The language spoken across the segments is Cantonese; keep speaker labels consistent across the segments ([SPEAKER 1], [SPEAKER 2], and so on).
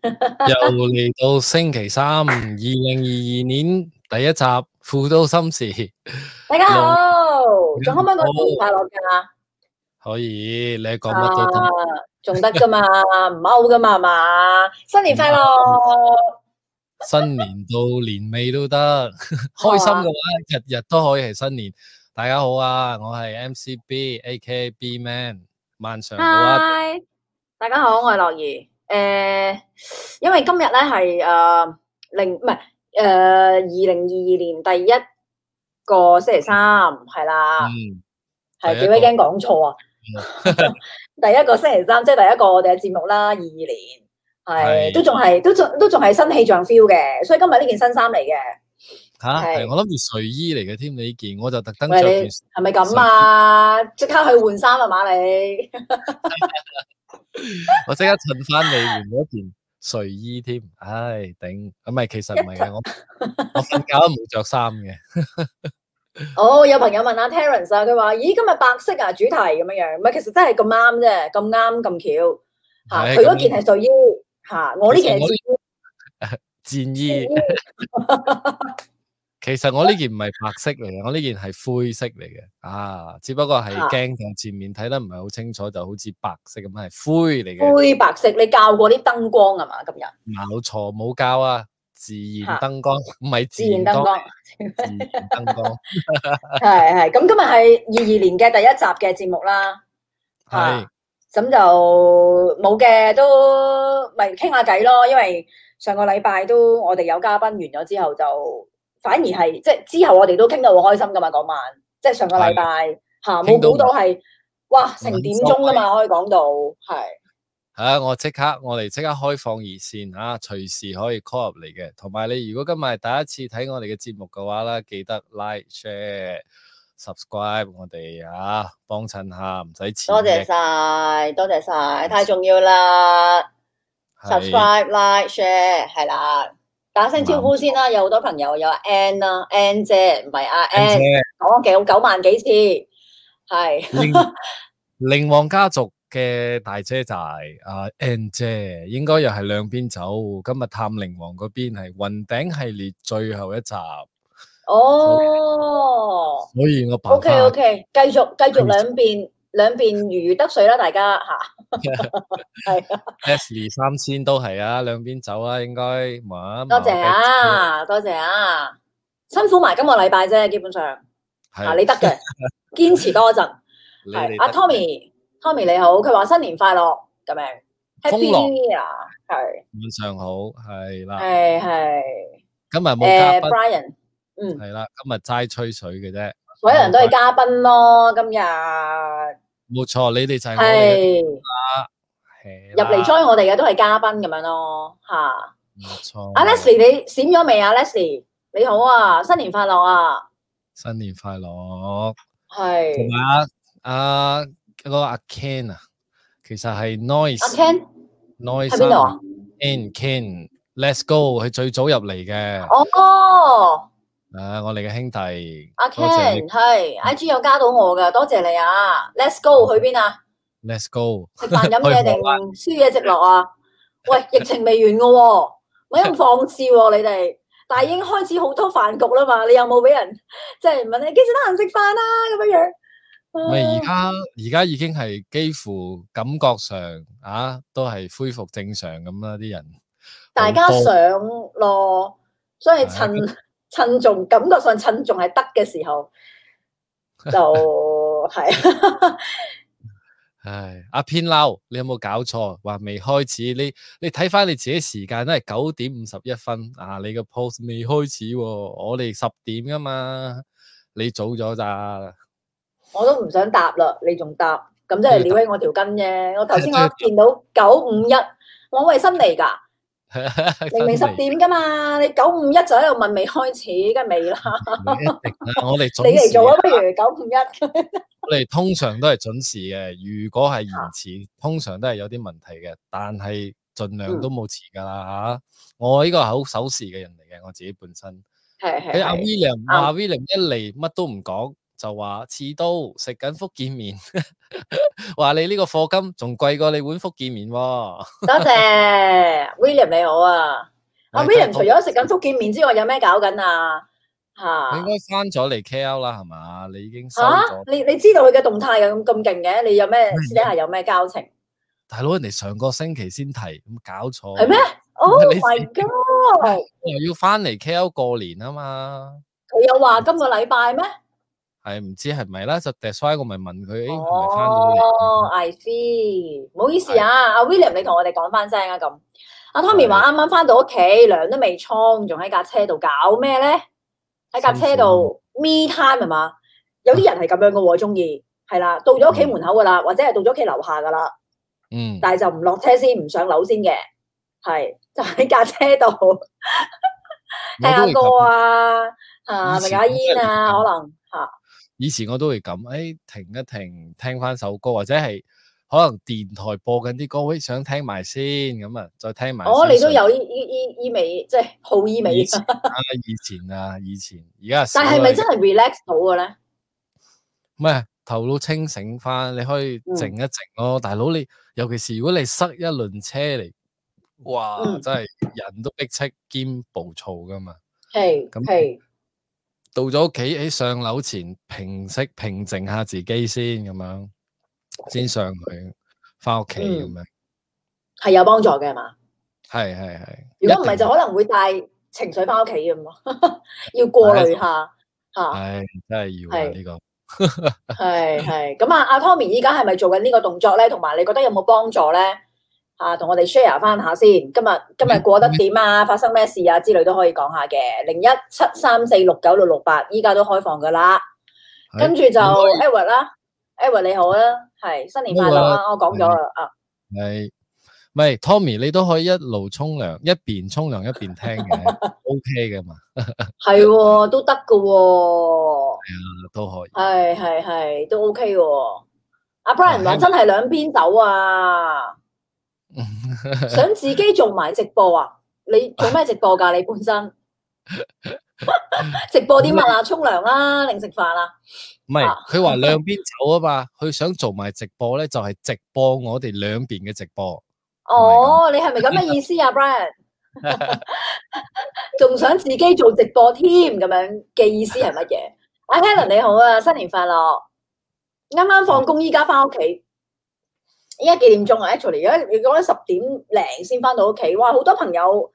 [SPEAKER 1] 又嚟到星期三，二零二二年第一集《富都心事》，
[SPEAKER 2] 大家好，仲可唔可以
[SPEAKER 1] 好
[SPEAKER 2] 講新年快樂㗎？
[SPEAKER 1] 可以你講乜都得
[SPEAKER 2] 啊，仲得㗎嘛，唔踎㗎嘛，係嘛？新年快樂！
[SPEAKER 1] 新年到年尾都 得，開心嘅話日日都可以係新年。大家好啊，我係 MCB A.K.A. B Man，萬常好啊，
[SPEAKER 2] Hi，大家好，我係樂兒。诶、因為今日咧係诶零唔係诶二零二二年第一個星期三，係啦，
[SPEAKER 1] 嗯，
[SPEAKER 2] 係
[SPEAKER 1] 第
[SPEAKER 2] 點
[SPEAKER 1] 一個
[SPEAKER 2] 解驚講錯 啊？第一個星期三，即係第一個我哋嘅節目啦，二二年。係
[SPEAKER 1] 係
[SPEAKER 2] 都仲係都仲都仲係新氣象 feel 嘅，所以今日呢件新衫嚟嘅，
[SPEAKER 1] 吓，
[SPEAKER 2] 係
[SPEAKER 1] 係我諗住睡衣嚟嘅添，你呢件我就特登
[SPEAKER 2] 喂
[SPEAKER 1] 着
[SPEAKER 2] 你
[SPEAKER 1] 件
[SPEAKER 2] 係咪咁 啊？即刻去換衫啊嘛你！
[SPEAKER 1] 我即刻襯翻你原嗰件睡衣添，唉頂，咁咪其實唔係嘅，我我瞓覺都冇着衫嘅，
[SPEAKER 2] 哦，有朋友問阿 Terence 啊，佢話：咦，今日白色啊，主題咁樣樣，唔係，其實真係咁啱啫，咁啱咁巧嚇。
[SPEAKER 1] 係
[SPEAKER 2] 佢
[SPEAKER 1] 咁
[SPEAKER 2] 嗰件係睡衣嚇，我呢件係
[SPEAKER 1] 其實我
[SPEAKER 2] 睡衣
[SPEAKER 1] 戰衣。其實我呢件唔係白色嚟嘅，我呢件係灰色嚟嘅，啊，只不過係
[SPEAKER 2] 啊
[SPEAKER 1] 鏡頭前面睇得唔係好清楚，就好似白色咁係灰嚟嘅，
[SPEAKER 2] 灰白色，你校過啲燈光係嘛？今日
[SPEAKER 1] 冇錯冇膠啊，自然
[SPEAKER 2] 啊
[SPEAKER 1] 燈光唔係自
[SPEAKER 2] 自然
[SPEAKER 1] 然
[SPEAKER 2] 燈
[SPEAKER 1] 光，
[SPEAKER 2] 光
[SPEAKER 1] 自然燈光
[SPEAKER 2] 係係。咁今日係二二年嘅第一集嘅節目啦，啊
[SPEAKER 1] 係。
[SPEAKER 2] 咁就冇嘅都咪傾下偈咯，因為上個禮拜都我哋有嘉賓完咗之後就反而係即係之後我哋都傾得好開心噶嘛嗰晚，即係上個禮拜嚇冇
[SPEAKER 1] 傾到
[SPEAKER 2] 估到係哇成點鐘噶嘛可以講到係
[SPEAKER 1] 啊！我即刻，我哋即刻開放熱線啊，隨時可以 call 入嚟嘅。同埋你如果今日係第一次睇我哋嘅節目嘅話咧，記得 like、share、subscribe 我哋啊，幫襯下，唔使錢
[SPEAKER 2] 多謝
[SPEAKER 1] 嘅。
[SPEAKER 2] 晒，多謝晒，太重要啦
[SPEAKER 1] 係
[SPEAKER 2] ！subscribe、like、share 係啦，打聲招呼先啦，有好多朋友有阿 Ann 啦，Ann 姐唔係阿
[SPEAKER 1] 啊 Ann
[SPEAKER 2] Ann，講 咗九九萬幾次係。
[SPEAKER 1] 姐令令王家族嘅大姐大啊，N 姐應該又係兩邊走。今日探靈王嗰邊係雲頂系列最後一集，
[SPEAKER 2] 哦
[SPEAKER 1] 所以我辦
[SPEAKER 2] ，OK
[SPEAKER 1] 法
[SPEAKER 2] OK，繼續繼續兩邊兩邊如魚得水啦，大家吓，係啊
[SPEAKER 1] S 二三千都係啊，兩邊走啊，應該冇
[SPEAKER 2] 多謝！啊，多謝啊，辛苦埋今個禮拜啫，基本上
[SPEAKER 1] 係
[SPEAKER 2] 啊，你得嘅，堅持多陣。
[SPEAKER 1] 你
[SPEAKER 2] 係啊
[SPEAKER 1] 哋
[SPEAKER 2] 阿
[SPEAKER 1] 得
[SPEAKER 2] Tommy，Tommy 你好，佢話新年快樂咁樣，Happy
[SPEAKER 1] 風啊浪
[SPEAKER 2] New Year，係
[SPEAKER 1] 晚上好，系啦，
[SPEAKER 2] 係係，
[SPEAKER 1] 今日冇嘉
[SPEAKER 2] 誒呃
[SPEAKER 1] 賓，
[SPEAKER 2] Brian，嗯。
[SPEAKER 1] 系啦，今日齋吹水嘅啫，
[SPEAKER 2] 所有人都係嘉賓咯，今日係
[SPEAKER 1] 冇錯，你哋哦就係我哋嘅係
[SPEAKER 2] 入
[SPEAKER 1] 啦
[SPEAKER 2] 嚟 join 我哋嘅都係嘉賓咁樣咯，嚇。
[SPEAKER 1] 冇錯。
[SPEAKER 2] 阿啊 Leslie，你閃咗未啊？Leslie，你好啊，新年快樂啊！
[SPEAKER 1] 新年快樂，同
[SPEAKER 2] 係
[SPEAKER 1] 埋阿阿嗰個阿 Ken 啊，其實係
[SPEAKER 2] 阿
[SPEAKER 1] Noise
[SPEAKER 2] Ken
[SPEAKER 1] Noise
[SPEAKER 2] 喺邊度啊？
[SPEAKER 1] Ken Ken Let's Go，佢最早入嚟嘅，
[SPEAKER 2] 哦，
[SPEAKER 1] 啊，我哋嘅兄弟
[SPEAKER 2] 阿
[SPEAKER 1] 多謝
[SPEAKER 2] Ken 係 IG 有加到我㗎，多謝你啊！Let's go 去邊啊？
[SPEAKER 1] Let's Go，
[SPEAKER 2] 食飯飲嘢
[SPEAKER 1] 去
[SPEAKER 2] 定
[SPEAKER 1] 荷蘭
[SPEAKER 2] 輸嘢直落啊？ 喂，疫情未完㗎喎，唔好咁放肆喎你哋。但係已經開始好多飯局啦嘛，你有冇俾人即係問你幾時得閒食飯啊？咁樣樣。
[SPEAKER 1] 咪而
[SPEAKER 2] 啊
[SPEAKER 1] 家而家已經係幾乎感覺上啊，都係恢復正常咁啦，啲人。
[SPEAKER 2] 大家上咯，所以
[SPEAKER 1] 係
[SPEAKER 2] 趁趁仲感覺上趁仲係得嘅時候， 就係
[SPEAKER 1] 唉，阿偏嬲，你有冇搞錯？話未開始，你你睇翻你自己時間都係九點五十一分啊！你個 post 未開始喎、我哋十點噶嘛，你早咗咋？
[SPEAKER 2] 我都唔想答啦，你仲答，咁即係撩起我條筋啫。我頭 先我一見到九五一，我話喂新嚟㗎，明明十
[SPEAKER 1] 真係
[SPEAKER 2] 點㗎嘛，你九五一就喺度問未開始，梗係未啦，
[SPEAKER 1] 你一定啦我
[SPEAKER 2] 啊 你
[SPEAKER 1] 哋準
[SPEAKER 2] 嚟
[SPEAKER 1] 時，
[SPEAKER 2] 做啊，不如九五一。
[SPEAKER 1] 我哋通常都係準時嘅。如果係延
[SPEAKER 2] 啊
[SPEAKER 1] 遲，通常都係有啲問題嘅，但係盡
[SPEAKER 2] 嗯
[SPEAKER 1] 量都冇遲㗎啦嚇。我呢個係好守時嘅人嚟嘅，我自己本身。
[SPEAKER 2] 係係
[SPEAKER 1] 你阿
[SPEAKER 2] 係
[SPEAKER 1] William 阿 William 一嚟乜都唔講，就話刺刀食緊福建麵， 話你呢個課金仲貴過你碗福建麵喎、
[SPEAKER 2] 多謝 William 你好啊！阿
[SPEAKER 1] 喂
[SPEAKER 2] William
[SPEAKER 1] 咁
[SPEAKER 2] 除咗食緊福建麵之外，有咩搞緊啊？
[SPEAKER 1] 你
[SPEAKER 2] 吓
[SPEAKER 1] 應該翻咗嚟 KL 啦，係嘛？你已經收咗
[SPEAKER 2] 吓，你你知道佢嘅動態咁咁勁嘅，你有咩私底下有咩交情？
[SPEAKER 1] 大佬，人哋上個星期先提，咁搞錯
[SPEAKER 2] 係咩？Oh
[SPEAKER 1] 係你
[SPEAKER 2] my god！
[SPEAKER 1] 又要翻嚟 KL 過年啊嘛，
[SPEAKER 2] 佢有話今個禮拜咩？
[SPEAKER 1] 係唔知係咪啦？就 that's why 我咪問佢，誒係咪翻到
[SPEAKER 2] 哦
[SPEAKER 1] 嚟？
[SPEAKER 2] ，I see，唔好意思啊，阿 William，你同我哋講翻聲啊咁。阿 Tommy 話啱啱翻到屋企，涼都未沖，仲喺架車度搞咩咧？喺架車度 me time 係嘛？有啲人係咁樣嘅喎，中意係啦，到咗屋企門口噶啦，或者係到咗屋企樓下噶啦，
[SPEAKER 1] 嗯，
[SPEAKER 2] 但係就唔落車先，唔上樓先嘅，係就喺架車度聽下歌啊，啊食下煙啊，可
[SPEAKER 1] 我都會咁。以前 我
[SPEAKER 2] 能嚇
[SPEAKER 1] 以前我都會咁，誒、停一停，聽翻首歌，或者係可能電台播緊啲歌，喂想聽埋先，咁啊再聽埋先。
[SPEAKER 2] 哦，你都
[SPEAKER 1] 順
[SPEAKER 2] 有依依依依味，即係好依味
[SPEAKER 1] 以。前啊，以前啊，以前而家少
[SPEAKER 2] 但係咪
[SPEAKER 1] 啦
[SPEAKER 2] 真係 relax 到嘅咧？
[SPEAKER 1] 唔係頭腦清醒翻，你可以
[SPEAKER 2] 嗯
[SPEAKER 1] 靜一靜咯。大佬你，尤其是如果你塞一輪車嚟，哇！
[SPEAKER 2] 嗯
[SPEAKER 1] 真係人都逼戚兼暴躁噶嘛。
[SPEAKER 2] 係
[SPEAKER 1] 咁
[SPEAKER 2] 係
[SPEAKER 1] 到咗屋企喺上樓前平息平靜下自己先咁樣，先上去翻屋企咁
[SPEAKER 2] 嗯
[SPEAKER 1] 樣。
[SPEAKER 2] 係有幫助嘅係嘛？
[SPEAKER 1] 係係係。
[SPEAKER 2] 如果唔係就
[SPEAKER 1] 一定啊
[SPEAKER 2] 可能會帶情緒翻屋企咁咯， 要過濾下 嚇。
[SPEAKER 1] 唉，真係要啊
[SPEAKER 2] 係
[SPEAKER 1] 呢個。
[SPEAKER 2] 係係咁啊！阿 Tommy 依家係咪做緊呢個動作咧？同埋你覺得有冇幫助咧？啊，同我哋 share 翻下先。今日今
[SPEAKER 1] 嗯
[SPEAKER 2] 日過得點啊？發生咩事啊？之類都可以講下嘅。零一七三四六九六六八，依家都開放噶啦。
[SPEAKER 1] 係
[SPEAKER 2] 跟住就 Edward 啦，Edward 你好啦，係新年快樂啊！我講咗啦啊。
[SPEAKER 1] 系咪 Tommy？你都可以一路沖涼，一邊沖涼一邊聽嘅 ，OK 嘅嘛，
[SPEAKER 2] 係喎，都得噶喎，
[SPEAKER 1] 啊都可以。
[SPEAKER 2] 係係係，都 OK 喎。阿 Brian 話
[SPEAKER 1] 係
[SPEAKER 2] 真係兩邊走啊，想自己做埋直播啊？你做咩直播㗎？你本身直播啲乜啊？沖涼啦，定食飯啊？
[SPEAKER 1] 唔係，
[SPEAKER 2] 啊
[SPEAKER 1] 佢話兩邊走啊嘛，佢想做埋直播咧，就係直播我哋兩邊嘅直 播。
[SPEAKER 2] 哦，你係咪咁嘅意思啊，Brian？仲想自己做直播添咁樣嘅意思係乜嘢？阿 Helen 你好啊，新年快樂！啱啱放工，依家翻屋企，依家幾點鐘啊？Actually，而家你講緊十點零先翻到屋企，哇！好多朋友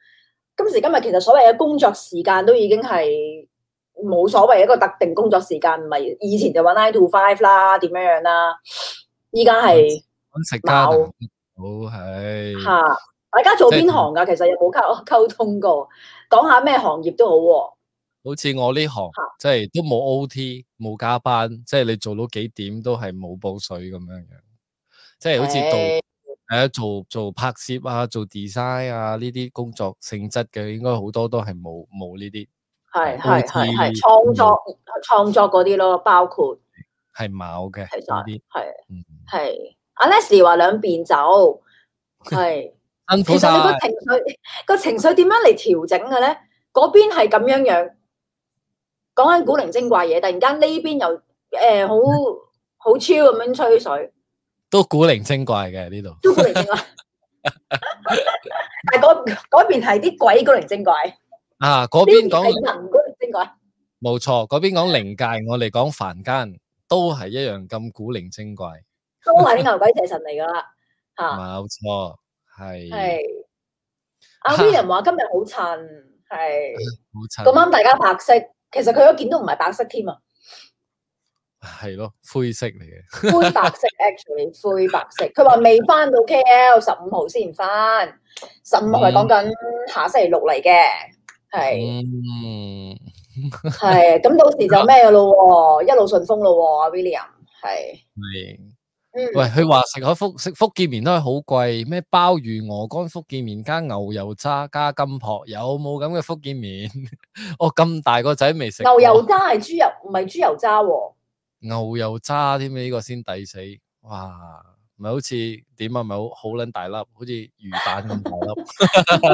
[SPEAKER 2] 今時今日其實所謂嘅工作時間都已經係冇所謂一個特定工作時間，唔係以前就話 nine to five 啦，點樣樣啦，依家係。
[SPEAKER 1] 揾食家
[SPEAKER 2] 冇
[SPEAKER 1] 好系，
[SPEAKER 2] 吓、大家做
[SPEAKER 1] 嗯即係
[SPEAKER 2] 邊行㗎？其實有冇溝沟通過？講下咩行業都好喎、
[SPEAKER 1] 好似我呢行，即係都冇 OT，冇加班，即係你做到幾點都係冇補水咁樣樣，即係好似做
[SPEAKER 2] 誒
[SPEAKER 1] 诶做做拍攝啊，做 design 啊呢啲工作性質嘅，應該好多都係冇冇呢啲。
[SPEAKER 2] 係係係
[SPEAKER 1] OT
[SPEAKER 2] 係創作
[SPEAKER 1] 嗯
[SPEAKER 2] 創作嗰啲咯，包括
[SPEAKER 1] 係冇嘅
[SPEAKER 2] 其實
[SPEAKER 1] 呢啲，
[SPEAKER 2] 係
[SPEAKER 1] 嗯
[SPEAKER 2] 係。阿 Leslie 話兩邊 走，係
[SPEAKER 1] 辛
[SPEAKER 2] 其
[SPEAKER 1] 苦
[SPEAKER 2] 實你個
[SPEAKER 1] 晒。
[SPEAKER 2] 情緒個情緒點樣嚟調整嘅咧？嗰邊係咁樣樣講緊古靈精怪嘢，突然間呢邊又誒好好超咁樣吹水，
[SPEAKER 1] 都古靈精怪嘅呢度，
[SPEAKER 2] 都古靈精 怪。啊但係嗰嗰邊係啲鬼古靈精怪。
[SPEAKER 1] 啊嗰
[SPEAKER 2] 呢
[SPEAKER 1] 邊
[SPEAKER 2] 個
[SPEAKER 1] 講
[SPEAKER 2] 係人嗰啲精怪，
[SPEAKER 1] 冇錯，嗰邊講靈界，我哋講凡間，都係一樣咁古靈精怪，
[SPEAKER 2] 都係啲牛鬼蛇神嚟噶 啦吓，
[SPEAKER 1] 冇錯，係
[SPEAKER 2] 啊係阿 William 話今日好襯，係
[SPEAKER 1] 好
[SPEAKER 2] 咁啊
[SPEAKER 1] 襯，
[SPEAKER 2] 啱大家白色，其實佢嗰件都唔係白色添啊，
[SPEAKER 1] 係咯，灰色嚟嘅，
[SPEAKER 2] 灰白 色 actually 灰白色。佢話未翻到 KL，十五號先翻，十
[SPEAKER 1] 嗯
[SPEAKER 2] 五號係講緊下星期六嚟嘅，係
[SPEAKER 1] 嗯，
[SPEAKER 2] 係咁到時就咩咯喎，一路順風咯喎，阿 William 係
[SPEAKER 1] 係。
[SPEAKER 2] 嗯
[SPEAKER 1] 喂，佢話食開福食福建麵都係好貴，咩鮑魚鵝肝福建麵加牛油渣加金箔，有冇咁嘅福建麵？ 我咁大個仔未食過
[SPEAKER 2] 牛油渣係豬油，唔係豬油渣喎。
[SPEAKER 1] 牛油渣添，呢、個先抵死，哇！咪好似點啊？咪好好撚大粒，好似魚蛋咁大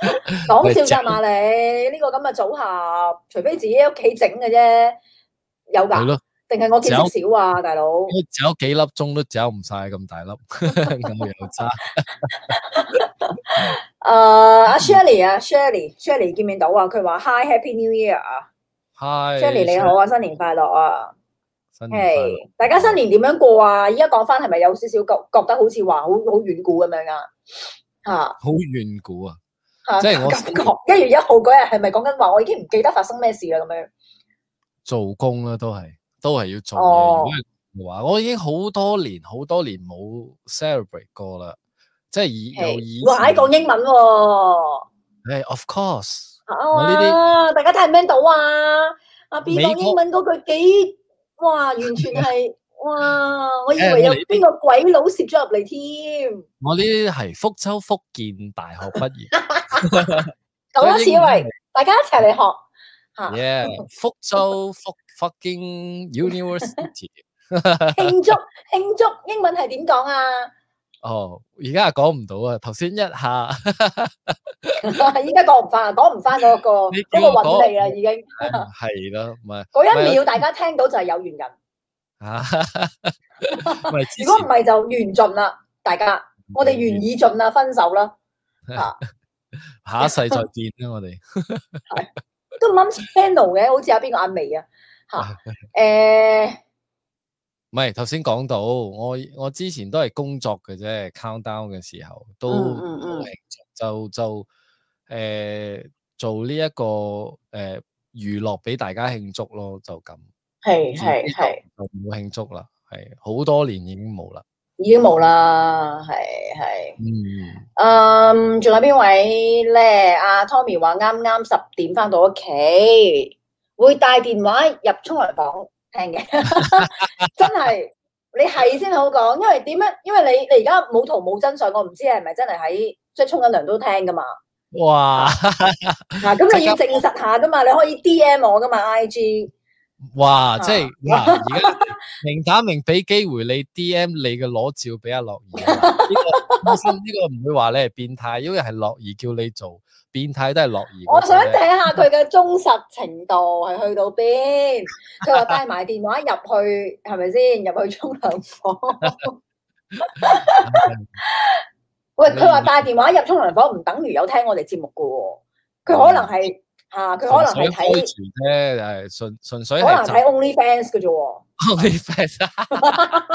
[SPEAKER 1] 粒。
[SPEAKER 2] 講笑咋嘛你？呢個咁嘅組合，除非自己喺屋企整嘅啫。有
[SPEAKER 1] 係
[SPEAKER 2] 㗎，
[SPEAKER 1] 咯，
[SPEAKER 2] 定係我見識少啊，大佬。
[SPEAKER 1] 走幾粒鐘都走唔晒咁大粒， 我又 揸。
[SPEAKER 2] 誒
[SPEAKER 1] 嗯
[SPEAKER 2] 阿 Shirley 啊，Shirley，Shirley 見面到啊，佢話 Hi Happy New Year 啊
[SPEAKER 1] Hi
[SPEAKER 2] ，Shirley 你好啊，新年快樂啊，
[SPEAKER 1] 新年嗯快樂
[SPEAKER 2] 係大家新年點樣過啊？而家講翻係咪有少少覺覺得好似話好好遠古咁樣啊？嚇
[SPEAKER 1] 好遠古啊！
[SPEAKER 2] 嚇，
[SPEAKER 1] 即係我
[SPEAKER 2] 感覺一月一號嗰日係咪講緊話我已經唔記得發生咩事啦咁樣？
[SPEAKER 1] 做工啦，都係都係要做
[SPEAKER 2] 哦
[SPEAKER 1] 嘢。如果係嘅話，我已經好多年好多年冇 celebrate 過啦，即係以由以
[SPEAKER 2] 係，哇！喺講英文喎，
[SPEAKER 1] 誒，of course，我呢啲
[SPEAKER 2] 啊，大家聽唔聽到啊？阿 B
[SPEAKER 1] 美
[SPEAKER 2] 講
[SPEAKER 1] 國
[SPEAKER 2] 英文嗰句幾哇，完全 係哇！我以
[SPEAKER 1] 誒
[SPEAKER 2] 為有
[SPEAKER 1] 我嚟
[SPEAKER 2] 邊個鬼佬攝咗入嚟添。
[SPEAKER 1] 我呢啲係福州福建大學畢業。
[SPEAKER 2] 咁多次
[SPEAKER 1] 所以英文
[SPEAKER 2] 喂，大家一齊嚟學 嚇，
[SPEAKER 1] Yeah，福州福 fucking university。
[SPEAKER 2] 慶祝慶祝英文係點講啊？
[SPEAKER 1] 哦，而家係講唔到啊！頭先一下，
[SPEAKER 2] 依家講唔翻，講唔翻嗰個
[SPEAKER 1] 你
[SPEAKER 2] 嗰
[SPEAKER 1] 叫
[SPEAKER 2] 個
[SPEAKER 1] 我講
[SPEAKER 2] 韻味啦，啊已經
[SPEAKER 1] 係啦，唔係
[SPEAKER 2] 嗰一
[SPEAKER 1] 唔係有
[SPEAKER 2] 秒大家聽到就係有緣人，
[SPEAKER 1] 啊， 唔係之
[SPEAKER 2] 如果唔
[SPEAKER 1] 前
[SPEAKER 2] 係就緣盡啦，大家我哋緣已盡啦，分手啦，
[SPEAKER 1] 下一世再見啦，我哋
[SPEAKER 2] 都唔啱 channel 嘅，好似有邊個阿眉啊嚇誒
[SPEAKER 1] 唔係頭先講到，我我之前都係工作嘅啫，countdown 嘅時候都
[SPEAKER 2] 嗯嗯嗯
[SPEAKER 1] 都係就就誒做呢一個誒娛樂俾大家慶祝咯，就咁
[SPEAKER 2] 係係係。
[SPEAKER 1] 就冇慶祝啦，係好多年已經冇啦。
[SPEAKER 2] 已經冇啦，係係。
[SPEAKER 1] 嗯，
[SPEAKER 2] 嗯，仲有邊位咧？阿 Tommy 話啱啱十點翻到屋企，會帶電話入沖涼房聽嘅， 真係你係先好講，因為點樣？因為你你而家冇圖冇真相，我唔知你係咪真係喺即係沖緊涼都聽 噶嘛？
[SPEAKER 1] 哇
[SPEAKER 2] 嗱，咁你要證實下噶嘛？你可以 D M 我噶嘛？I G 啊
[SPEAKER 1] 哇，即係嗱，而 家明打明俾機會你 D M 你嘅裸照俾阿樂兒啊，呢、個放心呢、個唔會話你係變態，因為係樂兒叫你做，變態都係樂兒嗰個啫。
[SPEAKER 2] 我想睇下佢嘅忠實程度係去到邊。佢話帶埋電話入去，係咪先入去沖涼房？喂，佢話帶電話入沖涼房唔等於有聽我哋節目噶喎，佢可能係嚇，嗯佢、可能係
[SPEAKER 1] 純粹開
[SPEAKER 2] 睇，
[SPEAKER 1] 住啫，係純純粹
[SPEAKER 2] 可
[SPEAKER 1] 係
[SPEAKER 2] 能
[SPEAKER 1] 就
[SPEAKER 2] 睇 OnlyFans 嘅啫喎。
[SPEAKER 1] OnlyFans 啊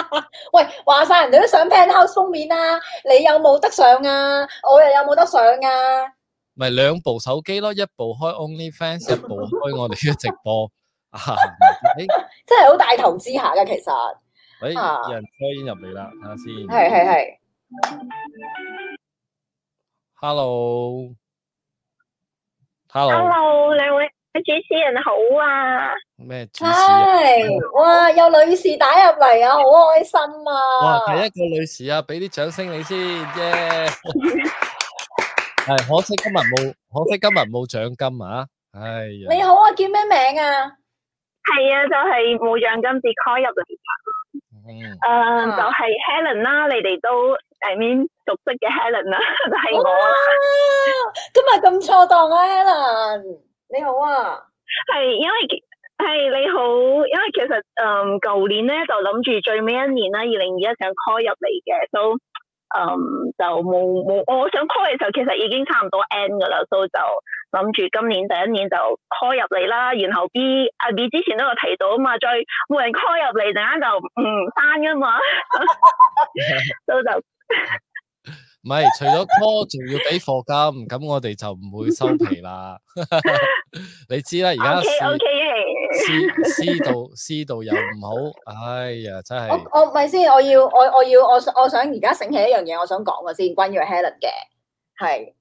[SPEAKER 2] 喂，話晒人哋都上 Penthouse 封面啦、你有冇得上啊？我又有冇得上啊？
[SPEAKER 1] 咪兩部手機咯，一部開 OnlyFans，一部開我哋嘅直播。啊，誒
[SPEAKER 2] 真係好大投資下嘅，其實
[SPEAKER 1] 喂，
[SPEAKER 2] 啊
[SPEAKER 1] 有人 call in 入嚟啦，睇下先。
[SPEAKER 2] 係係係。
[SPEAKER 1] Hello，Hello，哦
[SPEAKER 3] Hello，兩位主持人好啊！
[SPEAKER 1] 咩主持人？
[SPEAKER 2] 唉，哇！有女士打入嚟啊，好開心
[SPEAKER 1] 哇，第
[SPEAKER 2] 啊！
[SPEAKER 1] 一個女士啊，俾啲掌聲你先，耶！ 係可惜今日冇，可惜今日冇獎金啊！哎呀，
[SPEAKER 2] 你好啊，叫咩名啊？
[SPEAKER 3] 係啊，就係冇獎金至 call 入嚟。
[SPEAKER 1] 嗯，
[SPEAKER 3] 誒、就係 Helen 啦，你哋都 I mean 熟悉嘅 Helen 啦， 就係我
[SPEAKER 2] 哇
[SPEAKER 3] 啦。！
[SPEAKER 2] 今日咁錯檔啊，Alan，你好啊！
[SPEAKER 3] 係因為其係你好，因為其實誒舊、年咧就諗住最尾一年啦，二零二一想 call 入嚟嘅，都、嗯就冇冇，我想 call 嘅時候其實已經差唔多 end 噶啦，所以就諗住今年第一年就 call 入嚟啦。然後 B 阿 B 之前都有提到啊嘛，再冇人 call 入嚟，陣間就唔翻噶嘛， 所以就
[SPEAKER 1] 唔係除咗 call 仲要俾課金，咁我哋就唔會收皮 啦。你知啦，而家
[SPEAKER 3] OK
[SPEAKER 1] 試
[SPEAKER 3] OK
[SPEAKER 1] 試試到試到又唔好，哎呀，真
[SPEAKER 2] 我
[SPEAKER 1] 係
[SPEAKER 2] 我唔係先，我要我我要我想我想而家醒起一樣嘢，我想講嘅先，關於 Helen 嘅係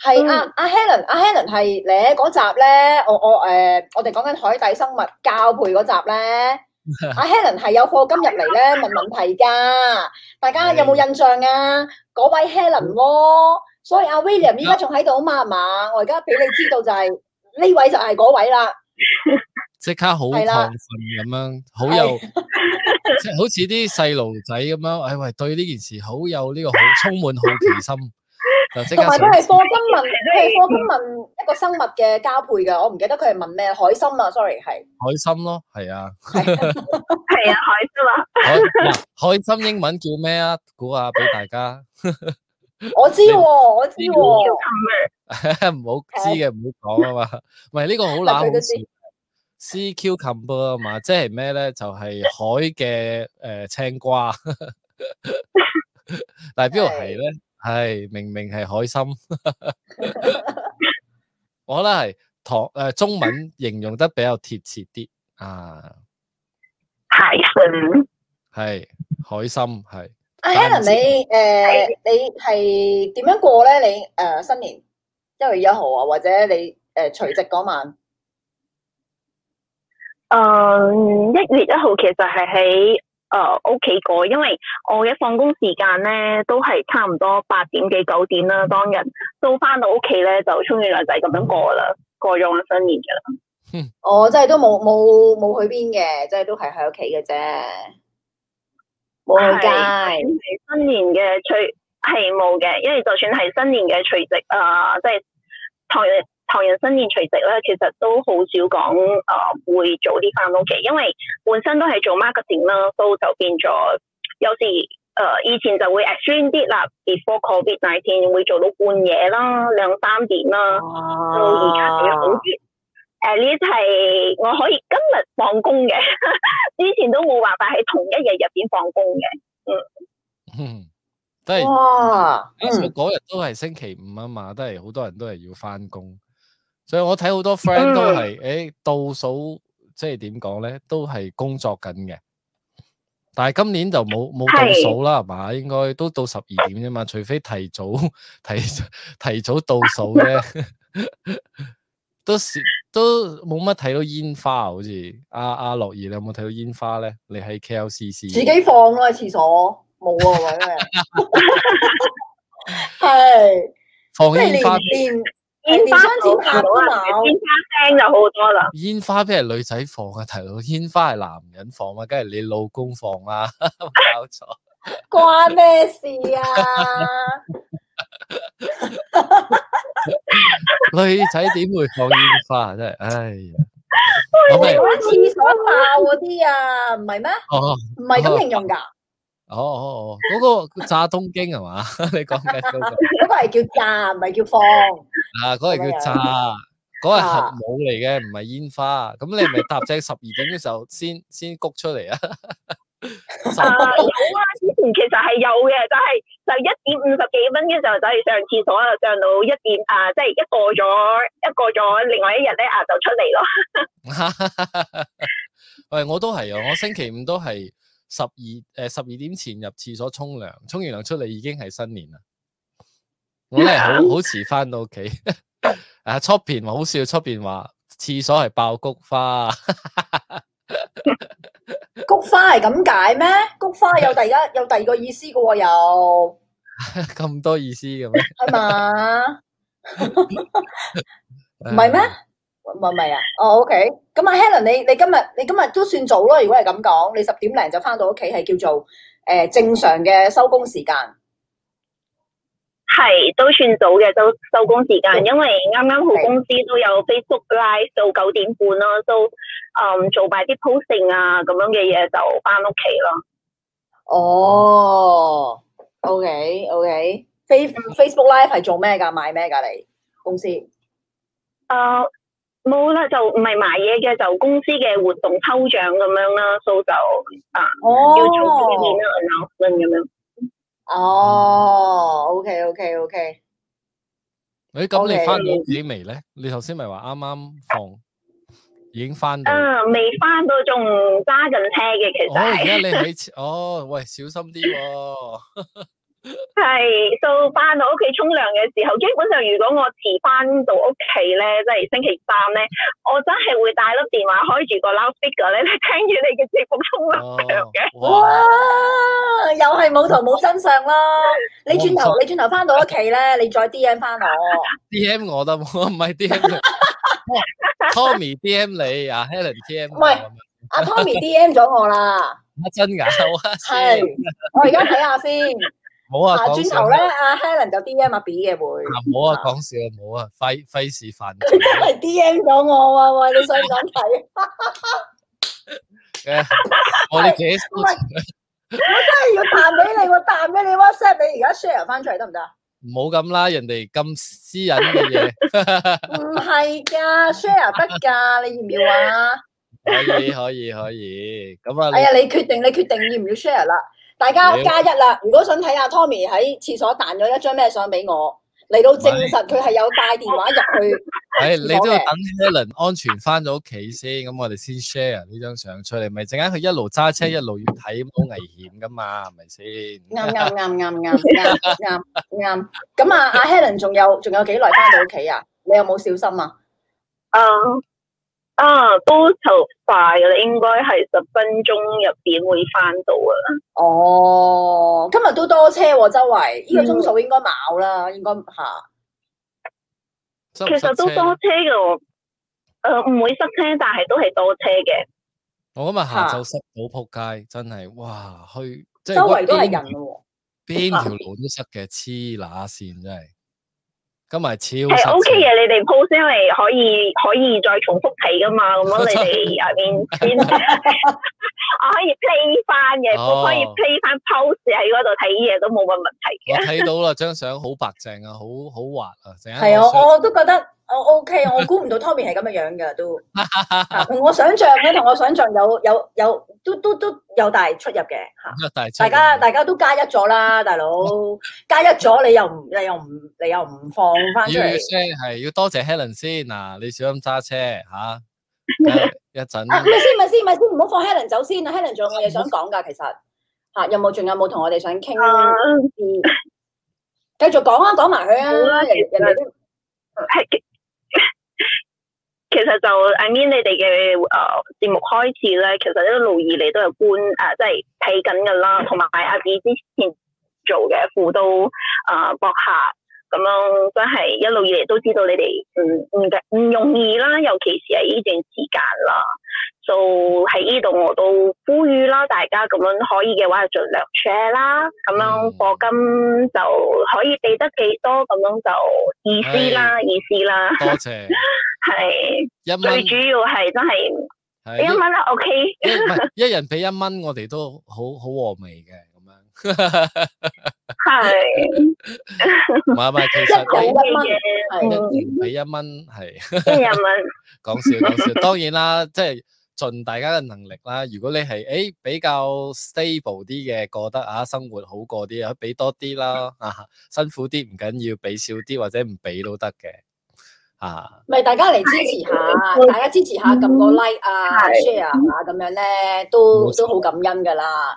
[SPEAKER 2] 係阿阿 Helen 阿 Helen 係你嗰集咧，我我誒、呃我哋講緊海底生物交配嗰 集咧。阿 Helen 係有課金入嚟咧問問題㗎，大家有冇印象啊？嗰位 Helen 喎、所以阿 William 依家仲喺度嘛係嘛？我而家俾你知道就係、呢位就係嗰位啦，
[SPEAKER 1] 即刻好
[SPEAKER 2] 係
[SPEAKER 1] 亢
[SPEAKER 2] 啦
[SPEAKER 1] 奮咁樣，好有即係好似啲細路仔咁樣，哎喂，對呢件事好有呢個好充滿好奇心，就即刻
[SPEAKER 2] 同埋
[SPEAKER 1] 上
[SPEAKER 2] 佢係課金問，佢係課金問一個生物嘅交配嘅，我唔記得佢係問咩海參啊，sorry 係
[SPEAKER 1] 海參咯，係啊，
[SPEAKER 3] 系啊，海参啊，
[SPEAKER 1] 海嗱海參英文叫咩啊？估下俾大家，
[SPEAKER 2] 我知喎，我知喎，
[SPEAKER 1] 唔好知嘅唔好講 啊嘛。唔係呢個好乸
[SPEAKER 2] 佢都知
[SPEAKER 1] 好笑。C Q cucumber 啊嘛，即係咩咧？就係、海嘅誒、呃青瓜， 但係邊度係咧？係明明係海參， 我覺得係唐誒、呃中文形容得比較貼切啲啊，
[SPEAKER 3] 海参。
[SPEAKER 1] 係海參係。
[SPEAKER 2] 阿
[SPEAKER 1] 但係
[SPEAKER 2] Helen
[SPEAKER 1] 唔知
[SPEAKER 2] 你誒你係點樣過咧？你誒新年一月一號啊，或者你誒除夕嗰晚？
[SPEAKER 3] 誒嗯一月一號其實係喺誒屋企過，因為我嘅放工時間咧都係差唔多八點幾九點啦，當日都翻到屋企咧就沖完涼仔咁樣過啦，過咗我新年嘅啦。
[SPEAKER 2] 我真係都冇冇冇去邊嘅，即係都係喺屋企嘅啫，冇去街。
[SPEAKER 3] 係新年嘅除係冇嘅，因為就算係新年嘅除夕啊，即係唐人唐人新年除夕咧，其實都好少講誒、呃、會早啲翻屋企，因為本身都係做 marketing 啦，都就變咗有時誒、呃以前就會 extreme 啲啦，before covid nineteen 會做到半夜啦，兩三點啦。到而家係
[SPEAKER 2] 啊！
[SPEAKER 3] 好啲。誒呢係我可以今日放工嘅， 之前都冇辦法喺同一日入邊放工嘅。
[SPEAKER 1] 嗯，都係
[SPEAKER 2] 哇！
[SPEAKER 1] 加上
[SPEAKER 2] 嗯
[SPEAKER 1] 嗰日都係星期五啊嘛，都係好多人都係要翻工，所以我睇好多 friend
[SPEAKER 2] 嗯
[SPEAKER 1] 都係诶、誒倒數，即係點講咧，都係工作緊嘅。但係今年就冇冇倒
[SPEAKER 3] 係
[SPEAKER 1] 數啦，係嘛？應該都到十二點啫嘛，除非提早提提早倒數啫， 都少都冇乜睇到煙花，啊好似阿阿樂兒，你有冇睇到煙花咧？你喺 KLCC
[SPEAKER 2] 自己放咯喺廁所，冇啊喂咩？係
[SPEAKER 1] 放
[SPEAKER 2] 即係
[SPEAKER 1] 煙花
[SPEAKER 2] 連連
[SPEAKER 3] 煙花就
[SPEAKER 2] 連雙剪拍啊嘛
[SPEAKER 3] 煙花聲就好 多啦。
[SPEAKER 1] 煙花邊係女仔放啊，大佬，煙花係男人放啊，梗係你老公放 啦、搞錯。
[SPEAKER 2] 關咩事啊？
[SPEAKER 1] 女仔點會放煙花啊真係，唉呀，我
[SPEAKER 2] 我哋
[SPEAKER 1] 咪
[SPEAKER 2] 講廁所爆嗰啲啊，唔係咩？
[SPEAKER 1] 哦
[SPEAKER 2] 唔係咁形容㗎，
[SPEAKER 1] 哦哦哦，嗰、個炸東京係嘛？ 你講緊嗰個
[SPEAKER 2] 嗰個係叫炸，唔係叫放。
[SPEAKER 1] 啊，嗰、啊個叫炸，嗰係核武嚟嘅，唔係煙花。咁你咪搭正十二點嘅時候先先谷出嚟啊？十
[SPEAKER 3] 啊有啊，之前其實係有嘅，就係就一點五十幾分嘅時候就係上廁所啦，上到一點啊，即係一過咗一過咗，另外一日咧啊就出嚟咯。
[SPEAKER 1] 喂，我都係啊！我星期五都係十二誒十二點前入廁所沖涼，沖完涼出嚟已經係新年啦。我咧好好遲翻到屋企。 啊，出邊話好笑，出邊話廁所係爆菊花，
[SPEAKER 2] 菊花係咁解咩？菊花有第一有第二個意思嘅喎，又
[SPEAKER 1] 咁多意思嘅咩？
[SPEAKER 2] 係嘛？
[SPEAKER 1] 唔 Ờ.
[SPEAKER 2] 唔係咩？唔係唔係啊？哦，OK。咁 Ờ, 啊，Helen，你你今日你今日都算早咯。如果係咁講，你十點零就翻到屋企係叫做誒、呃正常嘅收工時間。
[SPEAKER 3] 係都算早嘅，都收工時間，因為啱啱好公司都有 Facebook Live 到九點半啦，都嗯做埋啲 posting 啊咁樣嘅嘢就翻屋企啦。
[SPEAKER 2] 哦，OK OK。Face Facebook Live 係做咩㗎？賣咩㗎？你公司？
[SPEAKER 3] 誒啊冇啦，就唔係買嘢嘅，就公司嘅活動抽獎咁樣啦，所以就啊
[SPEAKER 2] 哦，
[SPEAKER 3] 要做呢面啦 announcement 咁樣。
[SPEAKER 2] 哦，OK OK OK，
[SPEAKER 1] 誒咁你
[SPEAKER 2] OK
[SPEAKER 1] 翻到屋企未咧？你頭先咪話啱啱放，已經翻到。
[SPEAKER 3] 啊，未翻到仲揸緊車嘅，其
[SPEAKER 1] 哦，而
[SPEAKER 3] 實係
[SPEAKER 1] 家你喺廁哦，喂，小心啲 喎。
[SPEAKER 3] 係到翻到屋企沖涼嘅時候，基本上如果我遲翻到屋企咧，即係星期三咧，我真係會帶粒電話開住個 loudspeaker 咧，聽住你嘅節目沖涼
[SPEAKER 1] 哦
[SPEAKER 3] 嘅。
[SPEAKER 2] 哇
[SPEAKER 1] 哇！！
[SPEAKER 2] 又係冇頭冇真相啦！你轉頭
[SPEAKER 1] 我
[SPEAKER 2] 你轉頭翻到屋企咧，你再 D M 翻我。
[SPEAKER 1] D M 我得 冇，唔係 D M 你 Tommy D M 你啊，Helen D M
[SPEAKER 2] 喂阿 Tommy D M 咗我啦，
[SPEAKER 1] 真噶，好啊，
[SPEAKER 2] 係
[SPEAKER 1] 先
[SPEAKER 2] à, 我而家睇下先。
[SPEAKER 1] 冇啊，
[SPEAKER 2] 下
[SPEAKER 1] 講
[SPEAKER 2] 轉
[SPEAKER 1] 笑
[SPEAKER 2] 頭咧，阿 Helen 就 D M 阿 B 嘅會，
[SPEAKER 1] 啊冇啊，講笑啊冇啊，費費事犯罪
[SPEAKER 2] 因為 D M 咗我啊，喂，你想唔想睇？
[SPEAKER 1] 嘅，我 哋自己
[SPEAKER 2] 唔係，真係要彈俾你，我彈俾你 WhatsApp，你而家 share 翻出嚟得唔得啊？
[SPEAKER 1] 唔好咁啦，人哋咁私隱嘅嘢，
[SPEAKER 2] 唔係㗎，share 得㗎，你要唔要啊？
[SPEAKER 1] 可以可以可以，咁啊
[SPEAKER 2] 哎
[SPEAKER 1] 你
[SPEAKER 2] 呀，你決定，你決定要唔要 share 啦？大家
[SPEAKER 1] 你
[SPEAKER 2] 加一啦！如果想睇阿 Tommy 喺廁所彈咗一張咩相俾我，嚟到證實佢係有帶電話入去。
[SPEAKER 1] 诶，哎你都要
[SPEAKER 2] 嘅
[SPEAKER 1] 等 Helen 安全翻到屋企先，咁我哋先 share 呢張相出嚟，咪陣間佢一路揸車
[SPEAKER 2] 嗯
[SPEAKER 1] 一路要睇，好危險噶嘛，係咪先？
[SPEAKER 2] 啱啱啱啱啱啱啱啱。咁啊，阿 Helen 仲有仲有幾耐翻到屋企啊？你有冇小心啊？
[SPEAKER 3] 啊啊，都就快啦，應該係十分鐘入邊會翻到啊。
[SPEAKER 2] 哦，今日都多車喎、周圍呢、個鐘數應該冇啦，應該嚇。
[SPEAKER 1] 塞唔
[SPEAKER 3] 其實
[SPEAKER 1] 哦塞
[SPEAKER 3] 都
[SPEAKER 1] 車
[SPEAKER 3] 多車嘅喎，誒、呃唔會塞車，但係都係多車嘅。
[SPEAKER 1] 我今日下晝塞到仆街，真係哇，去即係
[SPEAKER 2] 周圍都係
[SPEAKER 1] 屈
[SPEAKER 2] 人啊喎、
[SPEAKER 1] 邊條路都塞嘅，黐乸線真係，今日超
[SPEAKER 3] 誒
[SPEAKER 1] 塞
[SPEAKER 3] O K
[SPEAKER 1] 車
[SPEAKER 3] 嘅，你哋 post 因為可以可以再重複睇噶嘛，咁樣你哋 I mean 先， 我可以 play 翻嘅，
[SPEAKER 1] 哦
[SPEAKER 3] 我可以 play 翻 post 喺嗰度睇嘢都冇乜問題
[SPEAKER 1] 我
[SPEAKER 3] 嘅。
[SPEAKER 1] 睇到啦，張相好白淨啊，好好滑啊，陣間
[SPEAKER 2] 係啊，
[SPEAKER 1] 我
[SPEAKER 2] 我都覺得我 OK，我估唔到 Tommy 係咁嘅樣㗎都。啊同我想象咧，同我想象有有有都都都有大出入嘅嚇。大家
[SPEAKER 1] 想 大家
[SPEAKER 2] 大家都加一咗啦，大佬加一咗，你又唔你又唔你又唔放翻出
[SPEAKER 1] 要
[SPEAKER 2] 嚟
[SPEAKER 1] 要。聲係要多謝 Helen 先嗱，你小心揸車吓， 誒一
[SPEAKER 2] 啊，咪
[SPEAKER 1] 陣
[SPEAKER 2] 先咪先咪先，唔好放 Helen 走先啊！Helen 仲有嘢想講㗎，其實嚇有冇仲有冇同我哋想傾？
[SPEAKER 3] 啊
[SPEAKER 2] 嗯繼續講啊，講埋佢
[SPEAKER 3] 好
[SPEAKER 2] 啊，
[SPEAKER 3] 啊
[SPEAKER 2] 人
[SPEAKER 3] 其實
[SPEAKER 2] 人哋都
[SPEAKER 3] 係 其實就 I mean 你哋嘅誒呃節目開始咧，其實一路以嚟都有觀誒、呃即係睇緊㗎啦，同埋阿 B 之前做嘅輔導誒、呃博客。咁樣真係一路以嚟都知道你哋唔唔嘅唔容易啦，尤其是喺呢段時間啦。就喺呢度我都呼籲啦，大家咁樣可以嘅話就盡量 share 啦，
[SPEAKER 1] 嗯
[SPEAKER 3] 咁樣課金就可以俾得幾多咁樣就意思啦，意思啦，
[SPEAKER 1] 多謝
[SPEAKER 3] 係
[SPEAKER 1] 一
[SPEAKER 3] 最
[SPEAKER 1] 蚊
[SPEAKER 3] 主要係真係
[SPEAKER 1] 係
[SPEAKER 3] 一
[SPEAKER 1] 一
[SPEAKER 3] 蚊啦，OK，
[SPEAKER 1] 一唔係一人俾一蚊，我哋都好好和味嘅咁樣，
[SPEAKER 3] 係
[SPEAKER 1] 唔係唔係，其
[SPEAKER 2] 一人
[SPEAKER 1] 實
[SPEAKER 2] 一蚊
[SPEAKER 3] OK 嘅
[SPEAKER 1] 一
[SPEAKER 2] 係
[SPEAKER 1] 人俾一蚊係。
[SPEAKER 3] 一人蚊，
[SPEAKER 1] 講笑講笑，當然啦，即係盡大家嘅能力啦。如果你係诶、誒比較 stable 啲嘅，過得啊生活好過啲啊，俾多啲啦啊，辛苦啲唔緊要，俾少啲或者唔俾都得嘅啊。
[SPEAKER 2] 咪大家嚟支持下，大家支持下，
[SPEAKER 1] 嗯
[SPEAKER 2] 撳個 like 啊
[SPEAKER 3] 係
[SPEAKER 2] ，share 啊，咁樣咧都
[SPEAKER 1] 冇錯
[SPEAKER 2] 都好感恩㗎 啦，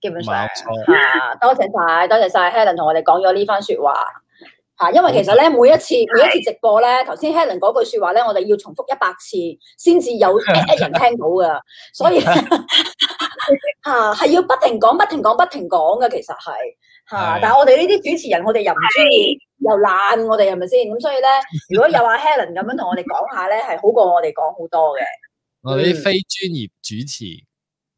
[SPEAKER 2] 基本上
[SPEAKER 1] 冇錯
[SPEAKER 2] 啊，多謝晒，多謝晒 Helen 同我哋講咗呢番说話吓，因為其實
[SPEAKER 1] 嗯
[SPEAKER 2] 咧每一次每一次直播咧，頭先 Helen 嗰句说話咧，我哋要重複一百次先至 有一人聽到噶，所以吓係要不停講、不停講、不停講嘅，其實係吓
[SPEAKER 1] 係，
[SPEAKER 2] 但係我哋呢啲主持人，我哋又唔中意。又懶我哋係咪先？咁所以咧，如果有阿 Helen 咁樣同我哋講下咧，係好過我哋講好多嘅。
[SPEAKER 1] 我哋
[SPEAKER 2] 嗯
[SPEAKER 1] 啲非專業主持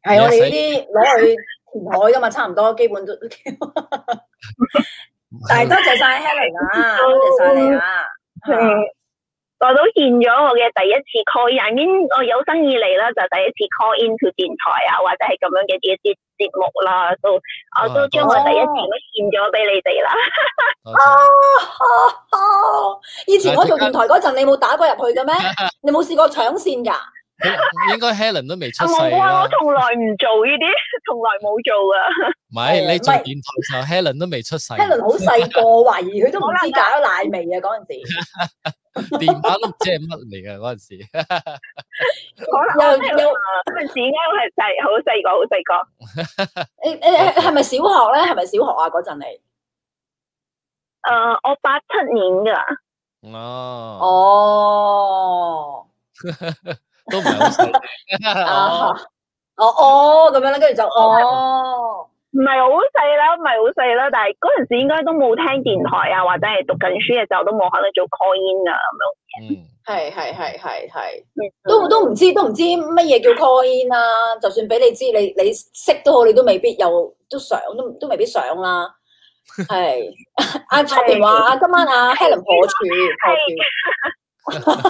[SPEAKER 2] 係我哋呢
[SPEAKER 1] Yes，
[SPEAKER 2] 啲攞去填海噶嘛，差唔多基本都。但係多謝晒 Helen 啊，多謝晒你啊。
[SPEAKER 3] 嗯，我都見咗我嘅第一次 call in，I mean，我有生以嚟啦，就第一次 call in to 電台啊，或者係咁樣嘅一啲節目啦，都我都將我第一次都獻咗俾你哋啦。
[SPEAKER 1] 多
[SPEAKER 2] 啊
[SPEAKER 1] 謝，
[SPEAKER 2] 哦 以前我做電台嗰陣，你冇打過入去嘅咩？你冇試過搶線㗎？
[SPEAKER 1] 佢應該 Helen 都未出
[SPEAKER 3] 啊
[SPEAKER 1] 世
[SPEAKER 3] 冇啊，
[SPEAKER 1] 啦
[SPEAKER 3] 我，從來唔做呢啲，從來冇做啊。
[SPEAKER 1] 唔係
[SPEAKER 2] 誒
[SPEAKER 1] 你做
[SPEAKER 2] 唔係
[SPEAKER 1] 電台時候 Helen 都未出世，
[SPEAKER 2] Helen 好細個，懷疑佢都唔知搞奶味啊！嗰陣時
[SPEAKER 1] 電話碌即係乜嚟嘅嗰陣時。
[SPEAKER 3] 可能啊我真係
[SPEAKER 2] 又又
[SPEAKER 3] 嗰陣時咧，我係細好細個，好細個。
[SPEAKER 2] 你你你係咪小學咧？係咪小學啊？嗰陣你？
[SPEAKER 3] 呃誒，我八七年㗎，
[SPEAKER 1] 哦，
[SPEAKER 2] 哦，
[SPEAKER 1] 都唔係好細
[SPEAKER 2] 啊 哦
[SPEAKER 1] 哦，
[SPEAKER 2] 哦咁樣啦，跟住就哦，
[SPEAKER 3] 唔係好細啦，唔係好細啦，但係嗰陣時應該都冇聽電台啊，或者係讀緊書嘅時候都冇可能做 call in 啊
[SPEAKER 1] 嗯。
[SPEAKER 2] 係係係係係，
[SPEAKER 3] 咁樣。
[SPEAKER 2] 都都唔知都唔知乜嘢叫 call in 啊啦、就算俾你知，你你識都好，你都未必有都想都都未必想啦。 係阿 Charlie 話啊，今晚阿 Helen 破處，破處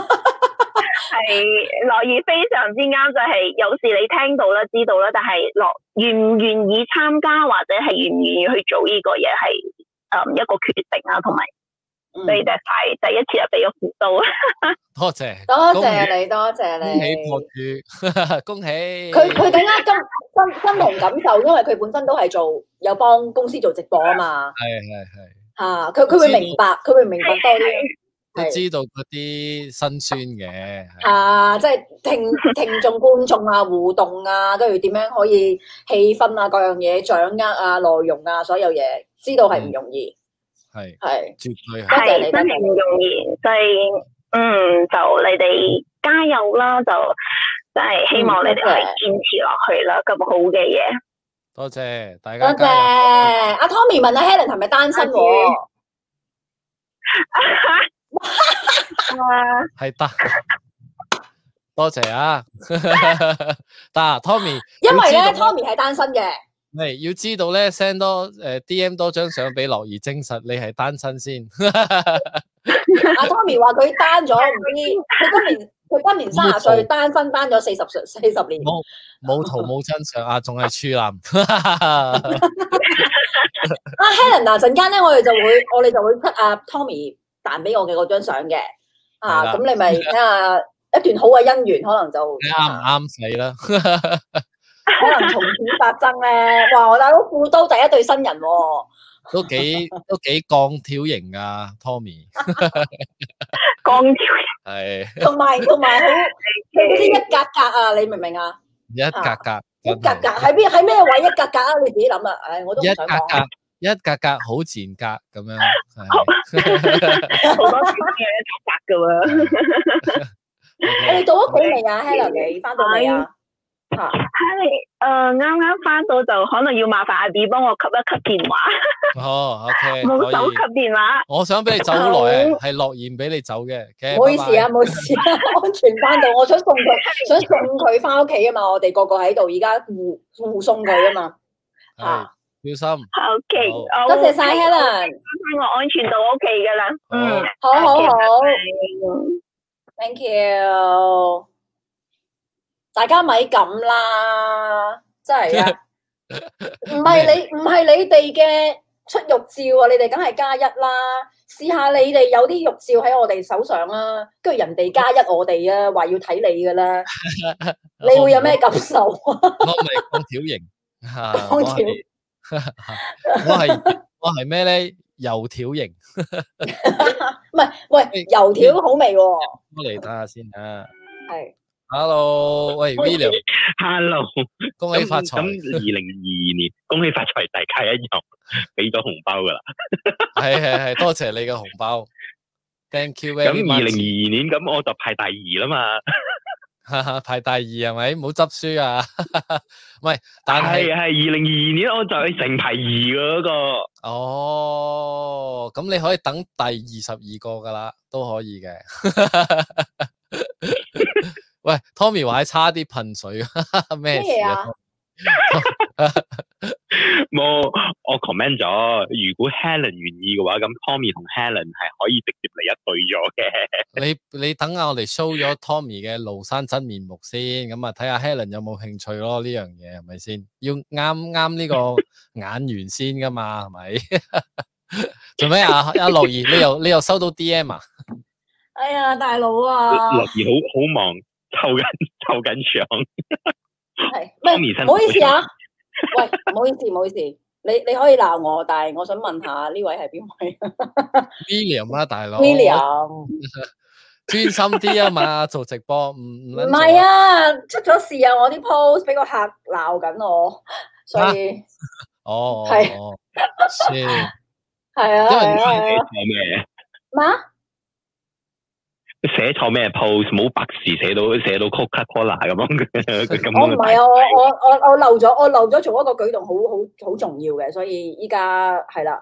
[SPEAKER 3] 係樂意非常之啱，就係、有時你聽到啦、知道啦，但係樂願唔願意參加或者係願唔願意去做呢個嘢係誒一個決定啊，同埋所以
[SPEAKER 2] 嗯
[SPEAKER 3] 就係第一次就俾我估到，
[SPEAKER 1] 多謝，
[SPEAKER 2] 多
[SPEAKER 1] 恭喜
[SPEAKER 2] 謝你，多謝
[SPEAKER 1] 恭喜
[SPEAKER 2] 你
[SPEAKER 1] 博。 主，恭喜。
[SPEAKER 2] 佢佢更加深深深同感受，因為佢本身都係做有幫公司做直播啊嘛，
[SPEAKER 1] 係係係，
[SPEAKER 2] 嚇佢佢會明白，佢會明白多啲。
[SPEAKER 1] 都
[SPEAKER 2] 係
[SPEAKER 1] 知道嗰啲辛酸嘅。係
[SPEAKER 2] 啊，即係聽 聽眾、觀眾啊、互動啊，跟住點樣可以氣氛啊、各樣嘢掌握啊、內容啊、所有嘢，知道係唔容易，
[SPEAKER 1] 係
[SPEAKER 2] 係
[SPEAKER 1] 絕對係
[SPEAKER 2] 多謝
[SPEAKER 3] 係
[SPEAKER 2] 你
[SPEAKER 3] 真係唔容易，就係嗯就你哋加油啦，就真係希望你哋可以
[SPEAKER 2] 嗯多謝
[SPEAKER 3] 堅持落去啦，咁好嘅嘢。
[SPEAKER 1] 多謝大
[SPEAKER 2] 多
[SPEAKER 1] 家
[SPEAKER 2] 謝
[SPEAKER 1] 加油。
[SPEAKER 2] 阿 Tommy 問阿 Helen 係咪單身喎？
[SPEAKER 3] 啊
[SPEAKER 1] 係得，多謝 啊！嗱，Tommy，
[SPEAKER 2] 因為咧
[SPEAKER 1] 你知道
[SPEAKER 2] ，Tommy 係單身嘅，
[SPEAKER 1] 你要知道咧，send 多誒 DM 多張相俾樂兒證實你係單身先。
[SPEAKER 2] 阿 Tommy 話佢單咗唔 知，佢今年佢今年三十歲，單身單咗四十歲四十年。
[SPEAKER 1] 冇冇圖冇真相啊，仲係處 男。
[SPEAKER 2] 啊，Helen 嗱，陣間咧，我哋就會我哋就會 cut 阿 Tommy 彈俾我嘅嗰張相嘅，啊，
[SPEAKER 1] 係啦
[SPEAKER 2] 咁你咪睇下一段好嘅姻緣，可能就
[SPEAKER 1] 你啱唔啱使啦？
[SPEAKER 2] 可能從此發生咧。哇，我大佬副都第一對新人喎，
[SPEAKER 1] 都幾都幾鋼條型噶，Tommy à,
[SPEAKER 3] 鋼條
[SPEAKER 1] 係
[SPEAKER 2] 同埋同 埋好佢嗰啲一格格啊，你明唔明啊？
[SPEAKER 1] 一格格，
[SPEAKER 2] 一
[SPEAKER 1] 真
[SPEAKER 2] 格格
[SPEAKER 1] 係
[SPEAKER 2] 喺邊喺咩位一格格啊？你自己諗啊，唉，我都唔
[SPEAKER 1] 一
[SPEAKER 2] 想
[SPEAKER 1] 格
[SPEAKER 2] 講
[SPEAKER 1] 格。一格格好賤格咁 樣，係
[SPEAKER 3] 好多嘅一格格噶喎。
[SPEAKER 2] 我哋到咗稿 未啊，Helen？你翻到未啊？嚇！
[SPEAKER 3] 係誒，啱啱翻到就可能要麻煩阿 B 幫我吸一吸電話，
[SPEAKER 1] 哦，OK，
[SPEAKER 3] 冇
[SPEAKER 1] 可
[SPEAKER 3] 手
[SPEAKER 1] 以。
[SPEAKER 3] 吸電話。
[SPEAKER 1] 我想俾你走好耐啊，係樂言俾你走嘅。嘅
[SPEAKER 2] 唔好意思啊，唔
[SPEAKER 1] 拜拜，
[SPEAKER 2] 好意思啊，安全翻到，我想送 佢，想送佢翻屋企啊嘛，我哋個個喺度，而家護護送佢啊嘛，啊，
[SPEAKER 1] 係小心。
[SPEAKER 3] O K，
[SPEAKER 2] 多謝晒 Helen，
[SPEAKER 3] 我安全到屋企噶啦。嗯，
[SPEAKER 2] 好好好
[SPEAKER 3] 係
[SPEAKER 2] ，thank you，大家咪咁啦，真係 啊，唔係你唔係你哋嘅出浴照啊，你哋梗係加一啦，試下你哋有啲浴照喺我哋手上啦，跟住人哋加一我哋啊，話要睇你噶 啦，你會有咩感受 啊？
[SPEAKER 1] 我唔係鋼條型，啊
[SPEAKER 2] 鋼條
[SPEAKER 1] 我係 我係我係咩咧？油條型。
[SPEAKER 2] 唔係，喂，油條好味喎、
[SPEAKER 1] 我嚟睇下先啊。
[SPEAKER 2] 係
[SPEAKER 1] Hello，喂 William，
[SPEAKER 4] Hello，
[SPEAKER 1] 恭喜發
[SPEAKER 4] 咁
[SPEAKER 1] 財。
[SPEAKER 4] 二零二二年，恭喜發財，大家一 樣俾咗紅包噶啦。
[SPEAKER 1] 係係係，多謝你嘅紅包。Thank you
[SPEAKER 4] 咁
[SPEAKER 1] very
[SPEAKER 4] 二零二二
[SPEAKER 1] much。
[SPEAKER 4] 年咁我就派第二啦嘛。
[SPEAKER 1] 排第二係咪？唔好執輸啊！ 唔係，但係
[SPEAKER 2] 啊
[SPEAKER 4] 係係二零二二年我就係成排二嗰個。
[SPEAKER 1] 哦，咁你可以等第二十二個噶啦，都可以嘅。 喂，Tommy 話差啲噴水， 咩事
[SPEAKER 2] 咩
[SPEAKER 1] 啊
[SPEAKER 2] 啊？
[SPEAKER 4] 冇，我 comment 咗，如果 Helen 願意嘅話，咁 Tommy 同 Helen 係可以直接嚟一對咗嘅。
[SPEAKER 1] 你你等下我哋 show 咗 Tommy 嘅廬山真面目先，咁啊睇下 Helen 有冇興趣咯？呢樣嘢係咪先？要啱啱呢個 眼緣先噶嘛，係咪？ 做咩啊？阿樂兒，你又你又收到 DM 啊？
[SPEAKER 2] 哎呀，大佬啊，
[SPEAKER 4] 樂兒好好忙，湊緊 湊緊相。
[SPEAKER 2] 係，唔
[SPEAKER 4] Tommy
[SPEAKER 2] 係
[SPEAKER 4] 辛
[SPEAKER 2] 唔
[SPEAKER 4] 苦
[SPEAKER 2] 好意思啊，喂，唔好意思，唔好意思，你你可以鬧我，但係我想問下呢位係邊位
[SPEAKER 1] William 啊，大佬
[SPEAKER 2] ？William，
[SPEAKER 1] 專心啲啊嘛，做直播唔唔
[SPEAKER 2] 唔
[SPEAKER 1] 撚
[SPEAKER 2] 係
[SPEAKER 1] 做
[SPEAKER 2] 啊，出咗事啊，我啲 post 俾個客鬧緊我，所以
[SPEAKER 1] 哦，
[SPEAKER 2] 係
[SPEAKER 1] 哦，係，
[SPEAKER 2] 係啊，
[SPEAKER 1] 因
[SPEAKER 2] 係
[SPEAKER 1] 為
[SPEAKER 2] 啊
[SPEAKER 4] 寫
[SPEAKER 2] 係啊，
[SPEAKER 4] 錯咩？
[SPEAKER 2] 咩啊？
[SPEAKER 4] 寫錯咩 pose？冇白事寫到寫到 Coca Cola 咁樣嘅，佢咁
[SPEAKER 2] 我
[SPEAKER 4] 樣
[SPEAKER 2] 唔
[SPEAKER 4] 嘅
[SPEAKER 2] 係啊，我我我我漏咗，我漏咗做一個舉動，好好好重要嘅，所以依家係啦。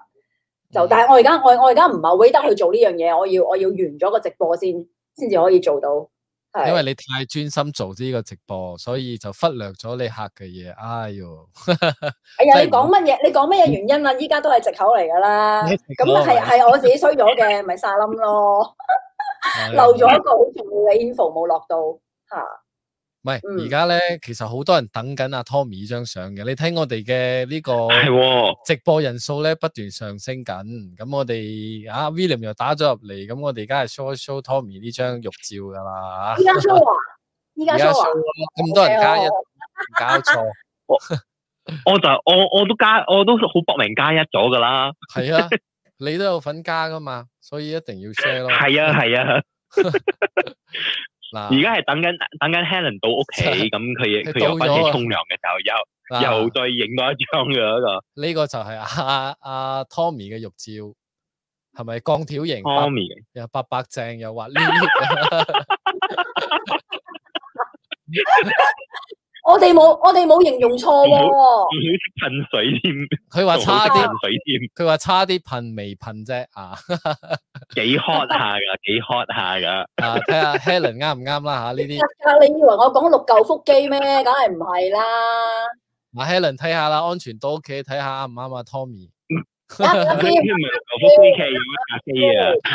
[SPEAKER 2] 就但係我而家我我而家唔係 wait 得去做呢樣嘢，我要我要完咗個直播先，先至可以做到。係
[SPEAKER 1] 因為你太專心做呢個直播，所以就忽略咗你客嘅嘢。哎哟，
[SPEAKER 2] 哎呀，
[SPEAKER 1] 真係
[SPEAKER 2] 你講乜嘢？你講乜嘢原因啊？依家都係藉口嚟㗎 啦。啊咁
[SPEAKER 1] 咁
[SPEAKER 2] 係係我自己衰咗嘅，咪撒冧咯，
[SPEAKER 1] 哎 Ừ.
[SPEAKER 2] 漏咗一個好重要嘅 info 冇落到嚇。
[SPEAKER 1] 唔係，
[SPEAKER 2] 嗯
[SPEAKER 1] 而家咧其實好多人等緊阿 Tommy 呢張相嘅。你睇我哋嘅呢個
[SPEAKER 4] 係喎，
[SPEAKER 1] 直播人數咧不斷上升緊。咁我哋啊 William 又打咗入嚟，咁我哋而家係 show 一 show Tommy 呢張玉照㗎啦。
[SPEAKER 2] 依家 show 啊，依家
[SPEAKER 1] 而家
[SPEAKER 2] show 啊
[SPEAKER 1] show，咁多人加一，搞 錯。
[SPEAKER 4] 我就我我都加我都好搏命加一咗噶啦，
[SPEAKER 1] 系啊，你都有份加噶嘛，所以一定要 share 咯。
[SPEAKER 4] 係啊係啊，
[SPEAKER 1] 嗱，
[SPEAKER 4] 而家係等緊等緊 Helen 到屋企，咁佢
[SPEAKER 1] 佢
[SPEAKER 4] 佢又
[SPEAKER 1] 到
[SPEAKER 4] 翻
[SPEAKER 1] 咗
[SPEAKER 4] 去
[SPEAKER 1] 啊
[SPEAKER 4] 沖涼嘅時候，又又
[SPEAKER 1] 嗱
[SPEAKER 4] 再影多一張嘅嗰個
[SPEAKER 1] 呢個就係阿 阿 Tommy 嘅玉照，係咪鋼條型？白
[SPEAKER 4] Tommy 嘅
[SPEAKER 1] 又白白淨又滑溜溜，
[SPEAKER 2] 我哋冇我哋冇形容錯喎，
[SPEAKER 4] 噴水添，
[SPEAKER 1] 佢話
[SPEAKER 4] 仲
[SPEAKER 1] 差
[SPEAKER 4] 好識
[SPEAKER 1] 啲，
[SPEAKER 4] 噴水添，
[SPEAKER 1] 佢話差啲噴未噴啫啊！
[SPEAKER 4] 幾 hot 下㗎，幾 hot 下㗎。
[SPEAKER 1] 啊，睇下 Helen 啱唔啱啦吓呢啲。
[SPEAKER 2] 你以為我講六嚿腹肌咩？梗係唔係啦，
[SPEAKER 1] 阿 Helen 睇下啦，安全到屋企睇下啱唔啱啊 Tommy
[SPEAKER 2] 啱唔
[SPEAKER 4] 佢
[SPEAKER 2] 啱先？
[SPEAKER 4] 唔係九幅飛機咁樣架機啊，
[SPEAKER 1] 啊，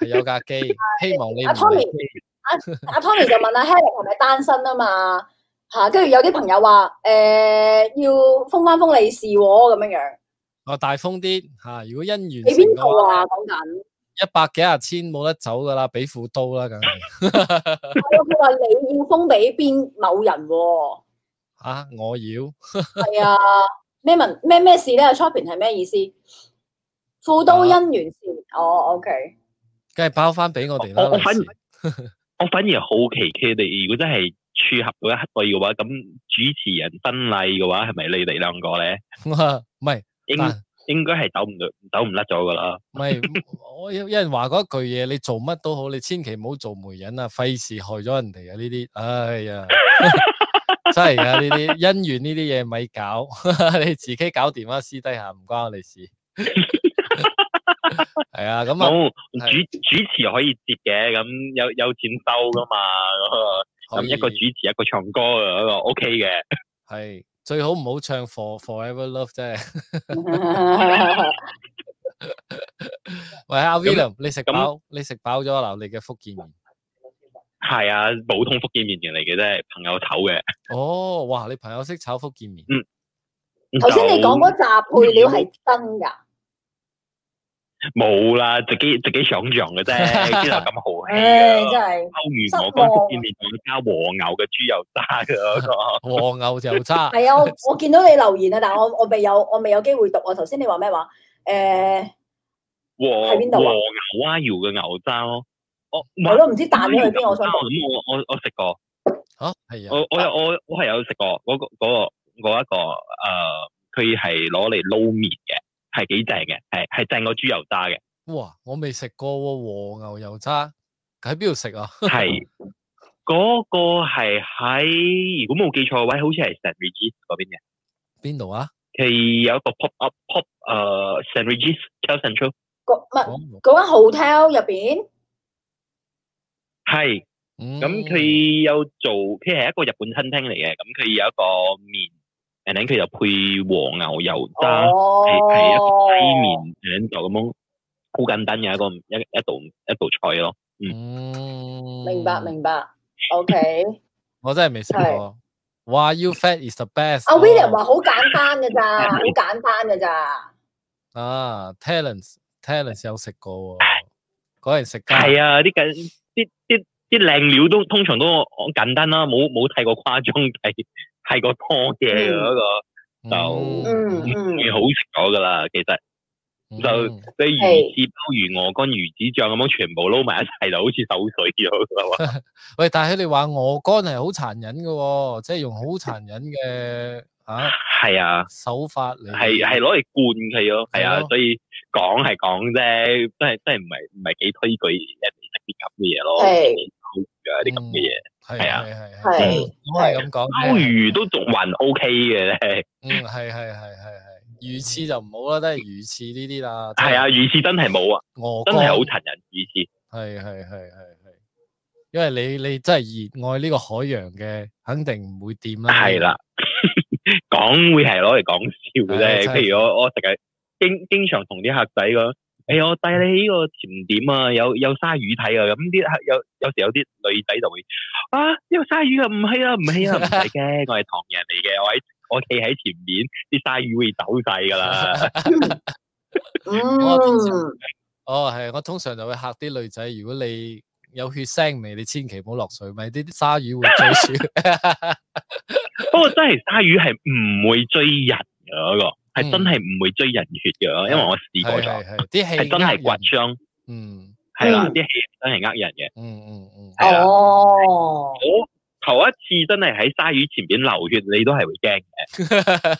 [SPEAKER 1] 係有架機，希望你唔
[SPEAKER 2] 阿 Tommy 阿 Tommy 就問阿 Helen 係咪單身啊嘛嚇，跟住有啲朋友話誒、要封翻封利是喎咁樣樣，
[SPEAKER 1] 我大風啲吓，如果姻緣
[SPEAKER 2] 你
[SPEAKER 1] 成
[SPEAKER 2] 邊
[SPEAKER 1] 嘅
[SPEAKER 2] 度
[SPEAKER 1] 話
[SPEAKER 2] 啊，講緊？
[SPEAKER 1] 一百幾廿千冇得走噶啦，俾副刀啦， 梗係。
[SPEAKER 2] 啊佢話你要封俾邊某人喎、
[SPEAKER 1] 啊，我要
[SPEAKER 2] 係啊，咩文咩咩事咧？Shopping 係咩意思？富都姻緣事，哦，OK，
[SPEAKER 1] 梗係包翻俾我哋
[SPEAKER 4] 我我
[SPEAKER 1] 啦。
[SPEAKER 4] 反
[SPEAKER 1] 利是
[SPEAKER 4] 我反而好奇佢哋如果真係撮合到一對嘅話，咁主持人婚禮嘅話，係咪你哋兩個咧？
[SPEAKER 1] 唔係
[SPEAKER 4] 應
[SPEAKER 1] 嗱
[SPEAKER 4] 應該係走唔到，走唔甩咗噶啦。
[SPEAKER 1] 唔係，我有有人話嗰句嘢，你做乜都好，你千祈唔好做媒人啊，費事害咗人哋啊！呢啲，哎呀， 真係噶呢啲姻緣呢啲嘢咪搞， 你自己搞掂啦，私底下唔關我 哋事。係啊，咁啊，
[SPEAKER 4] 冇主
[SPEAKER 1] 係
[SPEAKER 4] 主持可以接嘅，咁有有錢收噶嘛。咁
[SPEAKER 1] 可以
[SPEAKER 4] 一個主持一個唱歌嘅嗰個 OK 嘅，
[SPEAKER 1] 係最好唔好唱 For Forever Love 啫。喂，阿 William，你食
[SPEAKER 4] 咁
[SPEAKER 1] 飽，你食飽咗嗱，你嘅福建面。
[SPEAKER 4] 係啊，普通福建面人嚟嘅啫，朋友頭嘅。
[SPEAKER 1] 哦，哇！你朋友識炒福建 面，
[SPEAKER 2] 頭先你講嗰
[SPEAKER 4] 就
[SPEAKER 2] 扎配料係真㗎，
[SPEAKER 4] 冇啦，自己自己想象嘅 啫，邊有咁豪氣
[SPEAKER 2] 唉，
[SPEAKER 4] 啊
[SPEAKER 2] 真？ 係
[SPEAKER 4] 歐元我講福建面，我加和牛嘅豬油渣嘅嗰個
[SPEAKER 1] 和牛就渣，
[SPEAKER 2] 係啊！我我見到你留言啊，但係我我未有我未有機會讀啊。頭先你話咩話？誒、
[SPEAKER 4] 和
[SPEAKER 2] 喺邊度啊
[SPEAKER 4] 和牛蛙窑嘅牛渣咯。我唔
[SPEAKER 2] 我
[SPEAKER 4] 係
[SPEAKER 2] 都唔知彈咗去邊，我想
[SPEAKER 4] 咁
[SPEAKER 2] 講
[SPEAKER 4] 我我我食過，
[SPEAKER 1] 吓係啊，
[SPEAKER 4] 我我有我我係有食過嗰個嗰個嗰一個呃誒，佢係攞嚟撈面嘅，係幾正嘅，係係正過豬油渣嘅，
[SPEAKER 1] 哇！我未食過喎，和牛油渣喺邊度食啊？
[SPEAKER 4] 係嗰個係喺如果冇記錯嘅位，好似係 St Regis 嗰邊嘅。
[SPEAKER 1] 邊度啊？
[SPEAKER 4] 佢有一個 pop up pop 誒 St Regis Cal Central
[SPEAKER 2] 嗰唔係
[SPEAKER 1] 哦
[SPEAKER 2] 嗰間 hotel 入邊，
[SPEAKER 4] 係。
[SPEAKER 1] 嗯
[SPEAKER 4] 咁佢有做，佢係一個日本餐廳嚟嘅，咁佢有一個面，and then 佢就配和牛油渣係
[SPEAKER 2] 哦，
[SPEAKER 4] 雞面，and then 就咁樣好簡單嘅一個一一道一道菜咯。
[SPEAKER 1] 嗯
[SPEAKER 2] 明白明白，OK。
[SPEAKER 1] 我真係未食
[SPEAKER 2] 係
[SPEAKER 1] 過。哇！You fat is the best。
[SPEAKER 2] 阿 William 話好簡單嘅咋，好簡單嘅咋。
[SPEAKER 1] 啊，Talents Talents 有食過喎，嗰人食家
[SPEAKER 4] 係啊，啲緊啲啲啲靚料都通常都簡單啦，冇冇太過誇張，係太過多嘅
[SPEAKER 2] 嗯
[SPEAKER 4] 嗰個
[SPEAKER 2] 嗯
[SPEAKER 1] 就
[SPEAKER 2] 嗯，
[SPEAKER 4] 會好食咗噶啦。其實就你魚翅鮑魚鵝肝魚子醬咁樣全部撈埋一齊，就好似手水咗㗎啦。
[SPEAKER 1] 喂，但係佢哋話鵝肝係好殘忍嘅喎，即係用好殘忍嘅 啊
[SPEAKER 4] 係啊。
[SPEAKER 1] 手法嚟，
[SPEAKER 4] 係係攞嚟灌佢咯，係
[SPEAKER 1] 係
[SPEAKER 4] 啊，
[SPEAKER 1] 咯
[SPEAKER 4] 所以講係講啫，真係真係唔係唔係幾推舉人哋食啲咁嘅嘢咯，
[SPEAKER 2] 係
[SPEAKER 4] 啊啲咁嘅嘢，
[SPEAKER 1] 係
[SPEAKER 4] 係啊
[SPEAKER 1] 係係
[SPEAKER 2] 係
[SPEAKER 1] 係，咁係咁講
[SPEAKER 4] 鮑
[SPEAKER 1] 嘅。
[SPEAKER 4] 魚都仲還 OK 嘅咧，
[SPEAKER 1] 嗯，係係係係係，魚翅就唔好啦，都係魚翅呢啲啦。
[SPEAKER 4] 係啊，魚翅真係冇啊，
[SPEAKER 1] 鵝
[SPEAKER 4] 真
[SPEAKER 1] 肝
[SPEAKER 4] 係好殘忍魚翅，
[SPEAKER 1] 係係係係係。因為你你真係熱愛呢個海洋嘅，肯定唔會掂啦。
[SPEAKER 4] 係啦， 講會係攞嚟講
[SPEAKER 1] 係
[SPEAKER 4] 笑
[SPEAKER 1] 啊真
[SPEAKER 4] 嘅啫。
[SPEAKER 1] 係
[SPEAKER 4] 譬如我我成日經經常同啲客仔講，诶、我帶你呢個甜點啊，有有鲨魚睇啊。咁啲客有有時有啲女仔就會啊，有鲨魚啊，唔係啊，唔係啊，唔使驚， 我係唐人嚟嘅，我喺我企喺前面，啲鲨魚會走晒㗎啦。
[SPEAKER 2] 嗯，
[SPEAKER 1] 哦，係我通常就會嚇啲女仔，如果你有血腥味，你千祈唔好落水，咪啲鯊魚會追住。
[SPEAKER 4] 不過真係鯊魚係唔會追人嘅嗰、個，係真
[SPEAKER 1] 嗯
[SPEAKER 4] 係唔會追人血嘅，因為我 試過
[SPEAKER 1] 係
[SPEAKER 4] 咗，
[SPEAKER 1] 係係，啲氣
[SPEAKER 4] 係真係
[SPEAKER 1] 呃人
[SPEAKER 4] 刮傷，
[SPEAKER 1] 嗯
[SPEAKER 4] 係啦，
[SPEAKER 2] 嗯
[SPEAKER 4] 啲氣真係呃人嘅。
[SPEAKER 1] 嗯嗯嗯，
[SPEAKER 4] 係啦
[SPEAKER 2] 哦，
[SPEAKER 4] 我頭一次真係喺鯊魚前面流血，你都係會驚嘅。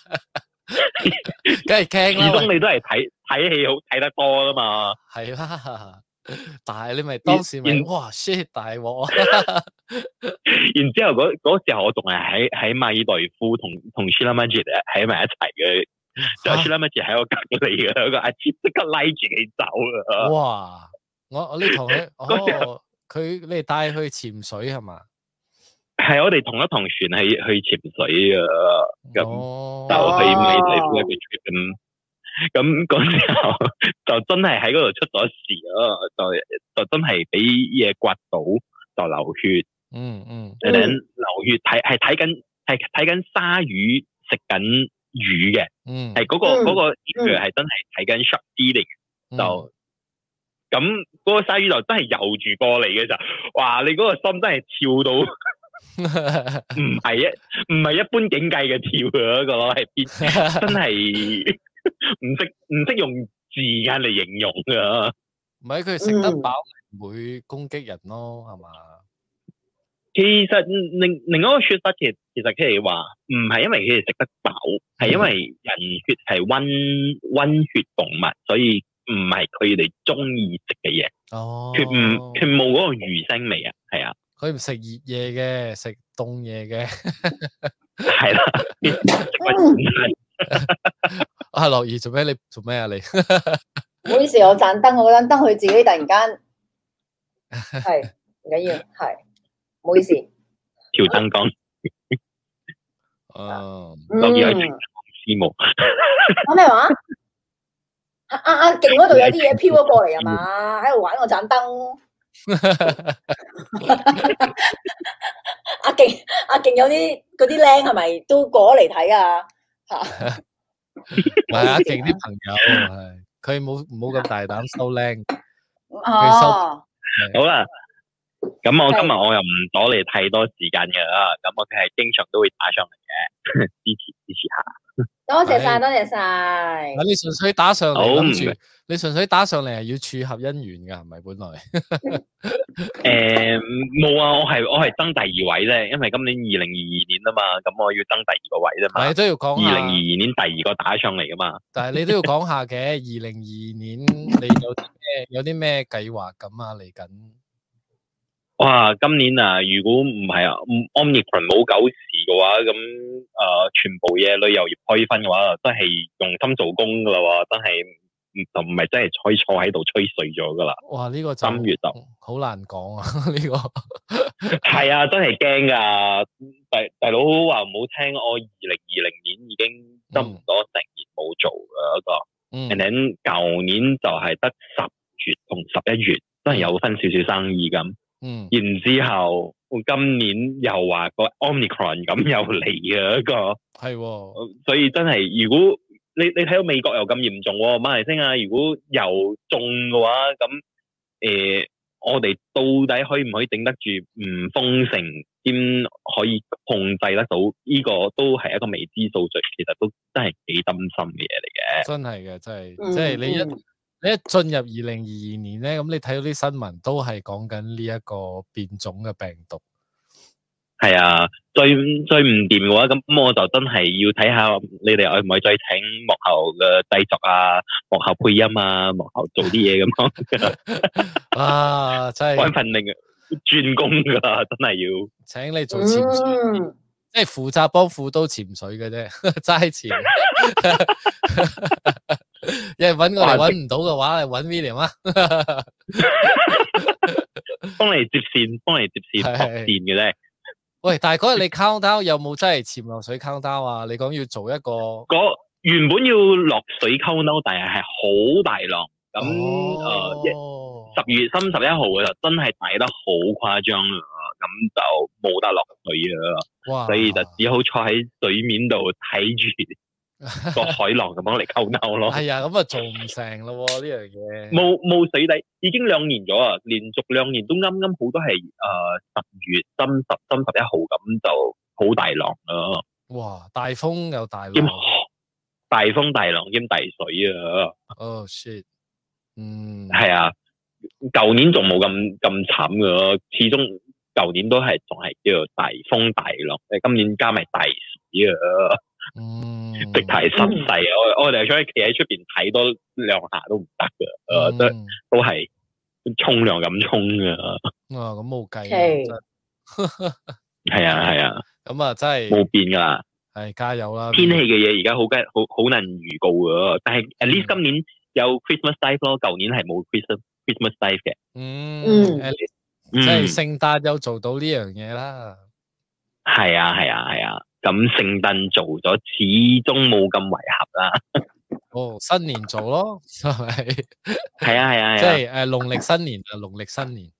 [SPEAKER 1] 梗係驚
[SPEAKER 4] 始
[SPEAKER 1] 啦喂
[SPEAKER 4] 終。你都係睇睇戲好睇得多噶嘛。
[SPEAKER 1] 系啦， 但系你咪當時咪
[SPEAKER 4] 然
[SPEAKER 1] 哇 shit 大 鑊啊！
[SPEAKER 4] 然之後嗰嗰時候我仲係喺喺馬爾代夫同同 s h i l a m a j i d 喺埋一齊嘅，就 s h i l a m a j i d 喺我隔離嘅，個阿姐即刻拉住佢走啦。
[SPEAKER 1] 哇！我我呢同佢，
[SPEAKER 4] 啊 嗰時啊
[SPEAKER 1] 哦，佢你哋帶佢潛水係嘛？
[SPEAKER 4] 係我哋同一堂船去去潛水啊，咁
[SPEAKER 1] 哦
[SPEAKER 4] 就去馬爾代夫一個 trip 咁。咁嗰時候就真係喺嗰度出咗事啊！就就真係俾嘢刮到，就流血。
[SPEAKER 1] 嗯嗯
[SPEAKER 4] 你睇流血睇係睇緊係睇緊鯊魚食緊魚嘅，
[SPEAKER 1] 嗯，
[SPEAKER 4] 係嗰、個
[SPEAKER 2] 嗯
[SPEAKER 4] 嗰、個 issue 係真係睇緊 shark feeding。
[SPEAKER 1] 嗯
[SPEAKER 4] 就咁嗰個鯊魚就真係游住過嚟嘅咋，哇！你嗰個心真係跳到
[SPEAKER 1] 嗯
[SPEAKER 4] 唔係一唔係一般境界嘅跳嘅嗰個咯，係邊真係唔識唔識用字眼嚟形容㗎。
[SPEAKER 1] 唔係佢食得
[SPEAKER 2] 嗯
[SPEAKER 1] 飽，唔會攻擊人咯，係嘛？
[SPEAKER 4] 其實另另一個説法其實其實佢哋話唔係因為佢哋食得飽，係因為人血係温温血動物，所以唔係佢哋中意食嘅嘢，
[SPEAKER 1] 哦，
[SPEAKER 4] 佢唔佢冇嗰個魚腥味啊，係啊，
[SPEAKER 1] 佢唔食熱嘢嘅，食凍嘢嘅。
[SPEAKER 4] 係啦，
[SPEAKER 1] 啊，樂兒做咩？你做咩啊？你
[SPEAKER 2] 唔好意思，我盞燈，我嗰盞燈佢自己突然間係唔緊要，係唔好意思。
[SPEAKER 4] 調燈光啊
[SPEAKER 1] 嗯，
[SPEAKER 4] 樂意去
[SPEAKER 2] 嗯
[SPEAKER 4] 聽，師母
[SPEAKER 2] 講咩話？啊啊啊！勁嗰度有啲嘢飄咗過嚟係嘛？喺度玩我盞燈。阿勁阿勁有啲嗰啲僆係咪都過嚟睇啊？
[SPEAKER 1] 唔係 阿勁啲朋友啊係佢冇冇咁大膽收靚。
[SPEAKER 2] 哦，
[SPEAKER 4] 好啦。咁我今日我又唔阻你太多時間嘅啦，咁我哋係經常都會打上嚟嘅， 支持支持下。
[SPEAKER 2] 多謝晒，多謝晒。
[SPEAKER 1] 啊！你純粹打上嚟
[SPEAKER 4] 好唔
[SPEAKER 1] 諗住
[SPEAKER 4] 明，
[SPEAKER 1] 你純粹打上嚟係要撮合姻緣㗎，係咪？本 來
[SPEAKER 4] 诶，冇啊，我係我係爭第二位啫，因為今年二零二二年啊嘛，咁我要爭第二個位啫
[SPEAKER 1] 但係
[SPEAKER 4] 嘛。
[SPEAKER 1] 都要
[SPEAKER 4] 二
[SPEAKER 1] 講
[SPEAKER 4] 零二二
[SPEAKER 1] 下，
[SPEAKER 4] 年第二個打上嚟噶嘛，
[SPEAKER 1] 但係你都要講下嘅。二零二二 年你有啲咩有啲咩計劃咁啊？嚟緊
[SPEAKER 4] 哇！今年啊，如果唔係啊唔，omicron 冇狗事嘅話，咁诶、呃全部嘢旅遊業開分嘅話，真係用心做工噶啦喎，真係唔就唔係真係可以坐喺度吹水咗噶啦，
[SPEAKER 1] 哇！呢、個就
[SPEAKER 4] 三月就
[SPEAKER 1] 好難講啊！ 呢、個
[SPEAKER 4] 係啊，真係驚噶，大大佬話唔好聽，我二零二零年已經差唔多成年冇做噶嗰、個。
[SPEAKER 1] 嗯
[SPEAKER 4] and then 舊年就係得十月同十一月都係有分少少生意咁，
[SPEAKER 1] 嗯
[SPEAKER 4] 然之後今年又話個 omicron 咁又嚟嘅一個，
[SPEAKER 1] 係喎，
[SPEAKER 4] 所以真係如果你你睇到美國又咁嚴重喎，馬來西亞如果又中嘅話，咁誒、我哋到底可以唔可以頂得住唔封城兼可以控制得到？呢、個都係一個未知數據，其實都真係幾擔心嘅嘢嚟嘅。
[SPEAKER 1] 真係嘅，真係
[SPEAKER 2] 嗯
[SPEAKER 1] 即係你一
[SPEAKER 2] 嗯
[SPEAKER 1] 你一進入二零二二年咧，咁你睇到啲新聞都係講緊呢一個變種嘅病毒。
[SPEAKER 4] 系啊，最最唔掂嘅話，咁我就真係要睇下你哋可唔可以再請幕後嘅製作啊、幕後配音啊、幕後做啲嘢咁咯，
[SPEAKER 1] 啊！真
[SPEAKER 4] 安
[SPEAKER 1] 係
[SPEAKER 4] 份令轉工噶啦，真係要
[SPEAKER 1] 請你做潛水。
[SPEAKER 2] 嗯，
[SPEAKER 1] 即係負責幫副都潛水嘅啫， 齋潛。有人揾我哋揾唔到嘅話，你揾 William 啊。
[SPEAKER 4] 幫你接線，幫你接線
[SPEAKER 1] 係
[SPEAKER 4] 駁線嘅啫。
[SPEAKER 1] 喂，但係嗰日你 count down 有冇真係潛落水 count down 啊？你講要做一個
[SPEAKER 4] 嗰原本要落水溝嬲，但係係好大浪。咁
[SPEAKER 1] 哦
[SPEAKER 4] 誒十月三十一號嘅時候，真係大得好誇張啊！咁就冇得落水啊，
[SPEAKER 1] 哇，
[SPEAKER 4] 所以就只好坐喺水面度睇 住個海浪咁樣嚟溝嬲咯。
[SPEAKER 1] 係啊，咁啊做唔成咯喎呢樣嘢。
[SPEAKER 4] 冇冇水底，已經兩年咗啊！連續兩年都啱啱好多係誒呃十月三十、三十一號咁就好大浪啦，
[SPEAKER 1] 哇，大風又大
[SPEAKER 4] 兼
[SPEAKER 1] 浪。
[SPEAKER 4] 大風大浪兼大水啊！
[SPEAKER 1] 哦 shit，嗯，
[SPEAKER 4] 係啊，舊年仲冇咁咁慘噶，始終舊年都係仲係叫做大風大浪，誒今年加埋大水啊，
[SPEAKER 1] 嗯，
[SPEAKER 4] 逼太實勢啊！我我哋想企喺出邊睇多兩下都唔得噶，誒都
[SPEAKER 1] 嗯
[SPEAKER 4] 都係沖涼咁沖噶，
[SPEAKER 1] 啊，咁冇計
[SPEAKER 2] 係
[SPEAKER 1] 啦，
[SPEAKER 4] 係啊係啊，
[SPEAKER 1] 真咁啊真係
[SPEAKER 4] 冇變噶啦。
[SPEAKER 1] 係加油啦！
[SPEAKER 4] 天氣嘅嘢而家好緊，好好難預告噶。但係 at
[SPEAKER 1] 嗯
[SPEAKER 4] least 今年有 Christmas dive 咯，舊年係冇 Christmas Christmas dive 嘅。
[SPEAKER 1] 嗯
[SPEAKER 2] 嗯，
[SPEAKER 1] at least
[SPEAKER 4] 嗯
[SPEAKER 1] 即係聖誕又做到呢樣嘢啦。
[SPEAKER 4] 係啊係啊係啊。咁聖誕做咗，始終冇咁違合啦。
[SPEAKER 1] 哦，新年做咯， 係咪？即
[SPEAKER 4] 係啊係啊係啊。
[SPEAKER 1] 係诶，农历新年啊，农历新年。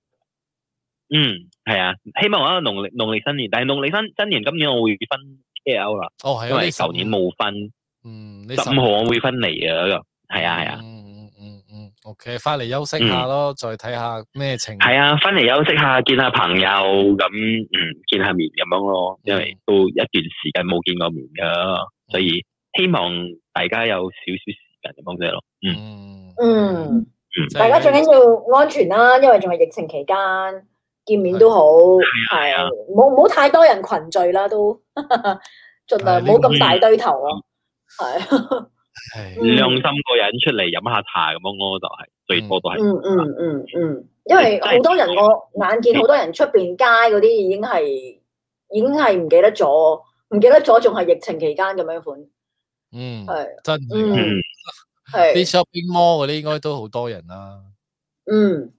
[SPEAKER 4] 嗯，係啊。希望啊，農曆農曆新年，但係農曆新新年今年我會分 K L 啦，
[SPEAKER 1] 哦，係
[SPEAKER 4] 因
[SPEAKER 1] 啊，
[SPEAKER 4] 為
[SPEAKER 1] 呢十
[SPEAKER 4] 舊年，冇分。
[SPEAKER 1] 嗯，呢
[SPEAKER 4] 十五號我會分嚟啊。係啊係啊。嗯
[SPEAKER 1] 嗯嗯嗯嗯，OK，翻嚟休息下咯，再睇下咩情況。
[SPEAKER 4] 係啊，翻嚟休息下，見下朋友，咁嗯，見下面咁樣咯，因為都一段時間冇見過面噶，所以希望大家有少少時間咁樣啫咯。嗯，
[SPEAKER 1] 嗯，
[SPEAKER 2] 嗯，
[SPEAKER 1] 即係
[SPEAKER 2] 大家最緊要安全啦，因為仲係疫情期間，見面都好，係
[SPEAKER 4] 係啊
[SPEAKER 2] 唔好唔好太多人群聚啦，都盡量唔好咁大堆頭咯，係，
[SPEAKER 1] 係
[SPEAKER 2] 嗯
[SPEAKER 4] 良心個人出嚟飲下茶咁樣咯，就係最多都係。
[SPEAKER 2] 嗯嗯嗯嗯，因為好多人我眼見好多人出邊街嗰啲已經係已經係唔記得咗，唔記得咗仲係疫情期間咁樣款，
[SPEAKER 1] 嗯，
[SPEAKER 2] 係
[SPEAKER 1] 真係
[SPEAKER 4] 嗯，
[SPEAKER 1] 啲
[SPEAKER 2] 係
[SPEAKER 1] shopping mall 嗰啲應該都好多人啦。
[SPEAKER 2] 嗯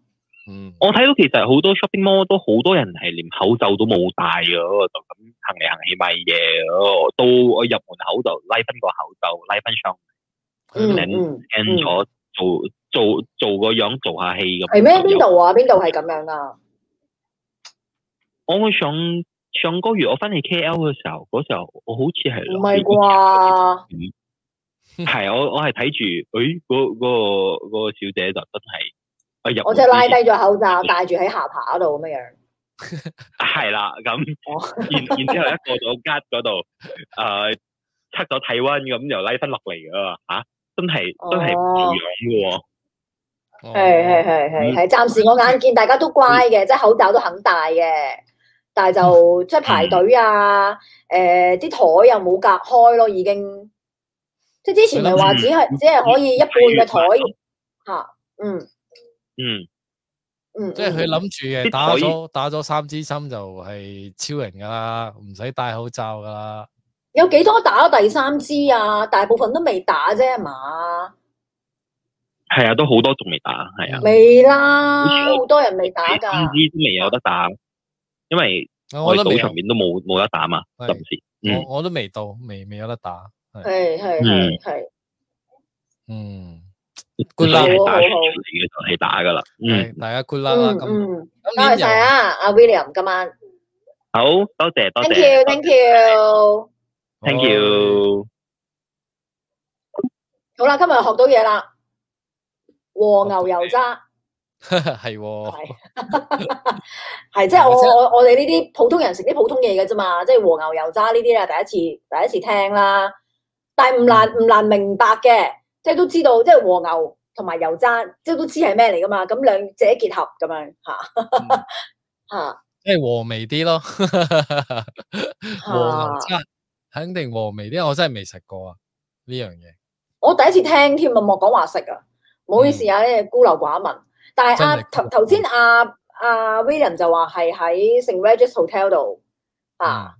[SPEAKER 1] 嗯，
[SPEAKER 4] 我睇到其實好多 shopping mall 都好多人係連口罩都冇戴嘅，就咁行嚟行去買嘢咯。到我入門口就拉翻個口罩，拉翻上
[SPEAKER 2] 嗯
[SPEAKER 4] 嗯
[SPEAKER 2] 嗯，
[SPEAKER 4] ，scan 咗做做做個樣，做下戲咁。
[SPEAKER 2] 係咩？邊度啊？邊度係咁樣啊？
[SPEAKER 4] 我會上上個月我翻去 K L 嘅時候，嗰時候我好似係
[SPEAKER 2] 唔係啩？
[SPEAKER 4] 係我我係睇住，誒嗰嗰個嗰個小姐就真係哎我入
[SPEAKER 2] 我即係拉低
[SPEAKER 4] 門之前
[SPEAKER 2] 咗口罩，戴住喺下巴度咁樣樣。
[SPEAKER 4] 係啦，咁
[SPEAKER 2] 哦
[SPEAKER 4] 然然之後一過咗間嗰度，誒測咗體温咁又拉翻落嚟㗎嚇，真係
[SPEAKER 2] 哦
[SPEAKER 4] 真係唔照樣嘅喎，
[SPEAKER 1] 哦嗯
[SPEAKER 2] 係係係係係，暫時我眼見大家都乖嘅，即係口罩都肯戴嘅，但係就即係排隊啊，誒啲台又冇隔開咯，已經。即係之前咪話只係
[SPEAKER 1] 嗯
[SPEAKER 2] 只係可以一半嘅台嚇，嗯
[SPEAKER 4] 嗯
[SPEAKER 2] 嗯，
[SPEAKER 1] 即係佢諗住嘅，
[SPEAKER 4] 啲
[SPEAKER 1] 打
[SPEAKER 4] 腿
[SPEAKER 1] 咗打咗三支針就係超人噶啦，唔使戴口罩噶啦。
[SPEAKER 2] 有幾多打咗第三支啊？大部分都未打啫係嘛，
[SPEAKER 4] 係啊，都好多仲未打，係
[SPEAKER 1] 嗯
[SPEAKER 4] 啊，
[SPEAKER 2] 未啦，好多人未打㗎。
[SPEAKER 4] 你知都未有得打，因為
[SPEAKER 1] 我
[SPEAKER 4] 我哋
[SPEAKER 1] 都
[SPEAKER 4] 賭
[SPEAKER 1] 未
[SPEAKER 4] 場面都冇冇得打嘛，
[SPEAKER 1] 係
[SPEAKER 4] 暫時
[SPEAKER 1] 有，
[SPEAKER 4] 嗯
[SPEAKER 1] 我我都未到，未未有得打。
[SPEAKER 2] 係係係係，
[SPEAKER 1] 嗯，
[SPEAKER 4] 所
[SPEAKER 1] good
[SPEAKER 4] 以
[SPEAKER 2] 好
[SPEAKER 1] luck，
[SPEAKER 4] 係打
[SPEAKER 2] 好
[SPEAKER 4] 出嚟
[SPEAKER 2] 好
[SPEAKER 4] 嘅就係打㗎啦，嗯。
[SPEAKER 1] 係大家 good luck 啦。
[SPEAKER 2] 嗯
[SPEAKER 1] 咁
[SPEAKER 2] 嗯，
[SPEAKER 1] 今
[SPEAKER 2] 多謝
[SPEAKER 1] 年
[SPEAKER 2] 晒
[SPEAKER 1] 又
[SPEAKER 2] 啊，阿 William 今晚。
[SPEAKER 4] 好多謝多謝
[SPEAKER 2] Thank you，thank you。
[SPEAKER 4] thank
[SPEAKER 1] 哦嗯
[SPEAKER 4] you，
[SPEAKER 2] 好啦，今日學到嘢啦，和牛油渣
[SPEAKER 1] 係喎，
[SPEAKER 2] 係 係即係我
[SPEAKER 1] 即係
[SPEAKER 2] 我我哋呢啲普通人食啲普通嘢嘅啫嘛，即係和牛油渣呢啲啊，第一次第一次聽啦，但
[SPEAKER 1] 嗯
[SPEAKER 2] 係唔難唔難明白嘅，即係都知道即係和牛同埋油渣，即係都知係咩嚟噶嘛，咁兩者結合咁樣
[SPEAKER 1] 嗯
[SPEAKER 2] 吓吓
[SPEAKER 1] 即係和味啲咯。
[SPEAKER 2] 啊
[SPEAKER 1] 和牛
[SPEAKER 2] 嚇
[SPEAKER 1] 真係肯定和味啲，我真係未食過啊呢樣嘢。
[SPEAKER 2] 我第一次聽添啊，莫講話食啊，唔好意思啊，呢孤陋寡聞。但係
[SPEAKER 1] 真
[SPEAKER 2] 啊，
[SPEAKER 1] 係
[SPEAKER 2] 頭頭先阿阿 William 就話係喺 St Regis Hotel 度啊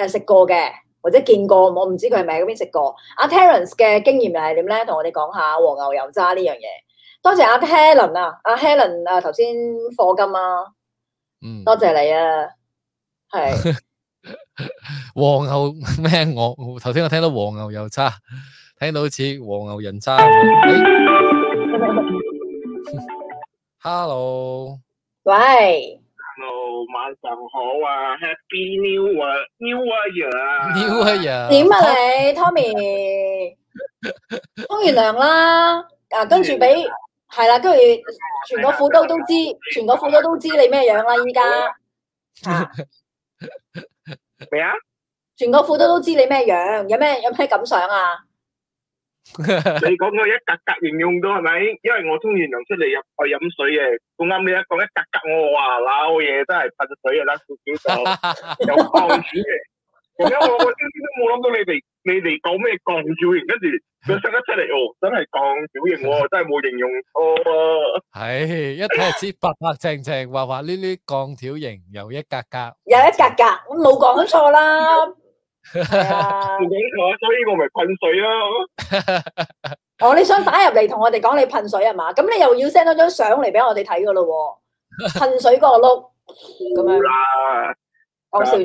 [SPEAKER 2] 誒食過嘅，或者見過，我唔知佢係咪喺嗰邊食過。阿 Terence 嘅經驗又係點咧？同我哋講下和牛油渣呢樣嘢。多謝阿 Helen 啊，阿 Helen 啊，頭先課金啊，
[SPEAKER 1] 嗯，
[SPEAKER 2] 多謝你啊，係
[SPEAKER 1] 黄牛 咩？我頭先我聽到黃牛又差，聽到好似黃牛人渣咁樣。哎 Hello，
[SPEAKER 2] 喂，
[SPEAKER 5] Hello，晚上好啊，Happy New Year New Year 啊
[SPEAKER 1] New Year，
[SPEAKER 2] 點啊 你 Tommy？沖完涼啦，啊，跟住俾係啦，跟住全個副都都知，全個副都都知你咩樣啦，依家 啊，
[SPEAKER 5] 咩啊？
[SPEAKER 2] 全個副都都知你咩樣，有咩有咩感想啊？
[SPEAKER 5] 你講個一格格形容到係咪？因為我沖完涼出嚟入去飲水嘅，咁啱你一講一格格，我哇撈嘢真係噴水啊，甩 少少就有鋼柱嘅。咁樣我我先先都冇諗到你哋你哋講咩鋼柱形，跟住佢識得出嚟哦，真係鋼柱形喎，真係冇形容錯 喎。
[SPEAKER 1] 係一睇就知白白淨淨、滑滑溜溜、鋼條型，又一格格，
[SPEAKER 2] 有一格格，冇講錯 啦，係啊
[SPEAKER 5] 冇。講錯，所以我咪噴水咯。
[SPEAKER 2] 哦，你想打入嚟同我哋講你噴水係嘛？咁你又要 send 咗張相嚟俾我哋睇噶咯喎，噴水嗰個碌咁
[SPEAKER 5] 好
[SPEAKER 2] 樣
[SPEAKER 5] 啦。
[SPEAKER 2] 講笑啫。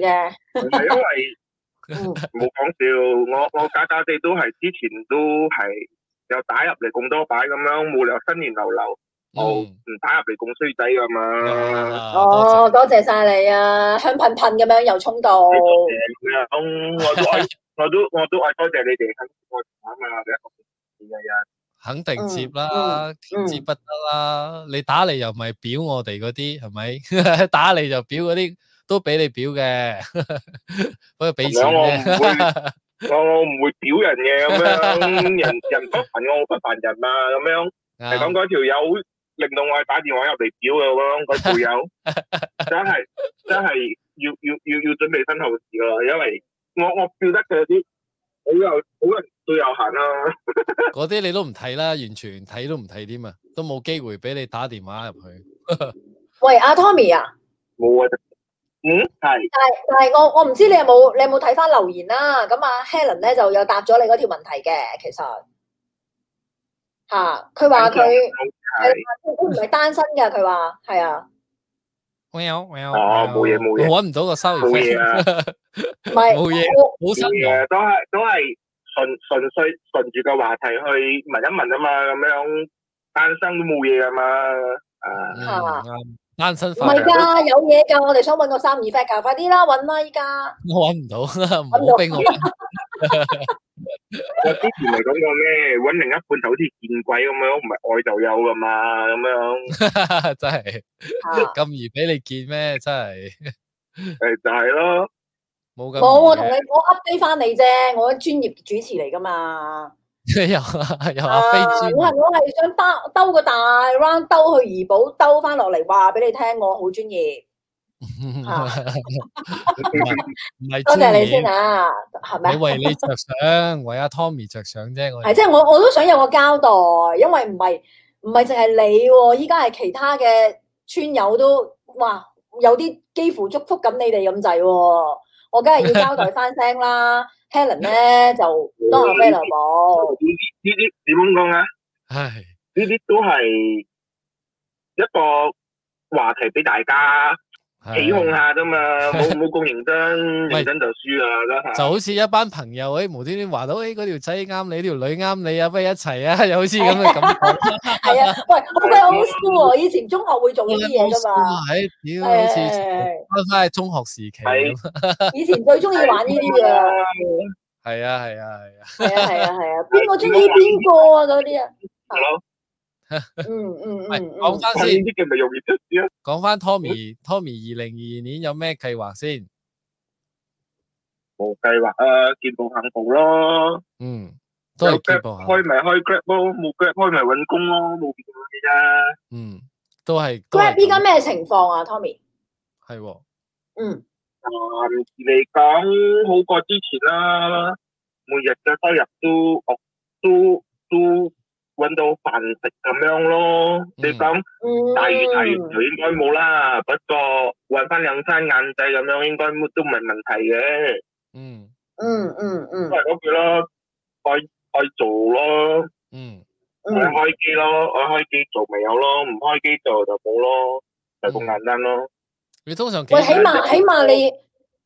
[SPEAKER 5] 唔係因為
[SPEAKER 2] 嗯
[SPEAKER 5] 冇講笑，我我假假地都係之前都係又打入嚟咁多擺咁樣，冇理由新年流流冇
[SPEAKER 1] 嗯，
[SPEAKER 5] 唔打入嚟咁衰仔噶嘛。
[SPEAKER 2] Ờ.
[SPEAKER 1] 啊
[SPEAKER 2] 哦，
[SPEAKER 1] 多謝
[SPEAKER 2] 多謝晒你啊，香噴噴咁樣又衝到，
[SPEAKER 5] 多謝你啊，咁我都愛我都我都愛多謝你哋肯我啊嘛，第一個事嘅人。
[SPEAKER 1] 肯定接啦，天之不得啦。你打嚟又唔係表我哋嗰啲，係 咪？打嚟就表嗰啲都俾你表 嘅，不過俾錢
[SPEAKER 5] 咁樣我唔
[SPEAKER 1] 啫。
[SPEAKER 5] 會我我唔會屌人嘅咁樣，人人不煩我，我不煩人嘛咁樣。係咁
[SPEAKER 1] 啱
[SPEAKER 5] 嗰條友令到我打電話入嚟屌嘅咁，嗰條友真係真係要要要要準備身後事咯，因為我我叫得佢啲好有好人最有限啦，
[SPEAKER 1] 嗰啲你都唔睇啦，完全睇都唔睇添啊，都冇機會俾你打電話入去。
[SPEAKER 2] 喂阿 Tommy 啊，
[SPEAKER 5] 冇啊，嗯係
[SPEAKER 2] 但係但係我我唔知你有冇你有冇睇翻留言啦，咁啊 Helen 咧就有答咗你嗰條問題嘅，其實吓佢話佢
[SPEAKER 5] 係
[SPEAKER 2] 佢唔係單身㗎，佢話係啊，
[SPEAKER 1] 喵喵
[SPEAKER 5] 哦冇嘢冇嘢
[SPEAKER 1] 我揾唔到個收
[SPEAKER 5] 冇嘢啊，
[SPEAKER 2] 唔係
[SPEAKER 1] 冇嘢
[SPEAKER 2] 我
[SPEAKER 1] 好失
[SPEAKER 5] 啲
[SPEAKER 1] 望。
[SPEAKER 5] 嘢都係都係純純粹順住個話題去問一問啊嘛，咁樣單身都冇嘢噶嘛， 啊
[SPEAKER 1] 嗯啱單身
[SPEAKER 2] 唔
[SPEAKER 1] 快
[SPEAKER 2] 係
[SPEAKER 1] 樂，
[SPEAKER 2] 㗎，有嘢㗎，我哋想揾個三二 f a t 㗎，快啲啦，揾啦依家。
[SPEAKER 1] 我揾唔到，唔好俾我。
[SPEAKER 5] 我之前咪講過咩，揾另一半就好似見鬼咁樣，唔係愛就有噶嘛，咁樣。
[SPEAKER 1] 真係
[SPEAKER 2] 啊
[SPEAKER 1] 咁易俾你見咩？真係
[SPEAKER 5] 诶，就係咯，
[SPEAKER 1] 冇咁易嘅。
[SPEAKER 2] 冇，我同你我 update 翻你啫，我專業主持嚟噶嘛。
[SPEAKER 1] 又啊又
[SPEAKER 2] 啊
[SPEAKER 1] 阿飛
[SPEAKER 2] 我
[SPEAKER 1] 豬
[SPEAKER 2] 係我係想兜兜個大 round 兜去怡寶，兜翻落嚟話俾你聽，我好專業。啊
[SPEAKER 1] 唔係
[SPEAKER 2] 多謝
[SPEAKER 1] 專
[SPEAKER 2] 你
[SPEAKER 1] 業
[SPEAKER 2] 先啊，係咪
[SPEAKER 1] 我
[SPEAKER 2] 啊？
[SPEAKER 1] 為你着想，為阿 Tommy 着想啫。我
[SPEAKER 2] 係即係我我都想有個交代，因為唔係唔係淨係你喎，依家係其他嘅村友都哇有啲幾乎祝福緊你哋咁滯喎，我梗係要交代翻聲 啦。Helen 咧就當下 f
[SPEAKER 5] 呢
[SPEAKER 2] 冇，
[SPEAKER 5] 啲呢啲點樣講啊？
[SPEAKER 1] 唉，
[SPEAKER 5] 呢啲都係一個話題俾大家
[SPEAKER 1] 係
[SPEAKER 5] 起哄下 啫嘛，冇冇咁認真，
[SPEAKER 1] 喂
[SPEAKER 5] 認真就輸啦，真
[SPEAKER 1] 就
[SPEAKER 5] 係。
[SPEAKER 1] 好似一班朋友，誒無端端話到，誒嗰條仔啱你，條女啱你啊，不如一齊啊， 又好似咁嘅 感覺。
[SPEAKER 2] 係啊，喂，好鬼 old school 喎，以前中學會做呢啲嘢噶嘛，
[SPEAKER 1] 唉啊哎屌，好似
[SPEAKER 2] 係啊
[SPEAKER 1] 翻返去中學時期
[SPEAKER 5] 係
[SPEAKER 1] 咁。
[SPEAKER 2] 以前最中意玩呢啲嘅，
[SPEAKER 1] 係啊係啊係啊，
[SPEAKER 2] 係啊係啊係啊，邊個中意邊個啊嗰啲啊，
[SPEAKER 5] 係咯，
[SPEAKER 2] 嗯嗯
[SPEAKER 1] 喂
[SPEAKER 2] 嗯
[SPEAKER 1] 講
[SPEAKER 2] 嗯，
[SPEAKER 1] 翻
[SPEAKER 5] 呢
[SPEAKER 1] 先，
[SPEAKER 5] 啲嘅咪容易出事咯。
[SPEAKER 1] 講翻 Tommy，Tommy 二零二二年有咩計劃先？
[SPEAKER 5] 冇計劃啊，見步行步咯。
[SPEAKER 1] 嗯，都係
[SPEAKER 5] 有
[SPEAKER 1] keep
[SPEAKER 5] grab
[SPEAKER 1] 步行
[SPEAKER 5] 開咪開 grab 咯，冇 grab 開咪揾工咯，冇變嘅
[SPEAKER 1] 嗯，都係。都係
[SPEAKER 2] Grab 依家
[SPEAKER 1] 咁
[SPEAKER 2] 咩情況啊，Tommy？
[SPEAKER 1] 係喎，
[SPEAKER 2] 嗯。
[SPEAKER 5] 暫時嚟啊講好過之前啦，每日嘅收入都哦都都揾到飯食咁樣咯。你講
[SPEAKER 2] 嗯
[SPEAKER 5] 大魚大肉就應該冇啦，不過揾翻兩餐晏仔咁樣應該都唔係問題嘅，
[SPEAKER 1] 嗯
[SPEAKER 2] 嗯嗯嗯
[SPEAKER 5] 都係嗰句咯，愛愛做咯，
[SPEAKER 1] 嗯，
[SPEAKER 5] 我
[SPEAKER 2] 嗯，
[SPEAKER 5] 開機咯，我開機做咪有咯，唔開機做就冇咯，
[SPEAKER 2] 嗯
[SPEAKER 5] 就咁簡單咯。
[SPEAKER 1] 你通常幾
[SPEAKER 2] 喂，起碼起碼你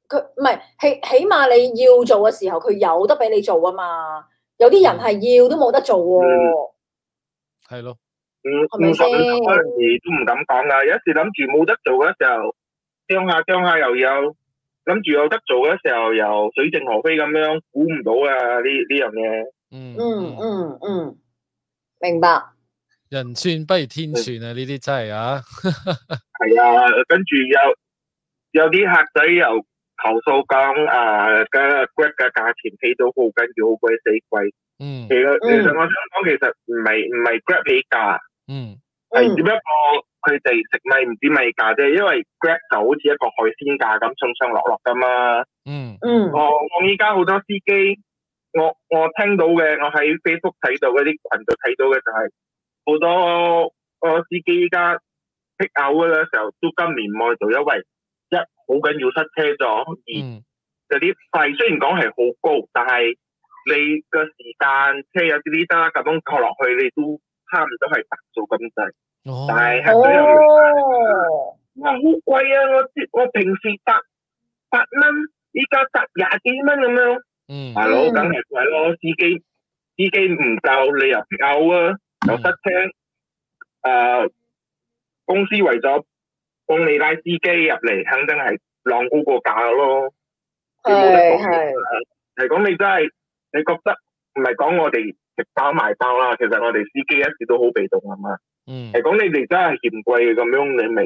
[SPEAKER 2] 佢唔係起起碼你要做嘅時候，佢有得俾你做啊嘛。有啲人係要都冇得做喎、
[SPEAKER 1] 係咯，
[SPEAKER 5] 唔
[SPEAKER 2] 係
[SPEAKER 5] 唔
[SPEAKER 2] 咪
[SPEAKER 5] 十
[SPEAKER 2] 先
[SPEAKER 5] 五十嗰陣時都唔敢講噶，有一時諗住冇得做嘅時候，將下將下又有，諗住有得做嘅時候又水靜河飛咁樣，估唔到啊呢呢樣嘢。
[SPEAKER 1] 嗯
[SPEAKER 2] 嗯
[SPEAKER 1] 嗯，
[SPEAKER 2] 嗯嗯，明白。
[SPEAKER 1] 人算不如
[SPEAKER 5] 嗯
[SPEAKER 1] 天算啊！呢啲真係啊，
[SPEAKER 5] 係啊，跟住有有啲客仔又投訴講啊，嘅 Grab 嘅價錢起到好緊要，好鬼死貴。
[SPEAKER 1] 嗯
[SPEAKER 5] 其實其
[SPEAKER 2] 嗯
[SPEAKER 5] 實我想講，其實唔係唔係 Grab 起價，
[SPEAKER 1] 嗯
[SPEAKER 5] 係只
[SPEAKER 2] 嗯
[SPEAKER 5] 不過佢哋食米唔知米價啫，因為 Grab 就好似一個海鮮價咁上上落落噶嘛。
[SPEAKER 1] 嗯
[SPEAKER 2] 嗯
[SPEAKER 5] 我我依家好多司機，我我聽到嘅，我喺 Facebook 睇到嗰啲群度睇到嘅就係、好多我司機依家剔嘔嘅時候都今年外做，因為一好緊要塞車咗，二
[SPEAKER 1] 嗯
[SPEAKER 5] 嗰啲費雖然講係好高，但係你個時間車有啲啲得咁樣扣落去，你都差唔多係白做咁滯。
[SPEAKER 1] 哦
[SPEAKER 5] 但係
[SPEAKER 2] 啊
[SPEAKER 5] 客仔又唔
[SPEAKER 2] 哦，
[SPEAKER 5] 哇，好貴啊！我知我平時搭八蚊，依家搭廿幾蚊咁樣。
[SPEAKER 1] 嗯
[SPEAKER 5] 大佬梗係貴咯，司機司機唔夠，你又拗啊，又塞車。誒、公司為咗幫你拉司機入嚟，肯定係浪高個價咯。你冇得
[SPEAKER 2] 係
[SPEAKER 5] 講
[SPEAKER 2] 係，
[SPEAKER 5] 嚟講，你真係你覺得唔係講我哋食包埋包啦，其實我哋司機一直都好被動啊嘛。
[SPEAKER 1] 嗯
[SPEAKER 5] 嚟講，你哋真係嫌貴咁樣，你咪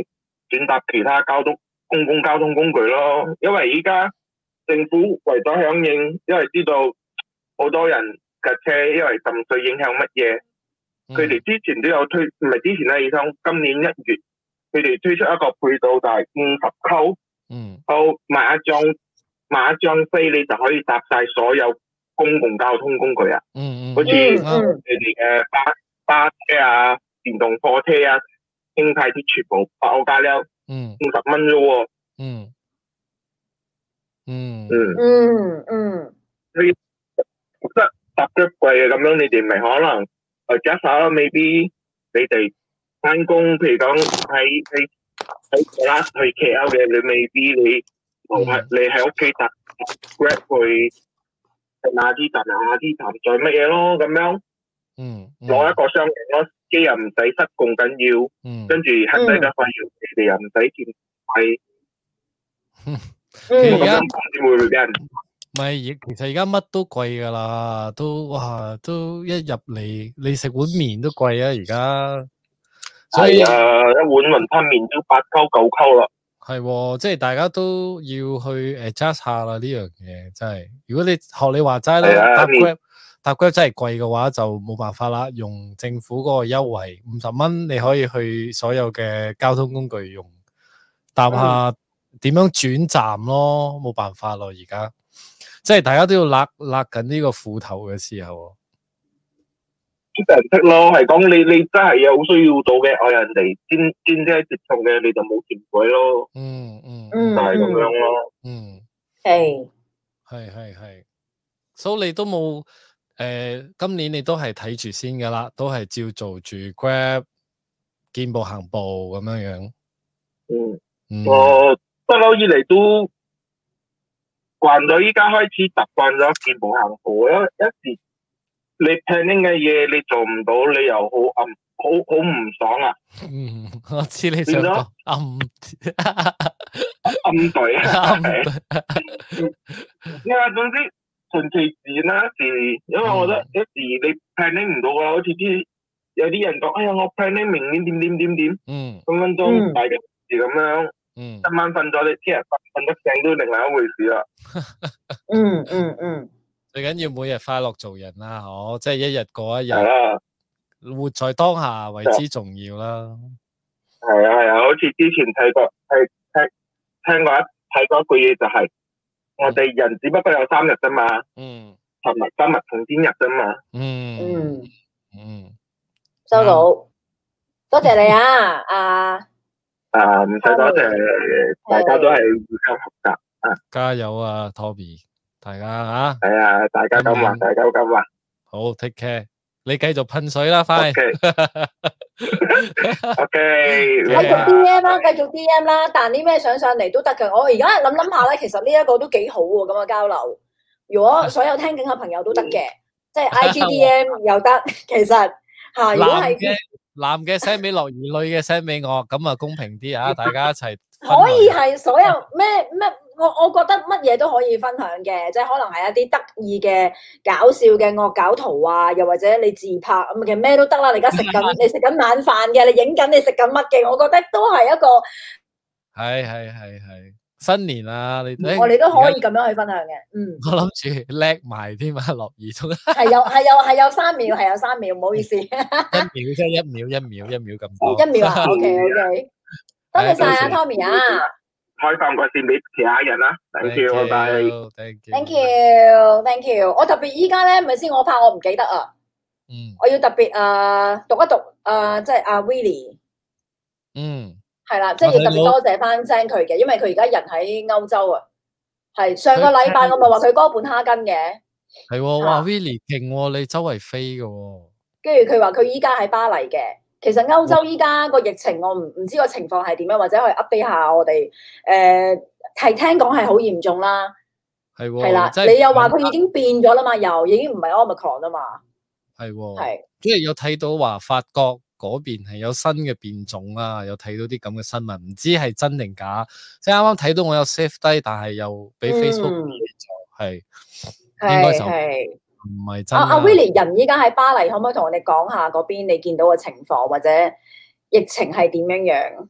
[SPEAKER 5] 轉搭其他交通公共交通工具咯。因為依家政府為咗響應，因為知道好多人嘅車因為浸水影響乜嘢，
[SPEAKER 1] 嗯
[SPEAKER 5] 佢哋之前都有推，唔係之前咧，而家今年一月佢哋推出一個配套，就係五十溝，
[SPEAKER 1] 嗯
[SPEAKER 5] 好買一張買一張飛，你就可以搭晒所有公共交通工具啊！
[SPEAKER 1] 嗯嗯
[SPEAKER 5] 好似
[SPEAKER 2] 嗯
[SPEAKER 1] 啱
[SPEAKER 2] 嗯
[SPEAKER 5] 你哋嘅巴巴車啊、電動貨車啊、輕泰啲全部包價咧
[SPEAKER 1] 嗯
[SPEAKER 5] 五十蚊啫喎，
[SPEAKER 1] 嗯嗯
[SPEAKER 5] 嗯，
[SPEAKER 2] 嗯嗯，
[SPEAKER 5] 覺得搭得貴啊，咁樣你哋咪可能誒加手未必你哋翻工，譬如講喺喺喺拉去 K L 嘅，你未必你同係你喺屋企搭 Grab 去揼下啲揼下啲揼再乜嘢咯，咁樣
[SPEAKER 1] 嗯
[SPEAKER 5] 攞一個箱型咯，機又唔使失控緊要。
[SPEAKER 1] 嗯
[SPEAKER 5] 跟住黑仔嘅費用，你哋又唔使填費，
[SPEAKER 1] 嗯
[SPEAKER 5] 咁
[SPEAKER 1] 而家
[SPEAKER 5] 樣先會唔會俾人
[SPEAKER 1] 唔係，而其實而家乜都貴噶啦，都哇，都一入嚟你食碗麵都貴啊，而家，所以
[SPEAKER 5] 係啊一碗雲吞麵都八溝九溝啦，
[SPEAKER 1] 係喎，即係大家都要去呃 adjust 下啦呢樣嘢，真係。如果你學你話齋
[SPEAKER 5] 係
[SPEAKER 1] 啦，
[SPEAKER 5] 啊
[SPEAKER 1] 搭
[SPEAKER 5] 面
[SPEAKER 1] Grab 搭 Grab 真係貴嘅話，就冇辦法啦。用政府嗰個優惠五十蚊，你可以去所有嘅交通工具用，搭
[SPEAKER 5] 嗯
[SPEAKER 1] 下點樣轉站咯，冇辦法咯，而家即係大家都要勒勒緊呢個褲頭嘅時候。啊
[SPEAKER 5] 出人識咯，係講你你真係有需要到嘅，我人哋兼兼車接送嘅，你就冇填鬼咯，
[SPEAKER 1] 嗯嗯
[SPEAKER 5] 就
[SPEAKER 2] 嗯
[SPEAKER 5] 係咁樣咯。
[SPEAKER 1] 嗯，
[SPEAKER 2] 係，
[SPEAKER 1] 係係係，所以你都冇诶、呃今年你都係睇住先噶啦，都係照做住 Grab 見步行步咁樣樣。
[SPEAKER 5] 嗯，
[SPEAKER 1] 嗯，
[SPEAKER 5] 我不嬲以嚟都慣咗，依家開始習慣咗見步行步，一一時你 planning 嘅嘢你做唔到，你又好暗，好好唔爽啊，
[SPEAKER 1] 嗯，我知你想
[SPEAKER 5] 變咗
[SPEAKER 1] 講暗
[SPEAKER 5] 暗隊啊。
[SPEAKER 1] 暗
[SPEAKER 5] 你話總之順其自然啦，一時，因為我覺得一時你 planning 唔到啊，好似啲有啲人講，哎呀，我 planning 明年點點點點，
[SPEAKER 1] 嗯
[SPEAKER 5] 分分
[SPEAKER 2] 嗯
[SPEAKER 5] 鐘大件事咁樣，
[SPEAKER 1] 嗯
[SPEAKER 5] 今晚瞓咗，你聽日瞓瞓得醒都另外一回事啦。
[SPEAKER 2] 嗯嗯嗯，
[SPEAKER 1] 最緊要每日快樂做人啦，哦，即係一日過一日
[SPEAKER 5] 係，啊啦，
[SPEAKER 1] 活在當下為之重要啦。
[SPEAKER 5] 係啊，係啊，好似之前睇過，睇睇聽過一睇過一句嘢就係，我哋人只不過有三日啫嘛，
[SPEAKER 1] 嗯
[SPEAKER 5] 尋日、今日同天日啫嘛。
[SPEAKER 1] 嗯
[SPEAKER 2] 嗯，
[SPEAKER 1] 嗯，
[SPEAKER 2] 收到，多謝你 啊，啊，
[SPEAKER 5] 啊，唔使多謝，大家都係互相學習，
[SPEAKER 1] 加油啊，Toby，大家啊，
[SPEAKER 5] 係啊，大家咁話，大家咁話。
[SPEAKER 1] 好 take care。你繼續噴水啦，快
[SPEAKER 6] OK OK，
[SPEAKER 2] 繼
[SPEAKER 1] 繼
[SPEAKER 2] 續
[SPEAKER 1] 續
[SPEAKER 2] D M 啦，繼續 D M 啦，彈啲咩相上嚟都得嘅。我而家諗諗下咧，其實呢一個都幾好喎，咁嘅啊交流。如
[SPEAKER 1] 啊
[SPEAKER 2] 果所有聽緊嘅朋友都得嘅，
[SPEAKER 1] 嗯
[SPEAKER 2] 即係 I G D M 又得，其 實嚇如果
[SPEAKER 1] 男
[SPEAKER 2] 係
[SPEAKER 1] 嘅男嘅 send 俾樂兒，女嘅 send 俾我，咁啊公平 啲啊，大家一齊分享
[SPEAKER 2] 可以係所有咩咩，我我覺得乜嘢都可以分享嘅，即係可能係一啲得意嘅、搞笑嘅惡搞圖啊，又或者你自拍咁，其實咩都得啦。你而家食緊， 你食緊晚飯嘅，你影緊你食緊乜嘅，我覺得都係一個
[SPEAKER 1] 係係係係新年啊，你誒
[SPEAKER 2] 我哋都可
[SPEAKER 1] 而家
[SPEAKER 2] 以咁樣去分享嘅。嗯，
[SPEAKER 1] 我諗住叻埋添啊，樂兒仲
[SPEAKER 2] 係有係有係有三秒，係有三秒，唔 好意思，一
[SPEAKER 1] 一秒啫，一秒一秒一秒咁多。
[SPEAKER 2] 秒 啊。OK OK，多謝晒啊
[SPEAKER 1] 係
[SPEAKER 2] Tommy 啊
[SPEAKER 6] 開放個線俾其他人啦。Thank
[SPEAKER 1] Thank
[SPEAKER 6] you，拜拜。
[SPEAKER 1] you，thank you
[SPEAKER 2] ，Thank you，Thank you。我特別依家咧，咪先，我怕我唔記得啊。
[SPEAKER 1] 嗯
[SPEAKER 2] 我要特別啊、呃、讀一讀啊、呃即係阿 Willie
[SPEAKER 1] 嗯，
[SPEAKER 2] 係啦，即係要特別多謝翻聲佢嘅，因為佢而家人喺歐洲啊。係上個禮拜我咪話佢哥本哈根嘅，
[SPEAKER 1] 係
[SPEAKER 2] 啊
[SPEAKER 1] 喎，哇 Willie 勁喎，你周圍飛嘅喎。
[SPEAKER 2] 跟住佢話佢依家喺巴黎嘅。其實歐洲依家個疫情，我唔唔知個情況係點樣，啊或者可以 update 下我哋。誒、呃係聽講係好嚴重啦，
[SPEAKER 1] 係喎，
[SPEAKER 2] 係啦。
[SPEAKER 1] 真係
[SPEAKER 2] 你又話佢已經變咗啦嘛，又已經唔係 omicron 啊嘛，
[SPEAKER 1] 係喎，
[SPEAKER 2] 係
[SPEAKER 1] 即係有睇到話法國嗰邊係有新嘅變種啊，有睇到啲咁嘅新聞，唔知係真定假。即係啱啱睇到我有 save 低，但係又俾 Facebook
[SPEAKER 2] 嗯
[SPEAKER 1] 係應該
[SPEAKER 2] 係
[SPEAKER 1] 就
[SPEAKER 2] 係。
[SPEAKER 1] 唔係真啊
[SPEAKER 2] 阿
[SPEAKER 1] 啦
[SPEAKER 2] 阿 Willie 人依家喺巴黎，可唔可以同我哋講下嗰邊你見到嘅情況，或者疫情係點樣樣？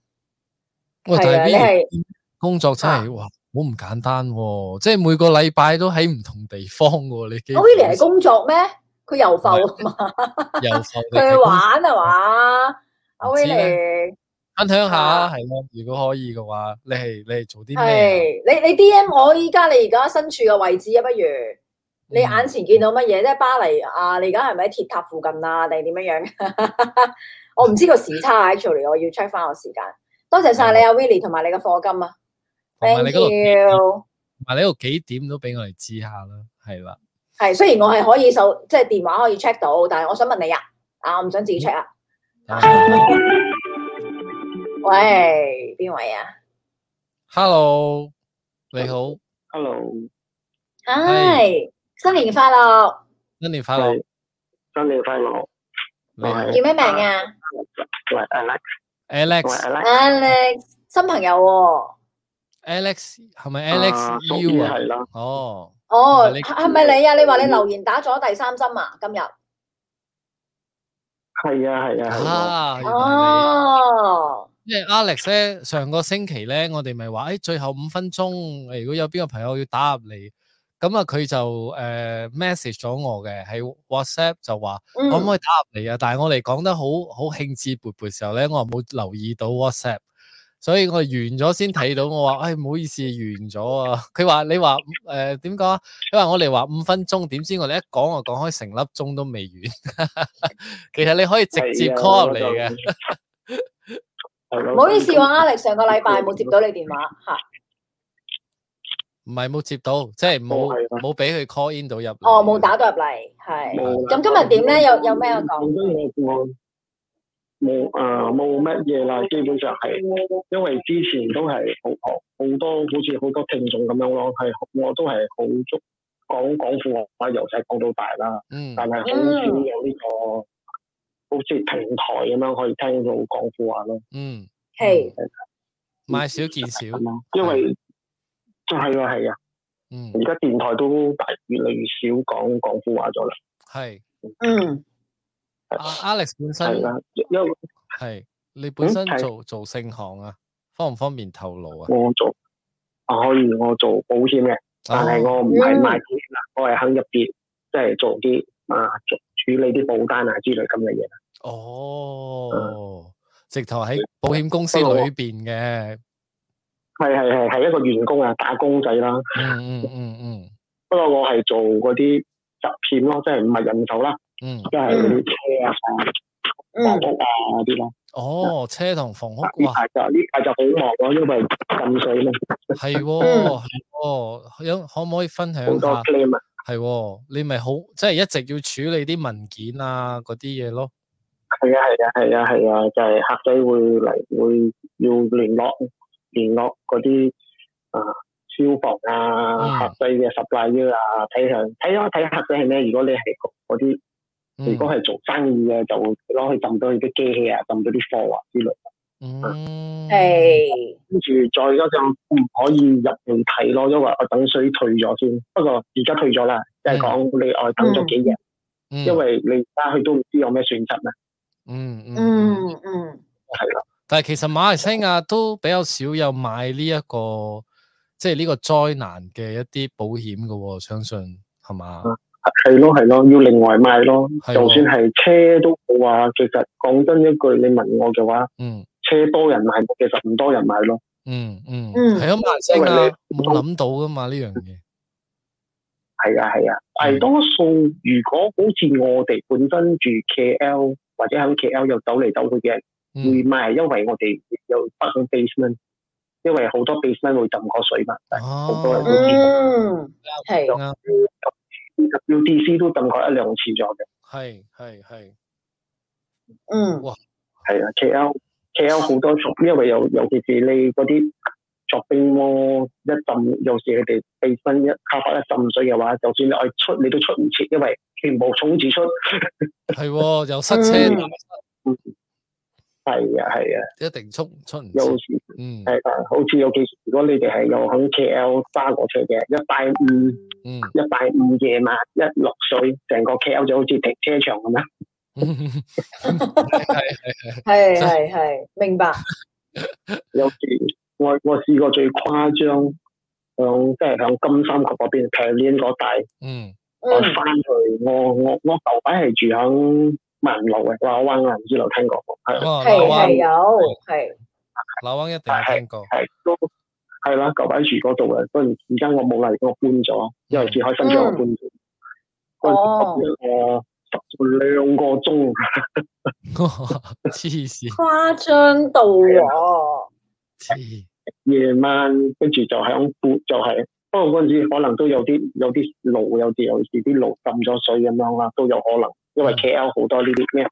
[SPEAKER 2] 係
[SPEAKER 1] 喂，
[SPEAKER 2] 啊
[SPEAKER 1] 但
[SPEAKER 2] 你
[SPEAKER 1] 係
[SPEAKER 2] 係啊
[SPEAKER 1] 呢工作真係哇，好唔簡單喎！即係每個禮拜都喺唔同地方喎，你幾
[SPEAKER 2] 阿 Willie 係啊工作咩？佢遊浮啊嘛，
[SPEAKER 1] 又放
[SPEAKER 2] 佢去玩啊嘛？阿
[SPEAKER 1] 唔知呢
[SPEAKER 2] Willie
[SPEAKER 1] 分享下
[SPEAKER 2] 啊
[SPEAKER 1] 係咯，如果可以嘅話，你係你係做啲咩啊？
[SPEAKER 2] 係你你 D M 我依家你而家身處嘅位置啊，不如你
[SPEAKER 1] 嗯
[SPEAKER 2] 眼前見到乜嘢？即係巴黎啊，你而家係咪喺鐵塔附近啊？定係點樣 樣？我唔知個時差 actually，我要 check 翻個時間。多謝晒你阿 Willie 同埋你嘅課金啊
[SPEAKER 1] 同埋
[SPEAKER 2] ，thank
[SPEAKER 1] 你嗰度幾，
[SPEAKER 2] you。
[SPEAKER 1] 同埋你嗰度幾點都俾我哋知下啦，係啦。
[SPEAKER 2] 係，雖然我係可以手即係電話可以 check 到，但係我想問你啊，啊，我唔想自己 check 啊。 喂，邊位啊？
[SPEAKER 1] Hello，你好，
[SPEAKER 5] Hello，
[SPEAKER 2] 唉，新年快樂！
[SPEAKER 1] 新年快樂！
[SPEAKER 5] 新年快樂！
[SPEAKER 1] 你好
[SPEAKER 5] 係
[SPEAKER 2] 叫咩名啊
[SPEAKER 5] 喂，Alex，喂
[SPEAKER 1] ，Alex，Alex
[SPEAKER 5] ，Alex，
[SPEAKER 2] ？Alex，新朋友喎。
[SPEAKER 1] 係咪
[SPEAKER 5] 啊
[SPEAKER 1] Alex
[SPEAKER 5] 屬於
[SPEAKER 1] U 啊？
[SPEAKER 5] 係啦，
[SPEAKER 1] 哦，
[SPEAKER 2] 哦，
[SPEAKER 1] 唔係你
[SPEAKER 2] 係咪你啊？你話你留言打咗第三針啊？今日
[SPEAKER 5] 係啊，係啊，
[SPEAKER 1] Ah, 啊，
[SPEAKER 5] 係啊，
[SPEAKER 1] 原來
[SPEAKER 2] 哦，
[SPEAKER 1] 你，因為 Alex 咧，上個星期咧，我哋咪話，誒，最後五分鐘，如果有邊個朋友要打入嚟，咁啊，佢就誒 message 咗我嘅，喺 WhatsApp 就話。
[SPEAKER 2] 嗯
[SPEAKER 1] 可唔可以打入嚟啊？但係我哋講得好好興致勃勃嘅時候咧，我又冇留意到 WhatsApp，所以我完咗先睇到。我 話：，唉、唔好意思，完咗啊！ 佢話：你話誒點講啊？因為我哋話五分鐘，點知我哋一講就講開成粒鐘都未完。 其實你可以直
[SPEAKER 5] à,
[SPEAKER 1] 接
[SPEAKER 2] 啊
[SPEAKER 1] call 入嚟嘅，
[SPEAKER 5] 嘅
[SPEAKER 2] 唔好意思
[SPEAKER 5] 嗯
[SPEAKER 2] 喎，Alex，上個禮拜冇接到你電話吓。
[SPEAKER 1] 唔係冇接到，即係
[SPEAKER 5] 哦
[SPEAKER 1] 冇
[SPEAKER 5] 係啊
[SPEAKER 1] 冇俾佢 call in 到入嚟。
[SPEAKER 2] 哦，冇打到入嚟，係。咁今日點咧有有咩講
[SPEAKER 5] 講？冇啊，冇乜嘢啦，基本上係，因為之前都係好好多，好似好多聽眾咁樣咯，係我都係好足講講副話，由細講到大啦，
[SPEAKER 1] 嗯，
[SPEAKER 5] 但係好少有呢個好似平台咁樣可以聽到講副話咯。
[SPEAKER 1] 嗯，
[SPEAKER 2] 係
[SPEAKER 1] 買少見少，
[SPEAKER 5] 咁啊，因
[SPEAKER 2] 嗯
[SPEAKER 5] 為就係啊係啊，
[SPEAKER 1] 嗯，
[SPEAKER 5] 而家電台都大越嚟越少講廣府話咗啦，
[SPEAKER 1] 係。
[SPEAKER 2] 嗯，
[SPEAKER 1] 阿 Alex 本
[SPEAKER 5] 係
[SPEAKER 1] 身
[SPEAKER 5] 啦，因為
[SPEAKER 1] 係你本
[SPEAKER 5] 嗯
[SPEAKER 1] 身
[SPEAKER 5] 係
[SPEAKER 1] 做做盛行啊，方唔方便透露啊？
[SPEAKER 5] 我做啊可以我做保險嘅，但係
[SPEAKER 1] 哦
[SPEAKER 5] 我唔係賣保險啦，我係喺入邊即係做啲啊做處理啲保單啊之類咁嘅嘢。嗯
[SPEAKER 1] 哦，直頭喺保險公司裏邊嘅，
[SPEAKER 5] 係係係係一個員工啊，打工仔啦。
[SPEAKER 1] 嗯嗯嗯
[SPEAKER 5] 不過我係做嗰啲集險咯，即係唔係人壽啦，
[SPEAKER 1] 嗯嗯，
[SPEAKER 5] 即係嗰啲車啊、房
[SPEAKER 2] 嗯，
[SPEAKER 5] 屋啊嗰啲咯。
[SPEAKER 1] 哦，車同房屋，
[SPEAKER 5] 呢
[SPEAKER 1] 哇，
[SPEAKER 5] 排就呢排就好忙咯，因為浸水啦，
[SPEAKER 1] 係喎係喎，有可唔可以分享
[SPEAKER 5] 嗯好多
[SPEAKER 1] 下
[SPEAKER 5] claim 啊。
[SPEAKER 1] 系、喎，你咪好，即系一直要處理啲文件啊，嗰啲嘢咯。
[SPEAKER 5] 係啊係啊係啊係啊，就係、客仔會嚟會要聯絡聯絡嗰啲啊消防啊、
[SPEAKER 1] 嗯
[SPEAKER 5] 客仔嘅 supply 啊，睇下睇下睇下客仔係咩。如果你係嗰啲，
[SPEAKER 1] 嗯
[SPEAKER 5] 如果係做生意嘅，就攞去浸到佢啲機器啊，浸到啲貨啊之類。
[SPEAKER 1] 嗯，
[SPEAKER 2] 系
[SPEAKER 5] 跟住再加上唔可以入去睇咯，因為我等水退咗先。不過而家退咗啦，即係講你我等咗幾日，
[SPEAKER 1] 嗯
[SPEAKER 5] 因為你而家佢都唔知有咩損失啊。
[SPEAKER 1] 嗯嗯嗯，
[SPEAKER 2] 嗯嗯
[SPEAKER 1] 但係其實馬來西亞都比較少有買呢、一個即係呢個災難嘅一啲保險嘅喎，相信係嘛？
[SPEAKER 5] 係咯係咯，要另外買咯。
[SPEAKER 1] 係喎
[SPEAKER 5] 啊就算係車都冇話，其實講真一句，你問我嘅話，
[SPEAKER 1] 嗯
[SPEAKER 5] 車多人買，其實唔多人買咯。
[SPEAKER 1] 嗯嗯，
[SPEAKER 2] 嗯
[SPEAKER 1] 係啊，馬來西
[SPEAKER 5] 因為
[SPEAKER 1] 亞
[SPEAKER 5] 你
[SPEAKER 1] 冇諗到噶嘛呢樣嘢。
[SPEAKER 5] 係啊係啊，
[SPEAKER 1] 嗯
[SPEAKER 5] 但係多數如果好似我哋本身住 KL 或者喺 KL 又走嚟走去嘅，會
[SPEAKER 1] 嗯，
[SPEAKER 5] 賣，因為我哋有北響 basement，因為好多 basement 會浸過水嘛。好多人都知道
[SPEAKER 2] 嗯，系
[SPEAKER 1] 哦啱，
[SPEAKER 5] WDC 都浸過一兩次咗嘅，
[SPEAKER 1] 係係係，
[SPEAKER 2] 嗯
[SPEAKER 5] 係啊，KL KL 好多族，因為有尤其是你嗰啲作冰魔一浸，有時佢哋地身一卡發一浸水嘅話，就算你愛出你都出唔切，因為全部衝住出。
[SPEAKER 1] 係喎，又塞車，
[SPEAKER 2] 嗯
[SPEAKER 5] 係啊係啊，
[SPEAKER 1] 一定出出唔切
[SPEAKER 5] 有時
[SPEAKER 1] 嗯
[SPEAKER 5] 係啊，好似尤其是如果你哋係有喺 KL 揸過車嘅，一拜五
[SPEAKER 1] 嗯。
[SPEAKER 5] 一拜五夜晚一落水，成個 KL 就好似停車場咁樣。
[SPEAKER 2] 系系系，明白。
[SPEAKER 5] 有時我我試過最誇張，響即係響金三角嗰邊 p a l i n 嗰帶，
[SPEAKER 1] 嗯
[SPEAKER 5] 我
[SPEAKER 2] 嗯
[SPEAKER 5] 翻去我我我舊擺係住響萬路嘅馬灣啊，唔知你有聽過冇？係
[SPEAKER 1] 哇，
[SPEAKER 2] 系
[SPEAKER 1] 柳灣
[SPEAKER 2] 系有系，
[SPEAKER 1] 柳灣一定有聽過。
[SPEAKER 5] 係都係啦，舊擺住嗰度嘅，嗰陣而家我冇嚟，我搬咗，因為住開新咗我搬咗。嗰陣時我搬咗十兩個鐘，
[SPEAKER 1] 黐線
[SPEAKER 2] 夸张到喎。
[SPEAKER 1] 黐，
[SPEAKER 5] 夜晚跟住就響搬，就係、不過嗰陣時可能都有啲有啲路有啲有時啲路浸咗水咁樣啦，都有可能，因為
[SPEAKER 1] 嗯
[SPEAKER 5] K L 好多呢啲咩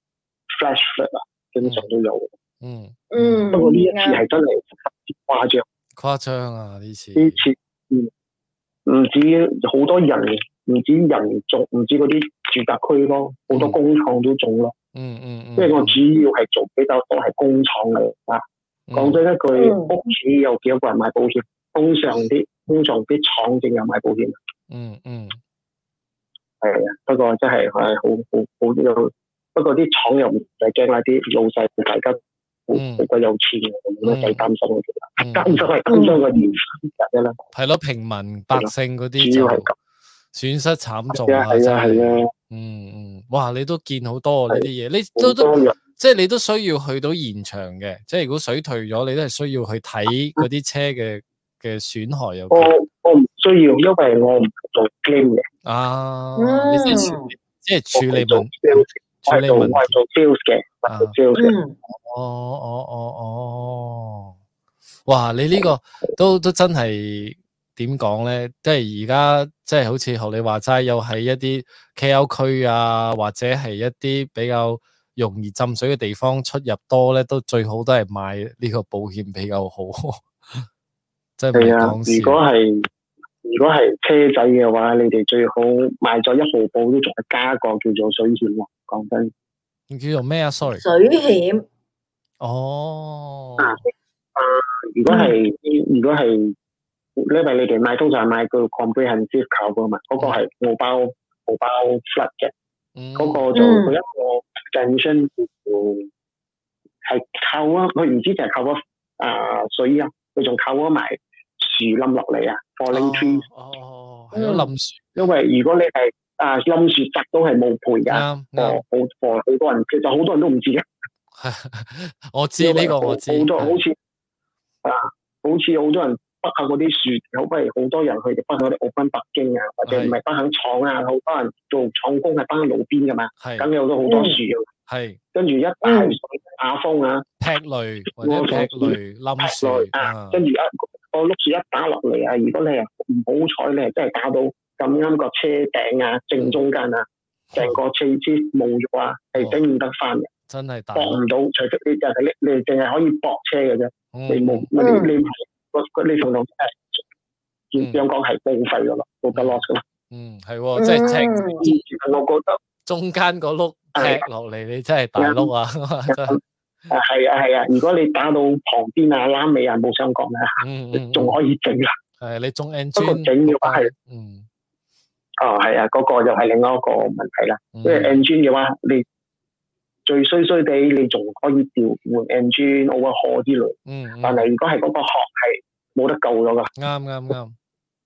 [SPEAKER 5] flash flood 啊，經常都有。
[SPEAKER 1] 嗯，
[SPEAKER 2] 嗯，
[SPEAKER 5] 不過呢一次
[SPEAKER 2] 啱
[SPEAKER 5] 係真係誇張，
[SPEAKER 1] 誇張啊呢次。
[SPEAKER 5] 呢次嗯唔止好多人，唔止人中，唔止嗰啲住宅區咯，好多工廠都中咯。
[SPEAKER 1] 嗯嗯嗯，
[SPEAKER 5] 因為我主要係做比較多係工廠嚟啊。講真一句，
[SPEAKER 2] 嗯
[SPEAKER 5] 屋企有幾多個人買保險？通常啲通常啲廠正有買保險，
[SPEAKER 1] 嗯嗯
[SPEAKER 5] 係啊。不過真係係好好好有，不過啲廠又唔使驚啦，啲老細大家好
[SPEAKER 1] 嗯
[SPEAKER 5] 好鬼有錢嘅，唔使擔心嘅。
[SPEAKER 1] 嗯，
[SPEAKER 5] 擔心係擔心個年人啦。
[SPEAKER 1] 係咯，平民百姓嗰啲
[SPEAKER 5] 主
[SPEAKER 1] 就
[SPEAKER 5] 要係咁
[SPEAKER 1] 損失慘重
[SPEAKER 5] 係啊
[SPEAKER 1] 啊，
[SPEAKER 5] 係
[SPEAKER 1] 真
[SPEAKER 5] 啊
[SPEAKER 1] 係。
[SPEAKER 5] 係啊，
[SPEAKER 1] 嗯嗯，哇！你都見好多啊呢啲嘢，你
[SPEAKER 5] 好
[SPEAKER 1] 都都
[SPEAKER 5] 多人
[SPEAKER 1] 即係你都需要去到現場嘅，即係如果水退咗，你都係需要去
[SPEAKER 5] 啊
[SPEAKER 1] 睇嗰啲車嘅嘅損害有
[SPEAKER 5] 我
[SPEAKER 1] 幾
[SPEAKER 5] 我唔需要，因為我唔做 claim 嘅，
[SPEAKER 1] 啊，
[SPEAKER 2] 嗯
[SPEAKER 1] 你先處理即
[SPEAKER 5] 我
[SPEAKER 1] 係處理問處
[SPEAKER 5] 係做 sales，我係
[SPEAKER 1] 理啊
[SPEAKER 5] 做我
[SPEAKER 1] 問題
[SPEAKER 5] 係做 sales 嘅，我係做 sales 嘅。
[SPEAKER 2] 嗯
[SPEAKER 1] 哦哦哦哦，哇！你呢個都都真係點講咧？即係而家即係好似學你話齋，又喺一啲 KL 區啊，或者係一啲比較容易浸水嘅地方出入多咧，都最好都係買呢個保險比較好。 真係唔
[SPEAKER 5] 係
[SPEAKER 1] 係嗯
[SPEAKER 5] 啊，
[SPEAKER 1] 講
[SPEAKER 5] 如
[SPEAKER 1] 笑
[SPEAKER 5] 果。係如果係車仔嘅話，你哋最好買咗一毫保都仲係加個叫做水險喎。講真，
[SPEAKER 1] 叫做咩啊？sorry，
[SPEAKER 2] 水險
[SPEAKER 5] 啊
[SPEAKER 1] 哦，
[SPEAKER 5] 如果係
[SPEAKER 1] 嗯
[SPEAKER 5] 如果係，因為你哋買通常係買個 comprehensive cover 嘛，嗰個
[SPEAKER 1] 嗯
[SPEAKER 5] 係澳包澳包 flood 嘅。嗰
[SPEAKER 1] 嗰
[SPEAKER 5] 個就佢一個 extension 係靠啊，佢唔知就係靠啊啊水啊，佢仲靠啊埋樹冧落嚟啊，falling tree。
[SPEAKER 1] 哦，係咯，
[SPEAKER 2] 嗯
[SPEAKER 1] 冧樹
[SPEAKER 5] 因為如果你係啊冧樹摘都係冇賠㗎，
[SPEAKER 1] 啱
[SPEAKER 5] 我
[SPEAKER 1] 啱，
[SPEAKER 5] 好我好多人其實好多人都唔知嘅，
[SPEAKER 1] 我知呢個
[SPEAKER 5] 因為
[SPEAKER 1] 我知，嗯
[SPEAKER 5] 好多
[SPEAKER 1] 係
[SPEAKER 5] 好似啊，好似好多人北下嗰啲樹，好不如好多人去北下嗰啲澳濱北京啊，或者唔係北響廠啊，好多人做廠工係北響路邊㗎嘛，
[SPEAKER 1] 係
[SPEAKER 5] 咁有咗好
[SPEAKER 1] 嗯
[SPEAKER 5] 多樹啊
[SPEAKER 1] 係
[SPEAKER 5] 跟住一大
[SPEAKER 2] 嗯
[SPEAKER 5] 水打風啊，
[SPEAKER 1] 劈 雷或者
[SPEAKER 5] 我
[SPEAKER 1] 劈
[SPEAKER 5] 想知
[SPEAKER 1] 雷冧
[SPEAKER 5] 劈落
[SPEAKER 1] 樹
[SPEAKER 5] 啊
[SPEAKER 1] 啊，，
[SPEAKER 5] 跟住一個碌樹一打落嚟啊！如果你係唔好彩，你係真係打到咁啱個車頂
[SPEAKER 1] 嗯
[SPEAKER 5] 啊，正中間啊，成個四肢冇咗啊，係整唔得翻嘅，
[SPEAKER 1] 真係大
[SPEAKER 5] 駁唔到，除非你就係你你淨係可以駁車嘅啫，
[SPEAKER 1] 嗯
[SPEAKER 5] 你冇你你唔係個個你同同誒，香港係報廢噶啦，冇得 loss 噶啦。
[SPEAKER 1] 嗯係喎，即係
[SPEAKER 2] 嗯
[SPEAKER 1] 赤
[SPEAKER 5] 我覺得
[SPEAKER 1] 中間嗰碌
[SPEAKER 5] 係
[SPEAKER 1] 踢落嚟，你真係大碌啊！ 真係
[SPEAKER 5] 啊係啊係啊，如果你打到旁邊啊、拉尾啊冇相干啊，
[SPEAKER 1] 嗯嗯，
[SPEAKER 5] 仲可以整啦。
[SPEAKER 1] 係你中 N
[SPEAKER 5] 不過
[SPEAKER 1] G
[SPEAKER 5] 整嘅話係
[SPEAKER 1] 嗯
[SPEAKER 5] 哦係啊，嗰個又係另外一個問題啦。
[SPEAKER 1] 嗯
[SPEAKER 5] 因為 N G 嘅話，你最衰衰地你仲可以調換 N G over 河之類，
[SPEAKER 1] 嗯嗯
[SPEAKER 5] 但係如果係嗰個殼係冇得救咗 㗎，
[SPEAKER 1] 啱啱啱，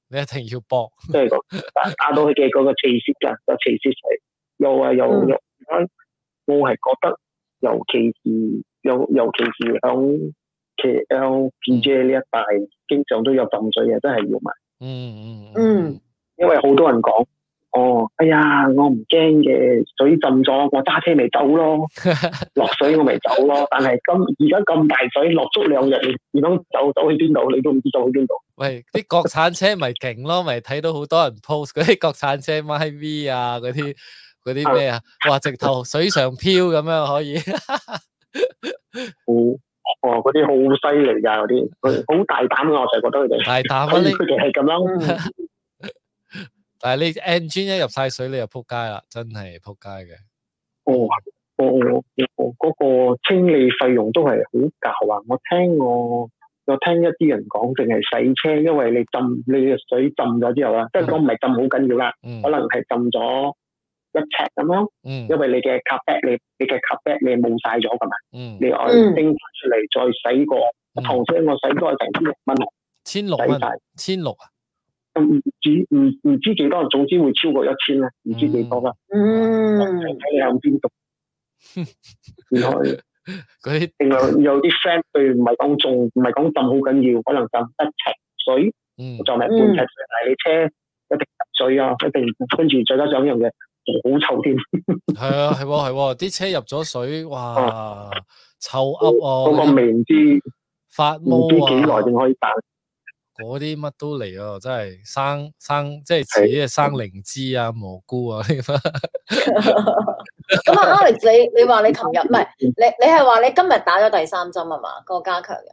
[SPEAKER 1] 你一定要搏，
[SPEAKER 5] 即係個打打到佢嘅嗰個刺絲㗎，個刺絲係又啊又
[SPEAKER 2] 嗯
[SPEAKER 5] 又，我係覺得尤其是尤尤其是響 K L P J 呢一帶，經常都有浸水啊嘅，真係要買。
[SPEAKER 1] 嗯嗯
[SPEAKER 2] 嗯，
[SPEAKER 5] 因為好多人講，哦，哎呀，我唔驚嘅，水浸咗，我揸車咪走咯，落水我咪走咯。但係今而家咁大水，落足兩日，你點樣走走去邊度？你都唔知走去邊度。
[SPEAKER 1] 喂，啲國產車咪勁咯，咪睇到好多人 post 嗰啲 國產車 MyV 啊，嗰啲嗰啲咩啊，哇，直頭水上漂咁樣可以，
[SPEAKER 5] 好，哦，嗰啲好犀利㗎，嗰啲佢好大膽㗎，我就覺得佢哋，
[SPEAKER 1] 大膽啊
[SPEAKER 5] 佢
[SPEAKER 1] 你！
[SPEAKER 5] 佢哋係咁樣。
[SPEAKER 2] 嗯
[SPEAKER 1] 但係你 engine 一入晒水，你就撲街啦，真係撲街嘅。
[SPEAKER 5] 哦，我我我嗰個清理費用都係好高啊！我聽我我聽一啲人講，淨係洗車，因為你浸你嘅水浸咗之後啊，即係講唔係浸好緊要啦。
[SPEAKER 1] 嗯
[SPEAKER 5] 可能係浸咗一尺咁樣，
[SPEAKER 1] 嗯
[SPEAKER 5] 因為你嘅 c a p 你你嘅 c a p 你冇晒咗噶嘛，
[SPEAKER 1] 嗯，
[SPEAKER 5] 你按
[SPEAKER 2] 嗯
[SPEAKER 5] 拎出嚟再洗過，一頭先我洗過成千六蚊
[SPEAKER 1] 千六蚊
[SPEAKER 5] 洗，晒，
[SPEAKER 1] 千六啊，
[SPEAKER 5] 咁唔止唔唔知幾多，總之會超過一千啦，唔知幾多啦，
[SPEAKER 2] 嗯，
[SPEAKER 5] 睇你向邊度。然後
[SPEAKER 1] 嗰啲
[SPEAKER 5] 另外有啲 friend 佢唔係講仲唔係講浸好緊要，可能浸一尺水
[SPEAKER 1] 嗯
[SPEAKER 5] 就咪半尺水，但係你車一定入水啊，一定跟住再加上一樣嘢好臭添。
[SPEAKER 1] 係啊係喎係喎，啲車入咗水，哇，臭噏
[SPEAKER 5] 啊嗰個
[SPEAKER 1] 哦，
[SPEAKER 5] 味唔知
[SPEAKER 1] 發毛
[SPEAKER 5] 唔知幾耐
[SPEAKER 1] 啊！
[SPEAKER 5] 先可以彈。
[SPEAKER 1] 嗰啲乜都嚟啊！真係生生即係似啲生靈芝啊、蘑菇啊呢啲。
[SPEAKER 2] 咁啊，Alex，你你話你琴日唔係你你係話你今日打咗第三針係嘛？嗰個加強嘅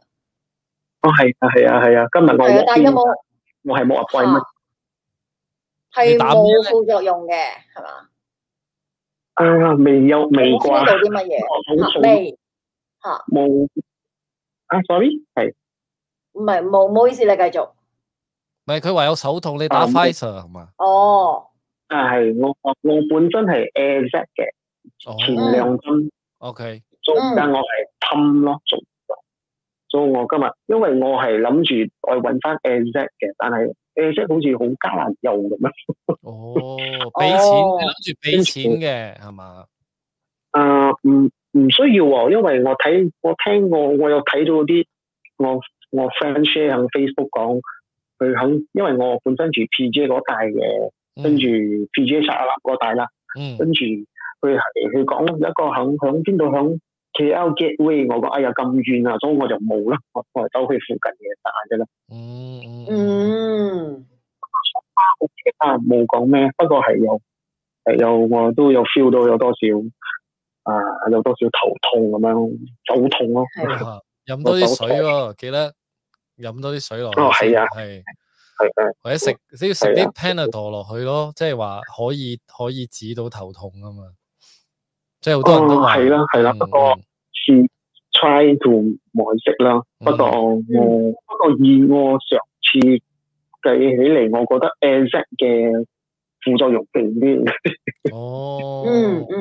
[SPEAKER 5] 哦，係啊，係啊，係啊，今日我
[SPEAKER 2] 係啊，但係有
[SPEAKER 5] 我
[SPEAKER 2] 冇
[SPEAKER 5] 我係冇
[SPEAKER 2] Ờ.
[SPEAKER 5] appointment
[SPEAKER 1] 你
[SPEAKER 2] 係
[SPEAKER 1] 打咩
[SPEAKER 2] 冇副作用嘅係嘛？
[SPEAKER 5] 啊，未有未
[SPEAKER 2] 冇 feel 到
[SPEAKER 5] 啩？
[SPEAKER 2] 啲乜嘢？
[SPEAKER 5] 好
[SPEAKER 2] 嚇
[SPEAKER 5] 早
[SPEAKER 2] 未？
[SPEAKER 5] 冇啊，sorry，係 À,
[SPEAKER 2] 唔係冇，唔好意思，你繼續。
[SPEAKER 1] 唔係佢話有手痛，你打
[SPEAKER 5] 嗯
[SPEAKER 1] Pfizer 係嘛？
[SPEAKER 2] 哦，
[SPEAKER 5] 啊，係我我我本身係 AZ 嘅，
[SPEAKER 1] 哦
[SPEAKER 5] 前兩針，
[SPEAKER 1] ，OK，
[SPEAKER 5] 所以而家我係噴咯，做所以我今日因為我係諗住我揾翻 AZ 嘅，但係 AZ 好似好加難用咁樣。
[SPEAKER 1] 哦，俾錢，你諗住俾錢嘅係嘛？
[SPEAKER 5] 啊，唔唔需要喎，因為我睇我聽我我有睇到啲我我 friend share 喺 Facebook 講，佢肯因為我本身住 PJ 嗰帶嘅，
[SPEAKER 1] 嗯
[SPEAKER 5] 跟住 PJ 沙拉嗰帶啦，
[SPEAKER 1] 嗯
[SPEAKER 5] 跟住佢係佢講有一個響響邊度響 KL Gateway，我講哎呀咁遠啊，所以我就冇啦，我我係走去附近嘅打啫啦，
[SPEAKER 1] 嗯嗯嗯
[SPEAKER 2] 嗯，
[SPEAKER 5] 啊冇講咩，不過係有係有我都有 feel 到有多少啊有多少頭痛咁樣，手痛咯。
[SPEAKER 2] 係啊
[SPEAKER 1] 啊飲多啲水喎，記得飲多啲水落去。
[SPEAKER 5] 哦係啊
[SPEAKER 1] 係
[SPEAKER 5] 係係
[SPEAKER 1] 或者食你要食啲
[SPEAKER 5] 係啊
[SPEAKER 1] Panadol 落去咯，即係話可以可以止到頭痛啊嘛。即係好多人都
[SPEAKER 5] 哦
[SPEAKER 1] 話嗯
[SPEAKER 5] 係啦係啦不過是 try to 外食啦。
[SPEAKER 1] 嗯
[SPEAKER 5] 不過我
[SPEAKER 2] 嗯
[SPEAKER 5] 我不過以我上次計起嚟，我覺得 AZ 嘅副作用勁啲。
[SPEAKER 1] 哦，
[SPEAKER 2] 嗯嗯，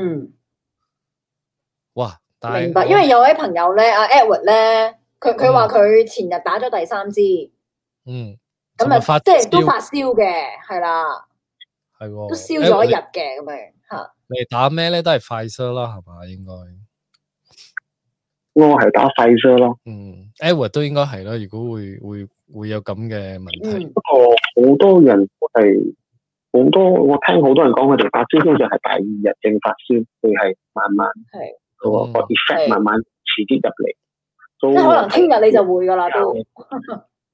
[SPEAKER 1] 哇！但係
[SPEAKER 2] 明白。
[SPEAKER 1] 我
[SPEAKER 2] 因為有位朋友咧，阿 Edward 咧，佢佢話佢前日打咗第三支，
[SPEAKER 1] 嗯，
[SPEAKER 2] 咁啊，
[SPEAKER 1] 發
[SPEAKER 2] 即係都
[SPEAKER 1] 燒哦
[SPEAKER 2] 發燒嘅，係啦，
[SPEAKER 1] 係
[SPEAKER 2] 都
[SPEAKER 1] 喎，
[SPEAKER 2] 燒
[SPEAKER 1] 誒
[SPEAKER 2] 咗一
[SPEAKER 1] 你
[SPEAKER 2] 日嘅咁樣嚇。
[SPEAKER 1] 你打咩咧？都係快車啦，係嘛？應該，
[SPEAKER 5] 我係打細啫咯，
[SPEAKER 1] 嗯，Edward 都應該係啦。如果會會會有咁嘅問題，
[SPEAKER 2] 嗯
[SPEAKER 5] 不過好多人都係好多，我聽好多人講佢哋發燒通常係第二日正發燒，佢係慢慢
[SPEAKER 2] 係
[SPEAKER 5] 個個
[SPEAKER 1] 嗯
[SPEAKER 5] effect 慢慢遲啲入嚟。
[SPEAKER 2] 即
[SPEAKER 5] 即
[SPEAKER 2] 係可能聽日你就會㗎啦，都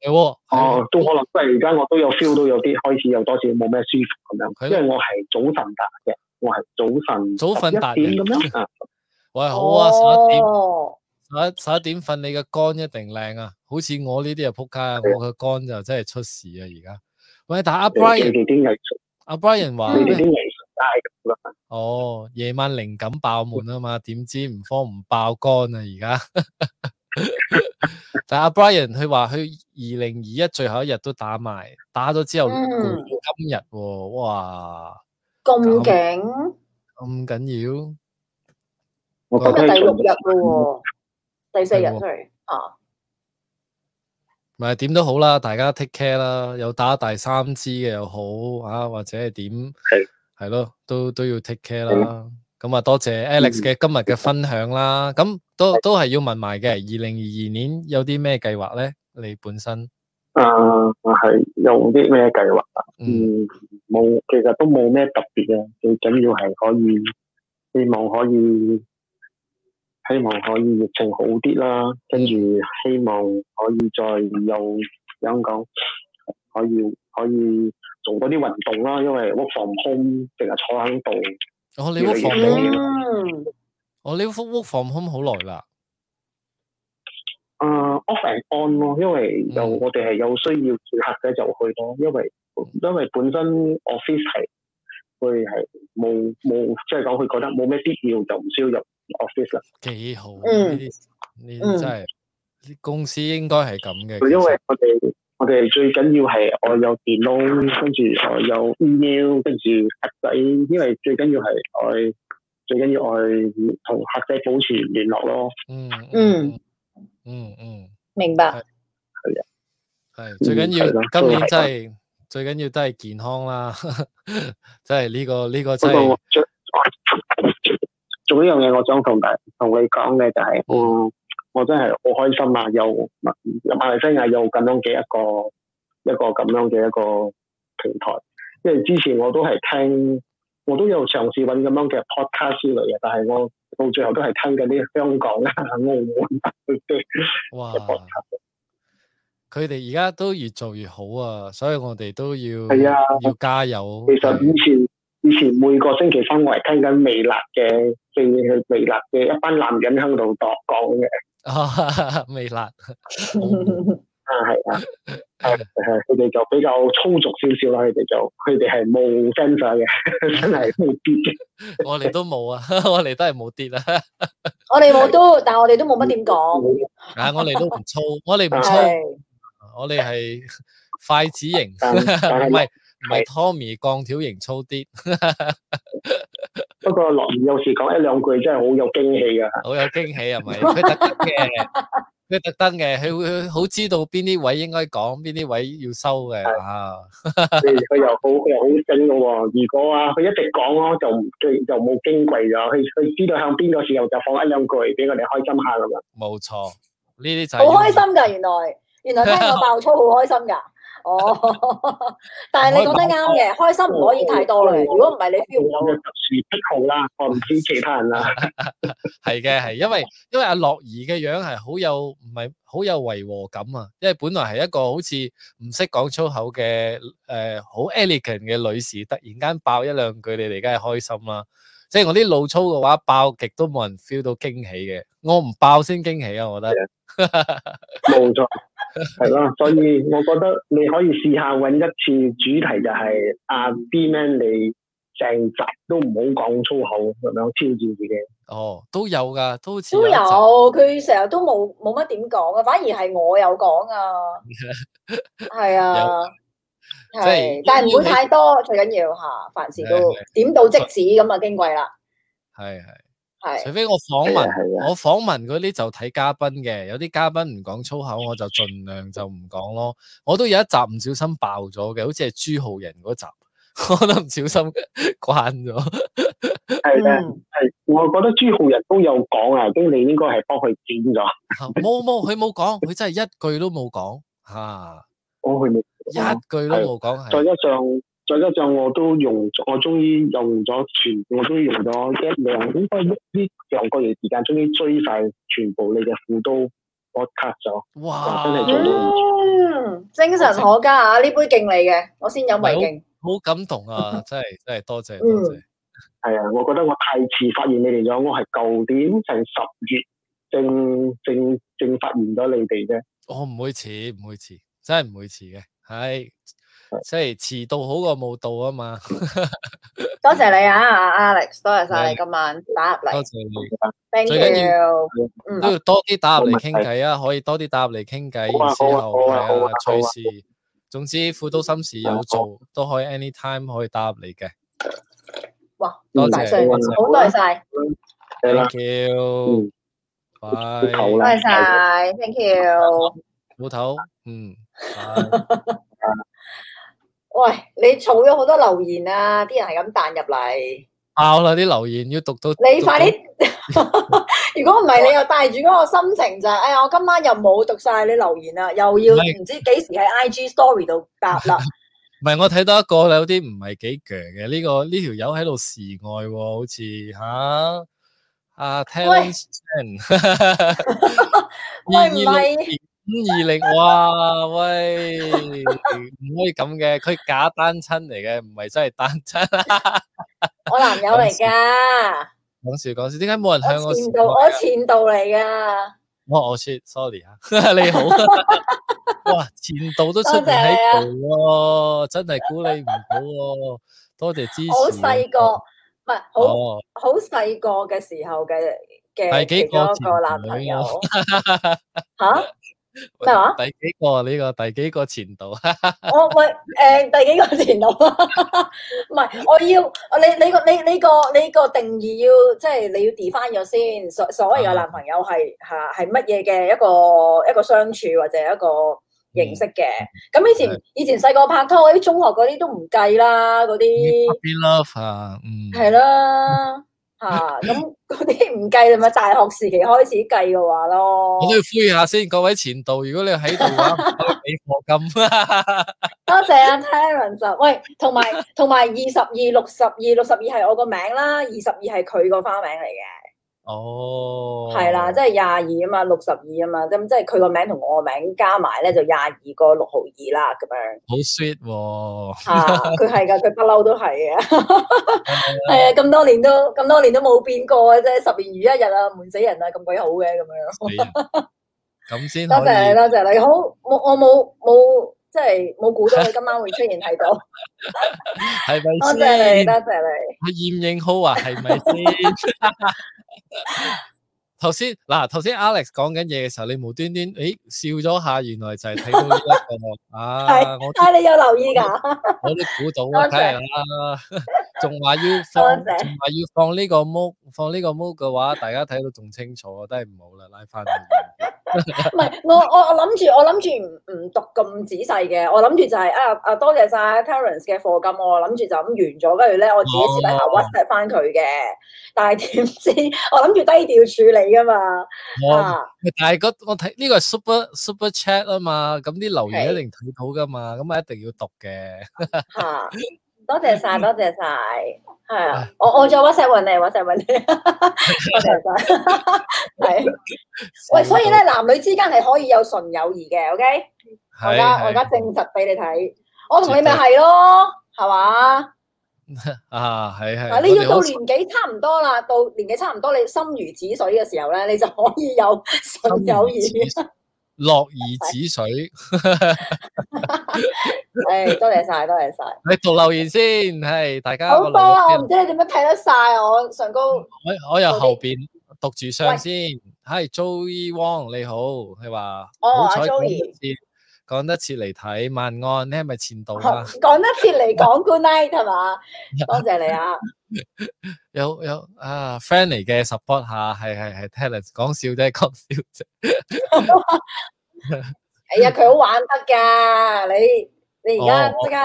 [SPEAKER 1] 系喎，
[SPEAKER 5] 哦，都可能，即係而家我都有 feel 到有啲開始有多少冇咩舒服咁樣，
[SPEAKER 1] 係咯
[SPEAKER 5] 因為我係早晨達嘅，我係早晨
[SPEAKER 1] 早瞓達
[SPEAKER 5] 11
[SPEAKER 1] 人
[SPEAKER 5] 點咁樣啊，
[SPEAKER 1] 喂好啊，十一點
[SPEAKER 2] 哦
[SPEAKER 1] 十一十一點瞓，你嘅肝一定靚啊！好似我呢啲啊扑街啊，
[SPEAKER 5] 係
[SPEAKER 1] 我嘅肝就真係出事啊而家。喂，但係阿
[SPEAKER 5] 啊你哋
[SPEAKER 1] Brian
[SPEAKER 5] 啲藝術，
[SPEAKER 1] 阿 Brian 話
[SPEAKER 5] 你哋
[SPEAKER 1] 咩
[SPEAKER 5] 啲藝術家係咁啦，
[SPEAKER 1] 哦，夜晚靈感爆滿啊嘛，點知唔慌唔爆肝啊而家。 但阿 Brian 佢話佢二零二一最後一日都打埋，打咗之後
[SPEAKER 2] 嗯
[SPEAKER 1] 攰到今日喎、哇
[SPEAKER 2] 咁勁，
[SPEAKER 1] 咁緊要，
[SPEAKER 5] 我覺
[SPEAKER 2] 今
[SPEAKER 1] 哦
[SPEAKER 5] 得
[SPEAKER 2] 日
[SPEAKER 5] 係
[SPEAKER 2] 第六日
[SPEAKER 5] 盡
[SPEAKER 2] 咯喎，第四日
[SPEAKER 1] 係喎
[SPEAKER 2] sorry 啊，
[SPEAKER 1] 咪點都好啦，大家 take care 啦，有打第三支嘅又好啊，或者係點係咯，都都要 take care 啦。咁啊，多謝 Alex 嘅今日嘅分享啦。咁都都係要問埋嘅，二零二二年有啲咩計劃咧？你本身
[SPEAKER 5] 啊，係有啲咩計劃啊？
[SPEAKER 1] 嗯。
[SPEAKER 5] 嗯，冇，其實都冇咩特別嘅，最緊要係可以，希望可以，希望可以疫情好啲啦，跟住希望可以再有點講，可以可以做多啲運動啦，因為 work from home 淨係坐喺度，
[SPEAKER 1] 哦，你
[SPEAKER 5] 越
[SPEAKER 1] work
[SPEAKER 5] 嚟
[SPEAKER 1] from home，
[SPEAKER 5] 越緊要
[SPEAKER 2] 嗯，
[SPEAKER 1] 我呢 work from home 好耐啦。
[SPEAKER 5] 啊 off and on 咯，因為有、
[SPEAKER 1] 嗯
[SPEAKER 5] 我哋係有需要顧客嘅就去咯，因為因為本身 office 係佢係冇冇即係講佢覺得冇咩必要就唔需要入 office 啦。
[SPEAKER 1] 幾好，呢
[SPEAKER 2] 嗯
[SPEAKER 1] 啲呢啲真係啲公司應該係咁嘅。
[SPEAKER 5] 因
[SPEAKER 1] 其實
[SPEAKER 5] 為我哋我哋最緊要係我有電腦，跟住我有 email，跟住客仔，因為最緊要係我最緊要我同客仔保持聯絡咯。
[SPEAKER 1] 嗯
[SPEAKER 2] 嗯
[SPEAKER 1] 嗯嗯
[SPEAKER 2] 明白，
[SPEAKER 1] 係最緊
[SPEAKER 5] 嗯係
[SPEAKER 1] 要
[SPEAKER 5] 啦
[SPEAKER 1] 今年
[SPEAKER 5] 都係
[SPEAKER 1] 真係最緊要都係健康啦， 真係呢個呢個
[SPEAKER 5] 不
[SPEAKER 1] 真
[SPEAKER 5] 過
[SPEAKER 1] 係
[SPEAKER 5] 我最做一樣嘢，我想同大同你講嘅就係、嗯，我真係好開心啊！有馬馬來西亞有咁樣嘅一個一個咁樣嘅一個平台，因為之前我都係聽，我都有嘗試揾咁樣嘅 podcast 之類嘅，但係我到最後都係聽緊啲香港啊、 澳門啊嗰啲
[SPEAKER 1] 哇
[SPEAKER 5] 嘅！podcast。
[SPEAKER 1] 佢哋而家都越做越好啊，所以我哋都要
[SPEAKER 5] 係啊
[SPEAKER 1] 要加油。
[SPEAKER 5] 其實以前以前每個星期三我係聽緊微辣嘅，嘅微辣嘅一班男人喺度度講嘅。
[SPEAKER 1] 係 微辣，
[SPEAKER 5] 啊，係啊，係係，佢哋就比較粗俗少少啦，佢哋就佢哋係冇 sensor 嘅，真係冇啲嘅。
[SPEAKER 1] 我哋都冇 啊，我哋都係冇跌啊。
[SPEAKER 2] 我哋冇都，但我哋都冇乜點講，
[SPEAKER 1] 啊，我哋都唔粗，我哋唔
[SPEAKER 2] 嗯
[SPEAKER 1] 粗。
[SPEAKER 2] 係
[SPEAKER 1] 我哋係筷子型，
[SPEAKER 5] 但但
[SPEAKER 1] 唔
[SPEAKER 5] 係
[SPEAKER 1] 係唔係 Tommy 鋼條型粗啲，
[SPEAKER 5] 不過樂兒有時講一兩句真係好有驚喜㗎。
[SPEAKER 1] 好有驚喜係 咪？佢特登嘅，佢特登嘅，佢會佢好知道邊啲位應該講，邊啲位要收嘅啊。
[SPEAKER 5] 佢佢又好佢又好精㗎喎。如果啊，佢一直講咯，就唔佢就冇矜貴咗。佢佢知道向邊個時候就放一兩句俾我哋開心下咁樣。
[SPEAKER 1] 冇錯，呢啲就係
[SPEAKER 2] 好開心㗎，原來原來聽我爆粗好開心㗎。 哦，但係你講得啱嘅，開心唔可以太多啦。如果唔係你 feel 唔
[SPEAKER 5] 我嘅
[SPEAKER 2] 到，
[SPEAKER 5] 特殊癖好啦，我唔知其他人啦。
[SPEAKER 1] 係嘅，係因為因為阿樂兒嘅樣係好有唔係好有違和感啊，因為本來係一個好似唔識講粗口嘅誒好 elegant 嘅女士，突然間爆一兩句，你哋梗係開心啦。即係我啲老粗嘅話，爆極都冇人 feel 到驚喜嘅，我唔爆先驚喜啊！我覺得
[SPEAKER 5] 冇錯，係咯，所以我覺得你可以試下揾一次主題就係阿 B man 你成集都唔好講粗口咁樣挑戰自己。
[SPEAKER 1] 哦都有㗎，都好似
[SPEAKER 2] 都
[SPEAKER 1] 有一
[SPEAKER 2] 有
[SPEAKER 1] 集
[SPEAKER 2] 佢成日都冇冇乜點講啊，反而係我有講啊，係啊，
[SPEAKER 1] 有即係
[SPEAKER 2] 係，但係唔會太多，最緊要嚇，凡事都
[SPEAKER 1] 係
[SPEAKER 2] 點到即止咁啊，矜貴啦，
[SPEAKER 1] 係係，
[SPEAKER 2] 係
[SPEAKER 1] 除非我訪
[SPEAKER 5] 係啊
[SPEAKER 1] 問。
[SPEAKER 5] 係啊，
[SPEAKER 1] 我訪問嗰啲就睇嘉賓嘅，有啲嘉賓唔講粗口，我就盡量就唔講咯。我都有一集唔小心爆咗嘅，好似係朱浩仁嗰集， 我都唔小心關咗。
[SPEAKER 5] 係嘅，
[SPEAKER 2] 嗯
[SPEAKER 5] 係。啊我覺得朱浩仁都有講啊，經理應該係幫佢剪咗。
[SPEAKER 1] 啊冇冇，佢冇講，佢真係一句都冇講嚇，
[SPEAKER 5] 我佢冇。
[SPEAKER 1] 一句都冇講
[SPEAKER 5] 再
[SPEAKER 1] 係。
[SPEAKER 5] 加上再加上我都用咗，我終於用咗全，我終於用咗一兩，應該呢兩個月時間，終於追晒全部你嘅副都 podcast 咗。
[SPEAKER 1] 哇！
[SPEAKER 5] 真係做到
[SPEAKER 2] 嗯。精神可嘉啊！呢杯敬你嘅，我先飲為敬。
[SPEAKER 1] 好感動啊！真係真係多謝多謝。
[SPEAKER 5] 係啊，我覺得我太遲發現你哋咗，我係舊年成十月正正正發現咗你哋啫。
[SPEAKER 1] 我哦唔會遲，唔會遲，真係唔會遲嘅。係，即係遲到好過冇到啊嘛。
[SPEAKER 2] 多謝你啊，阿 Alex，多謝晒你今晚打入
[SPEAKER 1] 多
[SPEAKER 2] 嚟
[SPEAKER 1] 謝你。
[SPEAKER 2] ，thank
[SPEAKER 1] 最緊
[SPEAKER 2] you。嗯
[SPEAKER 1] 都要多啲打入嚟傾偈啊，可以多啲打入嚟傾偈，
[SPEAKER 5] 好啊
[SPEAKER 1] 然之後
[SPEAKER 5] 好
[SPEAKER 1] 係
[SPEAKER 5] 啊好啊好
[SPEAKER 1] 啊
[SPEAKER 5] 啊，嗯
[SPEAKER 1] 隨時，總之副都心事有做，都可以 anytime 可以打入嚟嘅。
[SPEAKER 2] 哇，
[SPEAKER 1] 多
[SPEAKER 2] 大
[SPEAKER 1] 謝
[SPEAKER 2] 聲
[SPEAKER 1] 多
[SPEAKER 2] 好多謝晒，
[SPEAKER 5] 係啦，嗯
[SPEAKER 1] ，thank you，拜，
[SPEAKER 5] 好
[SPEAKER 2] 多
[SPEAKER 5] 啦
[SPEAKER 2] 謝晒，thank you。
[SPEAKER 1] 老頭，嗯，
[SPEAKER 2] 喂，你儲咗好多留言啊，啲人係咁彈入嚟，
[SPEAKER 1] 爆啦啲留言要讀到，
[SPEAKER 2] 你
[SPEAKER 1] 讀到
[SPEAKER 2] 快啲！如果唔係，你又帶住嗰個心情就係，哎呀，我今晚又冇讀晒你留言啦，又要
[SPEAKER 1] 唔係
[SPEAKER 2] 唔知幾時喺 IG Story 度答 啦。
[SPEAKER 1] 唔係，我睇到一個有啲唔係幾強嘅，呢、個呢條友喺度示愛喎、好似吓啊 t a l e n t
[SPEAKER 2] 喂唔係啊
[SPEAKER 1] 五二零，哇喂，唔可以咁嘅，佢假單親嚟嘅，唔係真係單親。啊
[SPEAKER 2] 我男友嚟 噶，
[SPEAKER 1] 講笑講笑，點解冇
[SPEAKER 2] 我
[SPEAKER 1] 人向我示
[SPEAKER 2] 前
[SPEAKER 1] 愛
[SPEAKER 2] 度，我
[SPEAKER 1] 啊？
[SPEAKER 2] 前度嚟噶，
[SPEAKER 1] 我我 shit sorry 啊， 你好。哇，前度都出現
[SPEAKER 2] 啊
[SPEAKER 1] 喺度喎，真係估你唔到喎，多謝支持。啊
[SPEAKER 2] 好細個，唔係好
[SPEAKER 1] 哦
[SPEAKER 2] 好細個嘅時候嘅嘅
[SPEAKER 1] 係
[SPEAKER 2] 其
[SPEAKER 1] 幾
[SPEAKER 2] 中
[SPEAKER 1] 個
[SPEAKER 2] 一個男朋 友
[SPEAKER 1] 前度
[SPEAKER 2] 吓。咩話
[SPEAKER 1] 第幾個啊呢、個第幾個前度？
[SPEAKER 2] 我喂诶、第幾個前度啊？ 唔係，我要你你個你你個你個定義要即係你要 define 咗先。所所謂嘅男朋友係吓係乜嘢嘅一個一個相處或者一個形式嘅。咁以前以前細個拍拖嗰啲中學嗰啲都唔計啦，嗰啲
[SPEAKER 1] Puppy Love 啊，嗯，
[SPEAKER 2] 係啦吓，咁嗰啲唔計，咪大學時期開始計嘅話咯
[SPEAKER 1] 我。都要呼籲下先，各位前度，如果你喺度嘅話，唔該俾課金。
[SPEAKER 2] 多謝阿 Terence 啊！喂，同埋同埋二十二、六十二、六十二係我個名啦，二十二係佢個花名嚟嘅，
[SPEAKER 1] 哦，
[SPEAKER 2] 係啦，即係廿二啊嘛，六十二啊嘛，咁即係佢個名同我個名加埋咧就廿二個六毫二啦，咁 樣
[SPEAKER 1] 好 sweet 喎、
[SPEAKER 2] 嚇，啊佢係噶，佢不嬲都係嘅，係啊，咁多年都咁多年都冇變過嘅啫，十年如一日啊，悶死人啊，咁鬼好嘅咁樣。
[SPEAKER 1] 死人咁先
[SPEAKER 2] 多
[SPEAKER 1] 可
[SPEAKER 2] 謝你，
[SPEAKER 1] 以。
[SPEAKER 2] 多謝你。好，我我冇冇即係冇估到你今晚會出現喺度，
[SPEAKER 1] 係
[SPEAKER 2] 多
[SPEAKER 1] 咪
[SPEAKER 2] 謝你，
[SPEAKER 1] 先
[SPEAKER 2] 多？謝你。
[SPEAKER 1] 阿驗應好啊，係咪先？ 頭先嗱，頭先 Alex 講緊嘢嘅時候，你無端端誒笑咗下，原來就係睇到呢 一個啊，我
[SPEAKER 2] 啊，你有留意 㗎？
[SPEAKER 1] 我都估到啦，
[SPEAKER 2] 多
[SPEAKER 1] 梗
[SPEAKER 2] 謝
[SPEAKER 1] 係啦， 仲話要放，
[SPEAKER 2] 多謝
[SPEAKER 1] 仲話要放呢個毛，放呢個毛嘅話，大家睇到仲清楚，都係唔好啦，拉翻去。
[SPEAKER 2] 唔係，我我我諗住，我諗住唔唔讀咁仔細嘅，我諗住就係、啊啊多謝晒 Terence 嘅課金，我諗住就咁完咗，跟住咧我自己私底下
[SPEAKER 1] 哦
[SPEAKER 2] WhatsApp 翻佢嘅，但係點知 我諗住低調處理噶嘛，
[SPEAKER 1] 我
[SPEAKER 2] 啊
[SPEAKER 1] 但係嗰我睇呢個係 super super chat 啊嘛，咁啲留言
[SPEAKER 2] 係
[SPEAKER 1] 一定睇到噶嘛，咁啊一定要讀嘅。
[SPEAKER 2] 嚇、啊多謝
[SPEAKER 1] 嗯
[SPEAKER 2] 晒，多謝晒，係啊，我我再 WhatsApp 揾你，WhatsApp 揾你，多謝晒， 係，喂，所以咧男女之間係可以有純友誼嘅，OK，我而
[SPEAKER 1] 係，
[SPEAKER 2] 家
[SPEAKER 1] 係
[SPEAKER 2] 我而家證實俾你睇，我同你咪
[SPEAKER 1] 絕
[SPEAKER 2] 係咯，係嘛？
[SPEAKER 1] 啊，係係，
[SPEAKER 2] 嗱，
[SPEAKER 1] 我
[SPEAKER 2] 你要
[SPEAKER 1] 哋
[SPEAKER 2] 到
[SPEAKER 1] 好
[SPEAKER 2] 年紀差唔多啦，到年紀差唔多，你心如止水嘅時候咧，你就可以 有純友誼。
[SPEAKER 1] 落兒止水。
[SPEAKER 2] 誒，多謝晒，多謝晒。
[SPEAKER 1] 你讀留言先，係大家
[SPEAKER 2] 好
[SPEAKER 1] 我
[SPEAKER 2] 多
[SPEAKER 1] 留
[SPEAKER 2] 啊！我唔
[SPEAKER 1] 咗
[SPEAKER 2] 知你點樣睇得晒我上高。
[SPEAKER 1] 嗯我我由
[SPEAKER 2] 嗰啲
[SPEAKER 1] 後邊讀住上先。係 Joey Wong 你好，佢話
[SPEAKER 2] 哦
[SPEAKER 1] 好彩
[SPEAKER 2] 阿
[SPEAKER 1] 講
[SPEAKER 2] Ờ, Joey
[SPEAKER 1] 得切，講得切嚟睇晚安，你係咪前度啊？
[SPEAKER 2] 講得切嚟講 good night 係 嘛？多謝你啊！
[SPEAKER 1] 有有啊，friend À, 嚟嘅 support 下，係係係 talent，講笑啫，講笑啫。
[SPEAKER 2] 哎呀，佢好玩得㗎，你你而家
[SPEAKER 1] 哦
[SPEAKER 2] 即刻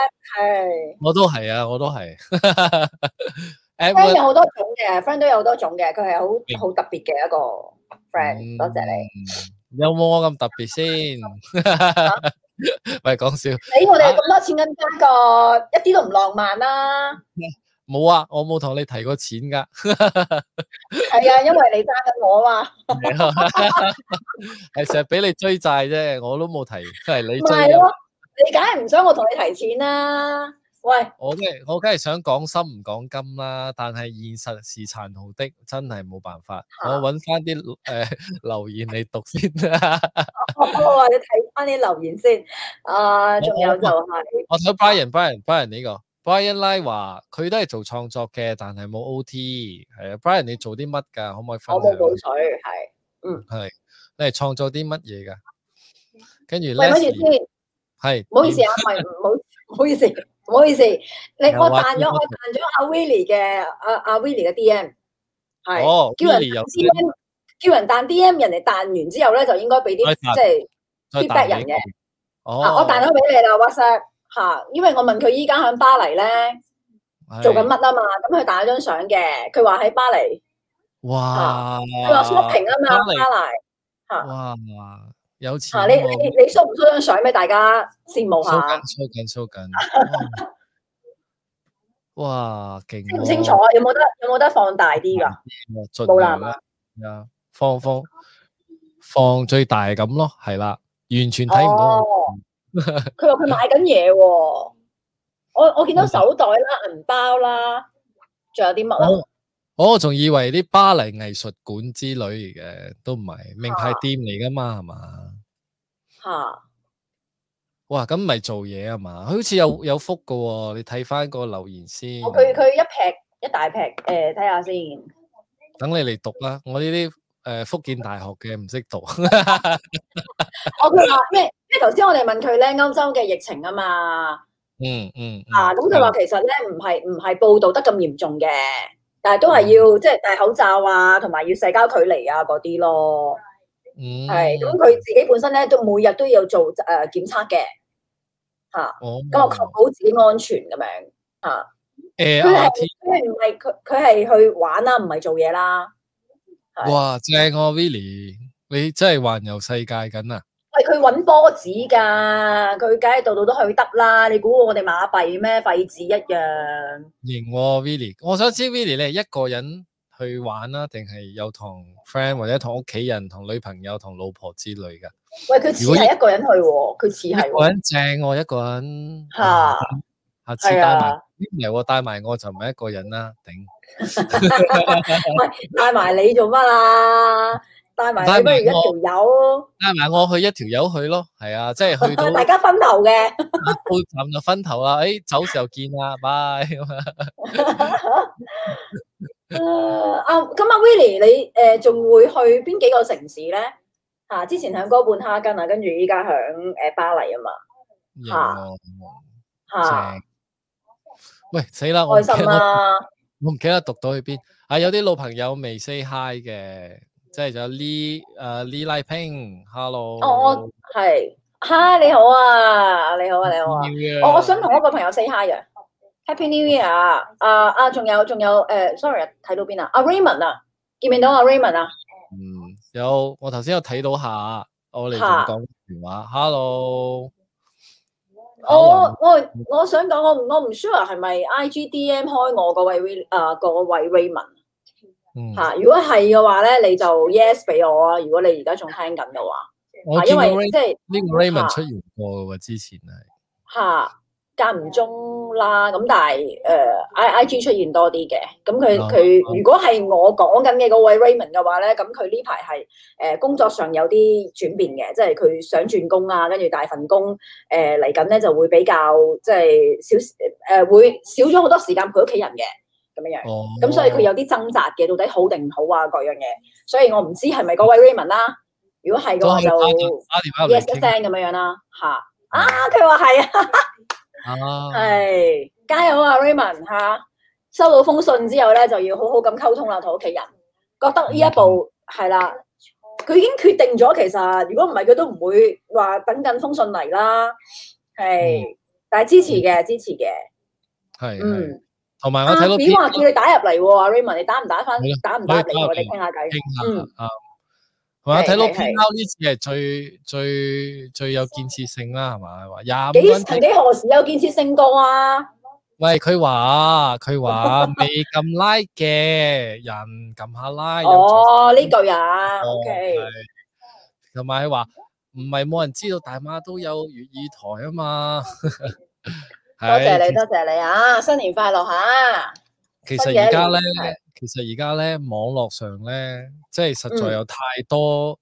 [SPEAKER 2] 係
[SPEAKER 1] 我都係啊，我都係。
[SPEAKER 2] friend
[SPEAKER 1] Edward，
[SPEAKER 2] 有好多種嘅，friend 都有好多種嘅，佢係
[SPEAKER 1] 明
[SPEAKER 2] 好好特別嘅一個 friend。多謝你，
[SPEAKER 1] 你。嗯有冇我咁特別 先？喂，講笑。
[SPEAKER 2] 你我
[SPEAKER 1] 啊
[SPEAKER 2] 哋咁多錢咁加個，一啲都唔浪漫啦。
[SPEAKER 1] 冇啊，我冇同你提過錢 噶。
[SPEAKER 2] 係啊，因為你揸緊我啊嘛，
[SPEAKER 1] 係成日俾你追債啫，我都冇提，係你
[SPEAKER 2] 唔
[SPEAKER 1] 追
[SPEAKER 2] 係
[SPEAKER 1] 啊。
[SPEAKER 2] 咯，你梗係唔想我同你提錢啦？喂，
[SPEAKER 1] 我梗係我梗係想講心唔講金啦，但係現實是殘酷的，真係冇辦法。我揾翻啲誒留言嚟讀先啦。
[SPEAKER 2] 我我話你睇翻啲留言先。啊，仲有就係、
[SPEAKER 1] 我睇 Brian Brian Brian 呢、個 Brian 拉話佢都係做創作嘅，但係冇 OT。係啊，Brian 你做啲乜㗎？可唔可哦以分
[SPEAKER 2] 我冇
[SPEAKER 1] 享？
[SPEAKER 2] 補水，係。
[SPEAKER 1] 係你係創作啲乜嘢㗎？跟住
[SPEAKER 2] 喂，咪住
[SPEAKER 1] Leslie
[SPEAKER 2] 先，唔
[SPEAKER 1] 係
[SPEAKER 2] 好意思啊，唔係唔好， 唔好意思，唔好意思，你
[SPEAKER 1] 又
[SPEAKER 2] 我
[SPEAKER 1] 話
[SPEAKER 2] 彈咗我彈咗阿 Willie 嘅阿阿 Willie 嘅 DM，係。
[SPEAKER 1] 哦
[SPEAKER 2] 叫人
[SPEAKER 1] ，Willie 有
[SPEAKER 2] DM 叫人彈 DM，人哋彈完之後咧就應該俾啲
[SPEAKER 1] 可以彈
[SPEAKER 2] 即係
[SPEAKER 1] 再
[SPEAKER 2] feedback
[SPEAKER 1] 彈
[SPEAKER 2] 人
[SPEAKER 1] 俾
[SPEAKER 2] 嘅
[SPEAKER 1] 我
[SPEAKER 2] 啊，
[SPEAKER 1] 哦，
[SPEAKER 2] 我彈咗俾你啦 WhatsApp 嚇，因為我問佢依家喺巴黎咧
[SPEAKER 1] 係
[SPEAKER 2] 做緊乜啊嘛，咁佢彈咗張相嘅，佢話喺巴黎，
[SPEAKER 1] 哇！
[SPEAKER 2] 佢話 shopping 啊嘛，
[SPEAKER 1] 巴黎嗯
[SPEAKER 2] 巴黎
[SPEAKER 1] 哇！有錢
[SPEAKER 2] 嚇，啊你
[SPEAKER 1] 喎，
[SPEAKER 2] 你你 show 唔 show 張相俾大家羨慕
[SPEAKER 1] 收
[SPEAKER 2] 下
[SPEAKER 1] 緊？收緊收緊，哇！勁
[SPEAKER 2] 清
[SPEAKER 1] 喎
[SPEAKER 2] 唔清楚？有冇得有冇得放大啲㗎？
[SPEAKER 1] 啊盡
[SPEAKER 2] 冇啦
[SPEAKER 1] 量啦，係啊，放放放最大咁咯，係啦，完全睇唔到我。
[SPEAKER 2] 哦，佢話佢買緊嘢喎，我我見
[SPEAKER 1] 嗯
[SPEAKER 2] 到手袋啦、銀包啦，仲有啲乜啊？
[SPEAKER 1] 我我仲以為啲巴黎藝術館之類嘅，都唔
[SPEAKER 2] 啊
[SPEAKER 1] 係名牌店嚟噶嘛，係嘛？
[SPEAKER 2] 嚇，
[SPEAKER 1] 哇，咁咪做嘢啊嘛？佢好似有有福噶喎，你睇翻個留言先。
[SPEAKER 2] 嗯我哦佢佢一劈一大劈，誒睇下先。
[SPEAKER 1] 等你嚟讀啦，我呢啲诶福建大學嘅唔識讀。
[SPEAKER 2] 我哦佢話咩？因為頭先我哋問佢咧歐洲嘅疫情啊嘛，
[SPEAKER 1] 嗯嗯嗯
[SPEAKER 2] 啊咁佢話其實咧唔係唔係報道得咁嚴重嘅，但係都
[SPEAKER 1] 嗯
[SPEAKER 2] 係要即係戴口罩啊，同埋要社交距離啊嗰啲咯。
[SPEAKER 1] 嗯
[SPEAKER 2] 係咁佢自己本身咧都每日都要做誒、呃、檢測嘅，嚇、
[SPEAKER 1] 哦
[SPEAKER 2] 咁我確保自己安全咁樣。
[SPEAKER 1] 誒
[SPEAKER 2] 佢係
[SPEAKER 1] RT
[SPEAKER 2] 佢係唔係佢佢係去玩啊啦，唔係做嘢啦。係
[SPEAKER 1] 哇正喎 Willie，你真係環遊世界緊啊！
[SPEAKER 2] 喂，佢揾波子㗎，佢梗係度度都去得啦。你估我哋馬幣咩？廢紙一樣。
[SPEAKER 1] 型喎 Willie，我想知 Willie 你係一個人去玩啦，定係有同 friend 或者同屋企人、同女朋友、同老婆之類噶？
[SPEAKER 2] 喂，佢似
[SPEAKER 1] 如果
[SPEAKER 2] 係一個人去喎，佢似
[SPEAKER 1] 一
[SPEAKER 2] 係
[SPEAKER 1] 個
[SPEAKER 2] 喎
[SPEAKER 1] 人正喎，一個人
[SPEAKER 2] 嚇。
[SPEAKER 1] 啊下次
[SPEAKER 2] 係
[SPEAKER 1] 帶埋
[SPEAKER 2] 啊，
[SPEAKER 1] 咦唔係喎，帶埋我就唔係一個人啦，頂
[SPEAKER 2] 喂，帶埋你做乜啊？帶埋
[SPEAKER 1] 帶
[SPEAKER 2] 你不如
[SPEAKER 1] 埋
[SPEAKER 2] 一條友，
[SPEAKER 1] 帶埋我去一條友去咯，係啊，即係去到
[SPEAKER 2] 大家分頭嘅。
[SPEAKER 1] 到站就分頭啦，誒走時候見啦，拜咁啊
[SPEAKER 2] 啊，啊咁啊，Willie，你誒仲會去邊幾個城市咧？啊，之前喺哥本哈根啊，跟住依家喺誒巴黎啊嘛，
[SPEAKER 1] 型喎
[SPEAKER 2] 嚇
[SPEAKER 1] 正。喂，死啦！我唔記
[SPEAKER 2] 開心
[SPEAKER 1] 得
[SPEAKER 2] 啦！
[SPEAKER 1] 我唔記得讀到去邊。啊，有啲老朋友未 say hi 嘅，即係仲有 Lee 誒 Lee Lai Ping，hello。
[SPEAKER 2] 哦我係，Hi 你好啊，你好啊，你好啊！我我想同我個朋友 say hi 啊，Happy New Year 啊！啊啊，仲有仲有誒，sorry 啊睇到邊啊？阿 Raymond 啊，見唔見到阿 Raymond 啊？
[SPEAKER 1] 嗯，有我頭先有睇到下，我嚟同
[SPEAKER 2] 嚇
[SPEAKER 1] 講電話，hello。
[SPEAKER 2] 我我我想講，我唔我唔 sure 係咪 IGDM 開我嗰位 Will 啊嗰位 Raymond
[SPEAKER 1] 嗯，
[SPEAKER 2] 嚇、如果係嘅話咧，你就 yes 俾我啊！如果你而家仲聽緊嘅話，
[SPEAKER 1] 我
[SPEAKER 2] 啊，
[SPEAKER 1] 見
[SPEAKER 2] 因
[SPEAKER 1] 到
[SPEAKER 2] 為
[SPEAKER 1] Ray
[SPEAKER 2] 即係
[SPEAKER 1] 呢個 Raymond 出現過嘅喎，之前係。
[SPEAKER 2] 嚇間唔中啦，咁但係誒、呃 I I G 出現多啲嘅，咁佢
[SPEAKER 1] 啊
[SPEAKER 2] 佢如果係我講緊嘅嗰位 Raymond 嘅話咧，咁佢呢排係誒工作上有啲轉變嘅，即係佢想轉工啊，跟住大份工誒嚟緊咧就會比較即係少誒、呃、會少咗好多時間陪屋企人嘅咁樣樣。
[SPEAKER 1] 哦。
[SPEAKER 2] 咁所以佢有啲掙扎嘅，到底好定唔好啊各樣嘢，所以我唔知係咪嗰位 Raymond 啦。如果係嘅
[SPEAKER 1] 都
[SPEAKER 2] 話
[SPEAKER 1] 可以
[SPEAKER 2] 就
[SPEAKER 1] 打打電話
[SPEAKER 2] yes
[SPEAKER 1] 嚟
[SPEAKER 2] 一聲
[SPEAKER 1] 傾
[SPEAKER 2] 咁樣樣啦嚇。啊，佢話係啊，
[SPEAKER 1] 啊。
[SPEAKER 2] 係加油啊 Raymond 嚇、收到封信之後咧，就要好好咁溝通啦，同屋企人。覺得呢一
[SPEAKER 1] 嗯
[SPEAKER 2] 步係啦，佢已經決定咗。其實如果唔係，佢都唔會話等緊封信嚟啦。係，
[SPEAKER 1] 嗯
[SPEAKER 2] 但係支持嘅，支持嘅。
[SPEAKER 1] 係係。
[SPEAKER 2] 嗯，
[SPEAKER 1] 同埋
[SPEAKER 2] 阿
[SPEAKER 1] 我睇到
[SPEAKER 2] B 話
[SPEAKER 1] Peter
[SPEAKER 2] 叫你打入嚟喎，阿 Raymond，你打唔打翻
[SPEAKER 1] 係咯？
[SPEAKER 2] 打唔打入
[SPEAKER 1] 可以打
[SPEAKER 2] 嚟？
[SPEAKER 1] 入
[SPEAKER 2] 我哋
[SPEAKER 1] 嚟
[SPEAKER 2] 傾下偈。
[SPEAKER 1] 傾
[SPEAKER 2] 嗯
[SPEAKER 1] 下啊。同埋我
[SPEAKER 2] 係
[SPEAKER 1] 睇到
[SPEAKER 2] 係
[SPEAKER 1] p 貓呢次係最最最有建設性啦，係嘛？話廿五
[SPEAKER 2] 幾
[SPEAKER 1] 蚊
[SPEAKER 2] 曾幾何時有建設性過啊？
[SPEAKER 1] 喂，佢話佢話未撳 like 嘅人撳下 like 有助
[SPEAKER 2] 哦，呢句啊
[SPEAKER 1] 手
[SPEAKER 2] 哦，OK，
[SPEAKER 1] 係同埋佢話唔係冇人知道大馬都有粵語台啊嘛。
[SPEAKER 2] 多謝
[SPEAKER 1] 係
[SPEAKER 2] 你，多謝你啊！新年快樂吓，
[SPEAKER 1] 其實
[SPEAKER 2] 新嘅
[SPEAKER 1] 而
[SPEAKER 2] 一
[SPEAKER 1] 家咧
[SPEAKER 2] 年係，
[SPEAKER 1] 其實而家咧，網絡上咧，即係實在
[SPEAKER 2] 嗯
[SPEAKER 1] 有太多、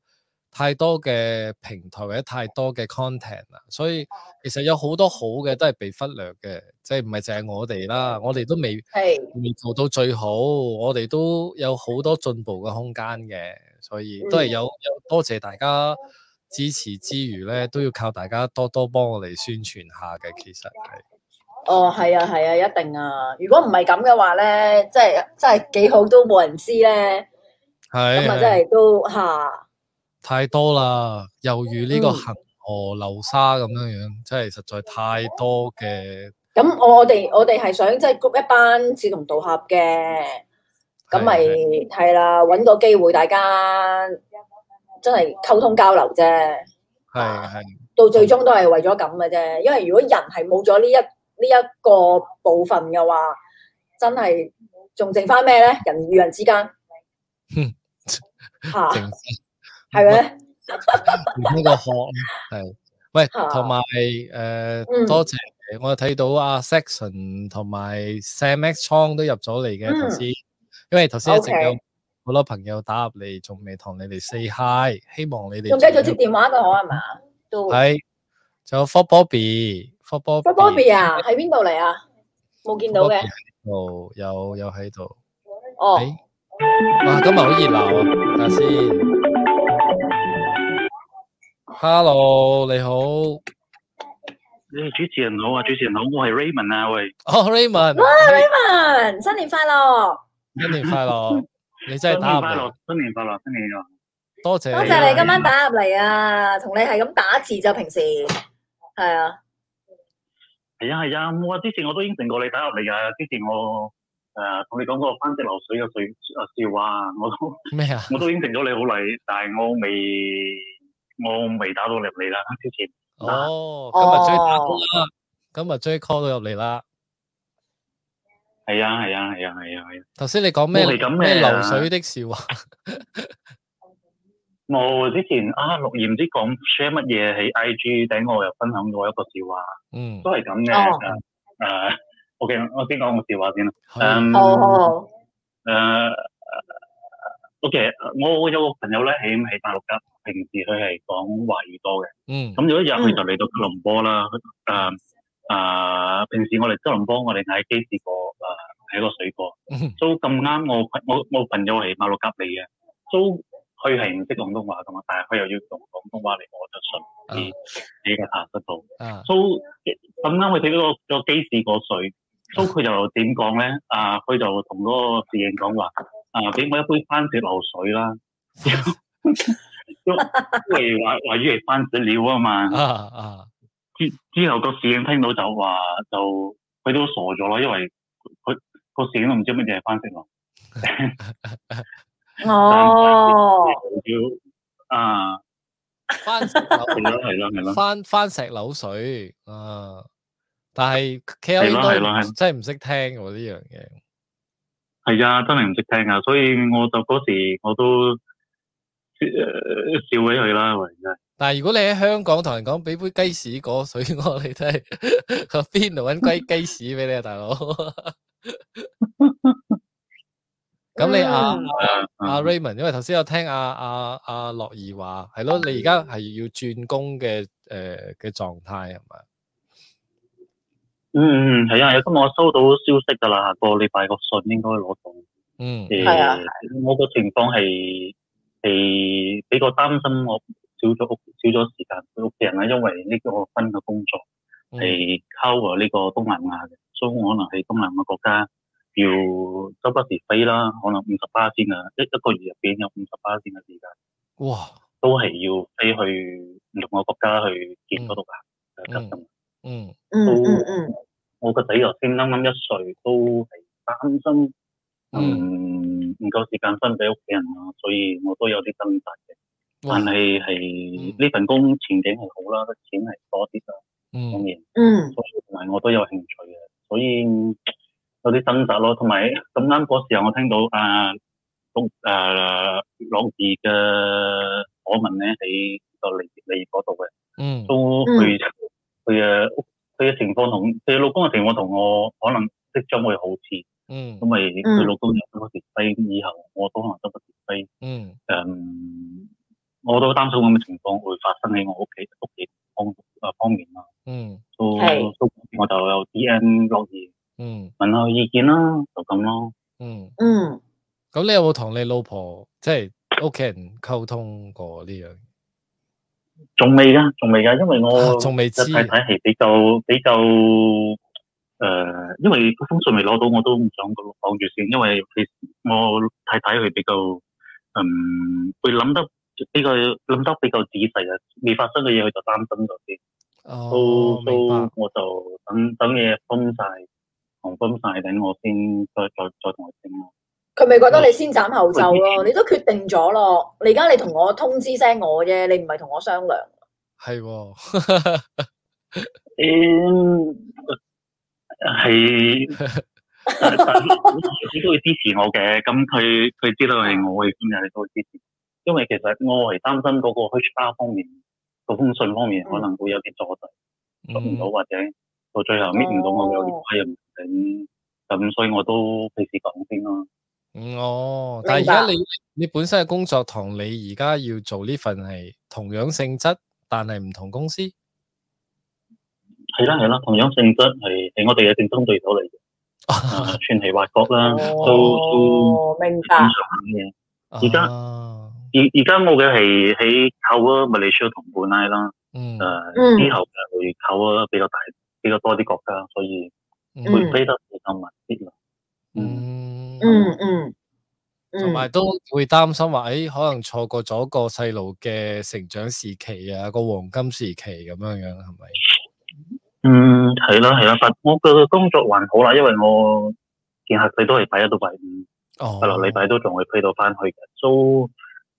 [SPEAKER 1] 太多嘅平台或者太多嘅 content 啦，所以其實有好多好嘅都係被忽略嘅，即係唔係淨係我哋啦，我哋都未
[SPEAKER 2] 係
[SPEAKER 1] 未做到最好，我哋都有好多進步嘅空間嘅，所以
[SPEAKER 2] 嗯
[SPEAKER 1] 都係有有多謝大家支持之餘咧，都要靠大家多多幫我哋宣傳下嘅，其實係。
[SPEAKER 2] 哦，係啊，係啊，一定啊！如果唔係咁嘅話咧，即係真係幾好都冇人知咧，
[SPEAKER 1] 係
[SPEAKER 2] 咁啊
[SPEAKER 1] 係
[SPEAKER 2] 真係都吓，
[SPEAKER 1] 太多啦，猶如呢個
[SPEAKER 2] 嗯
[SPEAKER 1] 恒河流沙咁樣樣，真係實在太多嘅。
[SPEAKER 2] 咁我我哋我哋係想即係 group 一班志同道合嘅，咁咪
[SPEAKER 1] 係
[SPEAKER 2] 係啦，搵個機會大家真係溝通交流啫。
[SPEAKER 1] 係係
[SPEAKER 2] 到最終都係為咗咁嘅啫。因為如果人係冇咗呢一呢一個部分嘅話，真係仲剩翻咩咧？人與人之間，
[SPEAKER 1] 哼
[SPEAKER 2] 嚇
[SPEAKER 1] 淨
[SPEAKER 2] 係咪？
[SPEAKER 1] 呢個殼係。喂，
[SPEAKER 2] 啊
[SPEAKER 1] 同埋呃誒
[SPEAKER 2] 嗯，
[SPEAKER 1] 多謝你我睇到阿 Section 同埋 Sam X 倉都入咗嚟嘅
[SPEAKER 2] 嗯
[SPEAKER 1] 頭先，因為頭先一直
[SPEAKER 2] OK
[SPEAKER 1] 有好多朋友打入嚟，仲未同你哋 say hi，希望你哋
[SPEAKER 2] 仲繼續接電話嘅我係嘛？都
[SPEAKER 1] 係，仲有 For Bobby，For Bobby，For
[SPEAKER 2] Bobby 啊，喺邊度嚟啊？冇見到嘅，
[SPEAKER 1] 度有有喺度。
[SPEAKER 2] 哦，
[SPEAKER 1] 哎哇，今日好熱鬧啊！睇下先。Hello，你好。哦
[SPEAKER 5] 你主持人好啊，主持人好，我係 Raymond 啊，喂，
[SPEAKER 1] ，Raymond，
[SPEAKER 2] Raymond，新啊年快樂，
[SPEAKER 1] 新年快樂！你真
[SPEAKER 5] 新
[SPEAKER 1] 係打
[SPEAKER 5] 年
[SPEAKER 1] 入
[SPEAKER 5] 快樂
[SPEAKER 1] 嚟，，
[SPEAKER 5] 新年快樂，新年快樂，
[SPEAKER 1] 多謝
[SPEAKER 2] 多
[SPEAKER 1] 你
[SPEAKER 2] 謝
[SPEAKER 1] 啊。
[SPEAKER 2] 你今晚打入嚟啊！同你係咁打字咋，平時係啊，
[SPEAKER 5] 係啊係啊，我之前我都應承過你打入嚟噶，之前我誒同、你講過番石流水嘅水啊笑話，我都
[SPEAKER 1] 咩啊？
[SPEAKER 5] 我都應承咗你好耐，但係我未我未打到入嚟啦，之前
[SPEAKER 1] 哦，今日追打到啦，今日追 call 到入嚟啦。
[SPEAKER 5] 係啊係啊係啊係啊係啊，
[SPEAKER 1] 頭先你講咩？
[SPEAKER 5] 我係咁嘅
[SPEAKER 1] 咩流水的笑話？
[SPEAKER 5] 我之前啊六言唔知講 share 乜嘢喺 IG 頂我又分享過一個笑話，
[SPEAKER 1] 嗯，
[SPEAKER 5] 都係咁嘅
[SPEAKER 2] 哦
[SPEAKER 5] 誒、誒 OK，我先講個笑話先啦，
[SPEAKER 1] 係
[SPEAKER 5] 嗯
[SPEAKER 2] 好好好，
[SPEAKER 5] 誒、OK，我我有個朋友咧喺喺大陸噶，平時佢係講華語多嘅。
[SPEAKER 1] 嗯
[SPEAKER 5] 咁有一日
[SPEAKER 2] 嗯
[SPEAKER 5] 佢就嚟到吉隆坡啦。誒、誒，平時我哋吉隆坡我哋嗌雞翅果誒係一呃個水果。
[SPEAKER 1] 嗯
[SPEAKER 5] 都咁啱我朋我我朋友係馬六甲嚟嘅，都佢係唔識廣東話噶嘛，但係佢又要用廣東話嚟我就順啲喺個茶室度。
[SPEAKER 1] 啊，
[SPEAKER 5] So 咁啱佢睇到個個機士個水，so 佢就點講咧？啊，佢就同嗰個侍應講話，啊，俾我一杯番石榴水啦，因為話話語係番石榴啊嘛。
[SPEAKER 1] 啊啊，
[SPEAKER 5] 之之後個侍應聽到就話就佢都傻咗咯，因為佢個侍應都唔知乜嘢係番石榴。
[SPEAKER 2] 哦，
[SPEAKER 5] 要啊，
[SPEAKER 1] 番石榴
[SPEAKER 5] 係咯係咯係咯，
[SPEAKER 1] 翻翻石榴水啊！但係 K L
[SPEAKER 5] 係
[SPEAKER 1] 應
[SPEAKER 5] 咯係咯
[SPEAKER 1] 該
[SPEAKER 5] 係
[SPEAKER 1] 真係唔識聽喎呢樣嘢。
[SPEAKER 5] 係啊，真係唔識聽啊，所以我就嗰時我都誒笑起佢啦，喂真係。
[SPEAKER 1] 但系如果你喺香港同人講俾杯雞屎果水 我，你真係個邊度搵雞雞屎俾你啊，大佬！ 咁你啊阿
[SPEAKER 2] 嗯
[SPEAKER 4] 啊
[SPEAKER 1] 阿 Raymond，因為頭先有聽阿阿阿樂兒話，係咯，你而家係要轉工嘅诶嘅狀態係咪？
[SPEAKER 5] 嗯嗯，係啊，有今日我收到消息㗎啦，下個禮拜個信應該攞到。
[SPEAKER 1] 嗯
[SPEAKER 5] 誒、
[SPEAKER 2] 係啊
[SPEAKER 5] 我個情況係係比較擔心我少咗屋少咗時間陪屋企人啦，因為呢個新嘅工作
[SPEAKER 1] 嗯
[SPEAKER 5] 係 cover 呢個東南亞嘅，所以我可能喺東南亞國家要周不時飛啦，可能五十巴仙啊，一一個月入邊有五十巴仙嘅時間，
[SPEAKER 1] 哇，
[SPEAKER 5] 都係要飛去唔同嘅國家去見嗰度
[SPEAKER 1] 嗯
[SPEAKER 5] 嘅 customer
[SPEAKER 1] 嗯
[SPEAKER 2] 嗯嗯嗯，
[SPEAKER 5] 我個仔頭先啱啱一歲，都係擔心，嗯，唔夠時間分俾屋企人啊，所以我都有啲掙扎嘅。
[SPEAKER 1] 哇
[SPEAKER 4] 嗯
[SPEAKER 1] 嗯
[SPEAKER 5] 但係係呢份工前景係好啦，錢係多啲啦，當
[SPEAKER 1] 嗯
[SPEAKER 5] 然，
[SPEAKER 2] 嗯
[SPEAKER 5] 所以同埋我都有興趣嘅，所以有啲掙扎咯。同埋咁啱嗰時候，我聽到啊，六誒樂兒嘅訪問咧喺
[SPEAKER 4] 就嚟嚟嗰度嘅，
[SPEAKER 1] 嗯
[SPEAKER 4] 都佢佢嘅屋佢嘅情況同佢老公嘅情況同我可能即將會好似，
[SPEAKER 1] 嗯
[SPEAKER 4] 因為
[SPEAKER 7] 嗯
[SPEAKER 4] 佢老公有咗個時低，以後我都可能得個時低，
[SPEAKER 1] 嗯
[SPEAKER 4] 誒、嗯我都擔心咁嘅情況會發生喺我屋企屋企方啊方面啦，
[SPEAKER 1] 嗯
[SPEAKER 4] 都
[SPEAKER 2] 係
[SPEAKER 4] 都我就有 D M 落嚟
[SPEAKER 1] 嗯
[SPEAKER 4] 問下佢意見啦，就咁咯。
[SPEAKER 1] 嗯，
[SPEAKER 2] 嗯，
[SPEAKER 1] 咁你有冇同你老婆即係屋企人溝通過呢樣？
[SPEAKER 4] 仲未噶，仲未噶，因為我
[SPEAKER 1] 啊仲未知
[SPEAKER 4] 嘅太太係比較比較誒、呃因為封信未攞到，我都唔想講住先，因為佢我太太佢比較嗯，會諗得比較諗得比較仔細啊，未發生嘅嘢佢就擔心咗先，
[SPEAKER 1] 哦
[SPEAKER 4] 都，
[SPEAKER 1] 明白
[SPEAKER 4] 都。我就等等嘢封晒，同封晒，等我先再再再同佢傾咯。
[SPEAKER 2] 佢咪覺
[SPEAKER 4] 哦
[SPEAKER 2] 得你先斬後奏咯？你都決定咗咯，你而家你同我通知聲我啫，你唔係同我商量。
[SPEAKER 1] 系喎，
[SPEAKER 4] 嗯，係，但但佢都會支持我嘅。咁佢佢知道係我嘅經日，佢都會支持。因為其實我係擔心嗰個 HR 方面，嗰封信方面可能會有啲阻滯，
[SPEAKER 1] 嗯
[SPEAKER 4] 出
[SPEAKER 1] Ừ.
[SPEAKER 4] 唔到或者到最後搣唔到我有啲批又唔定。咁所以我都費事講先咯。
[SPEAKER 1] 嗯哦，
[SPEAKER 2] 明
[SPEAKER 1] 但
[SPEAKER 2] 白
[SPEAKER 1] 系而家你你本身嘅工作同你而家要做呢份係同樣性質，但係唔同公司。
[SPEAKER 4] 係啦係啦，同樣性質係係我哋嘅競爭對手嚟嘅，啊，傳奇挖角啦，都都
[SPEAKER 2] 哦，明
[SPEAKER 4] 正常
[SPEAKER 2] 白。
[SPEAKER 4] 嘅。
[SPEAKER 1] 而
[SPEAKER 4] 家而而家我嘅係喺靠啊馬來西亞同布拉啦，
[SPEAKER 1] 嗯
[SPEAKER 4] 誒、
[SPEAKER 2] 嗯
[SPEAKER 4] 之後嘅會靠啊比較大比較多啲國家，所以
[SPEAKER 2] 嗯
[SPEAKER 4] 會飛得比較密啲啦。嗯，
[SPEAKER 1] 嗯
[SPEAKER 2] 嗯嗯嗯，
[SPEAKER 1] 同埋都會擔心話，诶、可能錯過咗個細路嘅成長時期啊，個黃金時期咁樣樣，係咪？
[SPEAKER 4] 嗯係啦係啦，但我嘅工作還好啦，因為我見客仔都係拜一到拜五，
[SPEAKER 1] 哦，
[SPEAKER 4] 第六禮拜都仲會飛到翻去嘅，所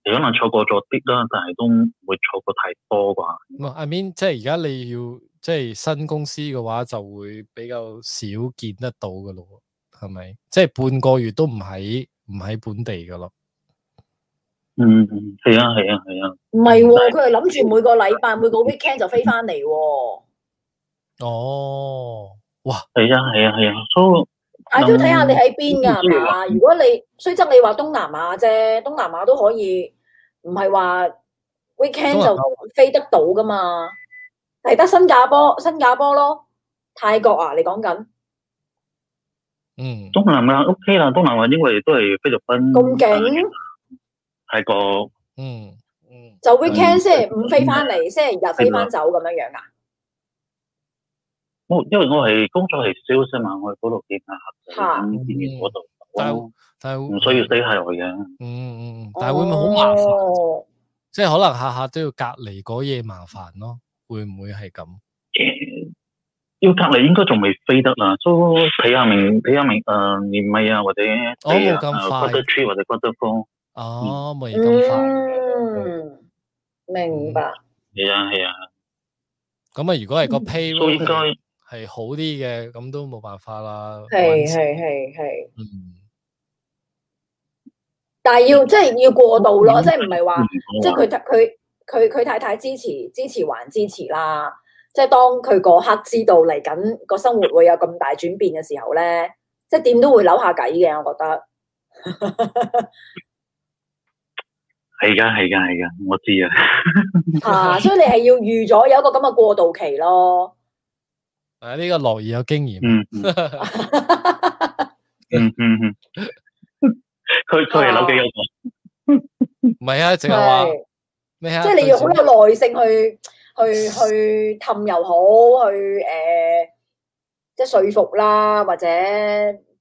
[SPEAKER 4] 以可能錯過咗啲啦，但係都唔會錯過太多啩。
[SPEAKER 1] 唔係，I 啊 mean，即係而家你要即係新公司嘅話，就會比較少見得到嘅咯喎，係咪？即係半個月都唔喺唔喺本地嘅咯。
[SPEAKER 4] 嗯，係啊係啊係啊，
[SPEAKER 2] 唔係喎，佢係諗住每個禮拜每個 weekend 就飛翻嚟
[SPEAKER 4] 嗯
[SPEAKER 2] 喎。
[SPEAKER 1] 哦，哇，
[SPEAKER 4] 係啊係啊係啊，所以。
[SPEAKER 2] 啊，都睇下你喺邊㗎係嘛？
[SPEAKER 4] 嗯
[SPEAKER 2] 如果你雖則你話東南亞啫，東南亞都可以，唔係話 weekend
[SPEAKER 1] 東南
[SPEAKER 2] 就飛得到㗎嘛？係得新加坡，新加坡咯，泰國啊，你講緊
[SPEAKER 1] 嗯，
[SPEAKER 4] 東南亞 OK 啦，東南亞因為都係菲律賓、
[SPEAKER 2] 咁
[SPEAKER 4] 啊
[SPEAKER 2] 勁，
[SPEAKER 4] 泰國，
[SPEAKER 1] 嗯，嗯，
[SPEAKER 2] 就 weekend 星期五飛翻嚟，星期日飛翻走咁樣樣啊？
[SPEAKER 4] 我因為我係工作係 sales 啊嘛，我喺嗰度見下
[SPEAKER 2] 嚇
[SPEAKER 4] 客咁見完嗰度
[SPEAKER 1] 但
[SPEAKER 4] 走，
[SPEAKER 1] 但係
[SPEAKER 4] 唔需要 stay 喺度嘅。
[SPEAKER 1] 嗯嗯嗯，但係會唔會好麻煩？
[SPEAKER 2] 哦
[SPEAKER 1] 即係可能下下都要隔離嗰嘢麻煩咯，會唔會係咁？
[SPEAKER 4] 要隔離應該仲未飛得啦，都睇下明睇下明誒年尾啊，或者
[SPEAKER 1] 哦
[SPEAKER 4] 睇
[SPEAKER 1] 冇咁快
[SPEAKER 4] quarter three 或者 quarter four，
[SPEAKER 1] 哦，咪咁嗯快。
[SPEAKER 2] 嗯，明白。
[SPEAKER 4] 係啊係啊，
[SPEAKER 1] 咁啊，如果係個 pay
[SPEAKER 4] 嗯所以應該
[SPEAKER 1] 係好啲嘅，咁都冇辦法啦。
[SPEAKER 2] 係
[SPEAKER 1] 搵
[SPEAKER 2] 係係係，
[SPEAKER 1] 嗯
[SPEAKER 2] 但係要即係要過渡咯，
[SPEAKER 4] 嗯
[SPEAKER 2] 即係唔係話。啊即係
[SPEAKER 4] 係
[SPEAKER 2] 佢
[SPEAKER 1] 嗯
[SPEAKER 2] 太佢佢佢太太支持支持還支持啦。即係當佢嗰刻知道嚟緊個生活會有咁大轉變嘅時候咧，即係點都會扭下偈嘅，我覺 得。
[SPEAKER 4] 係㗎係㗎係㗎，我知啊。
[SPEAKER 2] 嚇、所以你係要預咗有一個咁嘅過渡期咯。
[SPEAKER 1] 啊，呢個樂兒有經驗。
[SPEAKER 4] 嗯嗯嗯嗯嗯，佢佢
[SPEAKER 2] 啊
[SPEAKER 4] 係扭幾個。
[SPEAKER 1] 唔係啊，淨係話
[SPEAKER 2] 係，
[SPEAKER 1] 咩
[SPEAKER 2] 即
[SPEAKER 1] 啊？
[SPEAKER 2] 係你要好
[SPEAKER 1] 最少
[SPEAKER 2] 有耐性去去去氹又好，去誒、呃即係說服啦，或者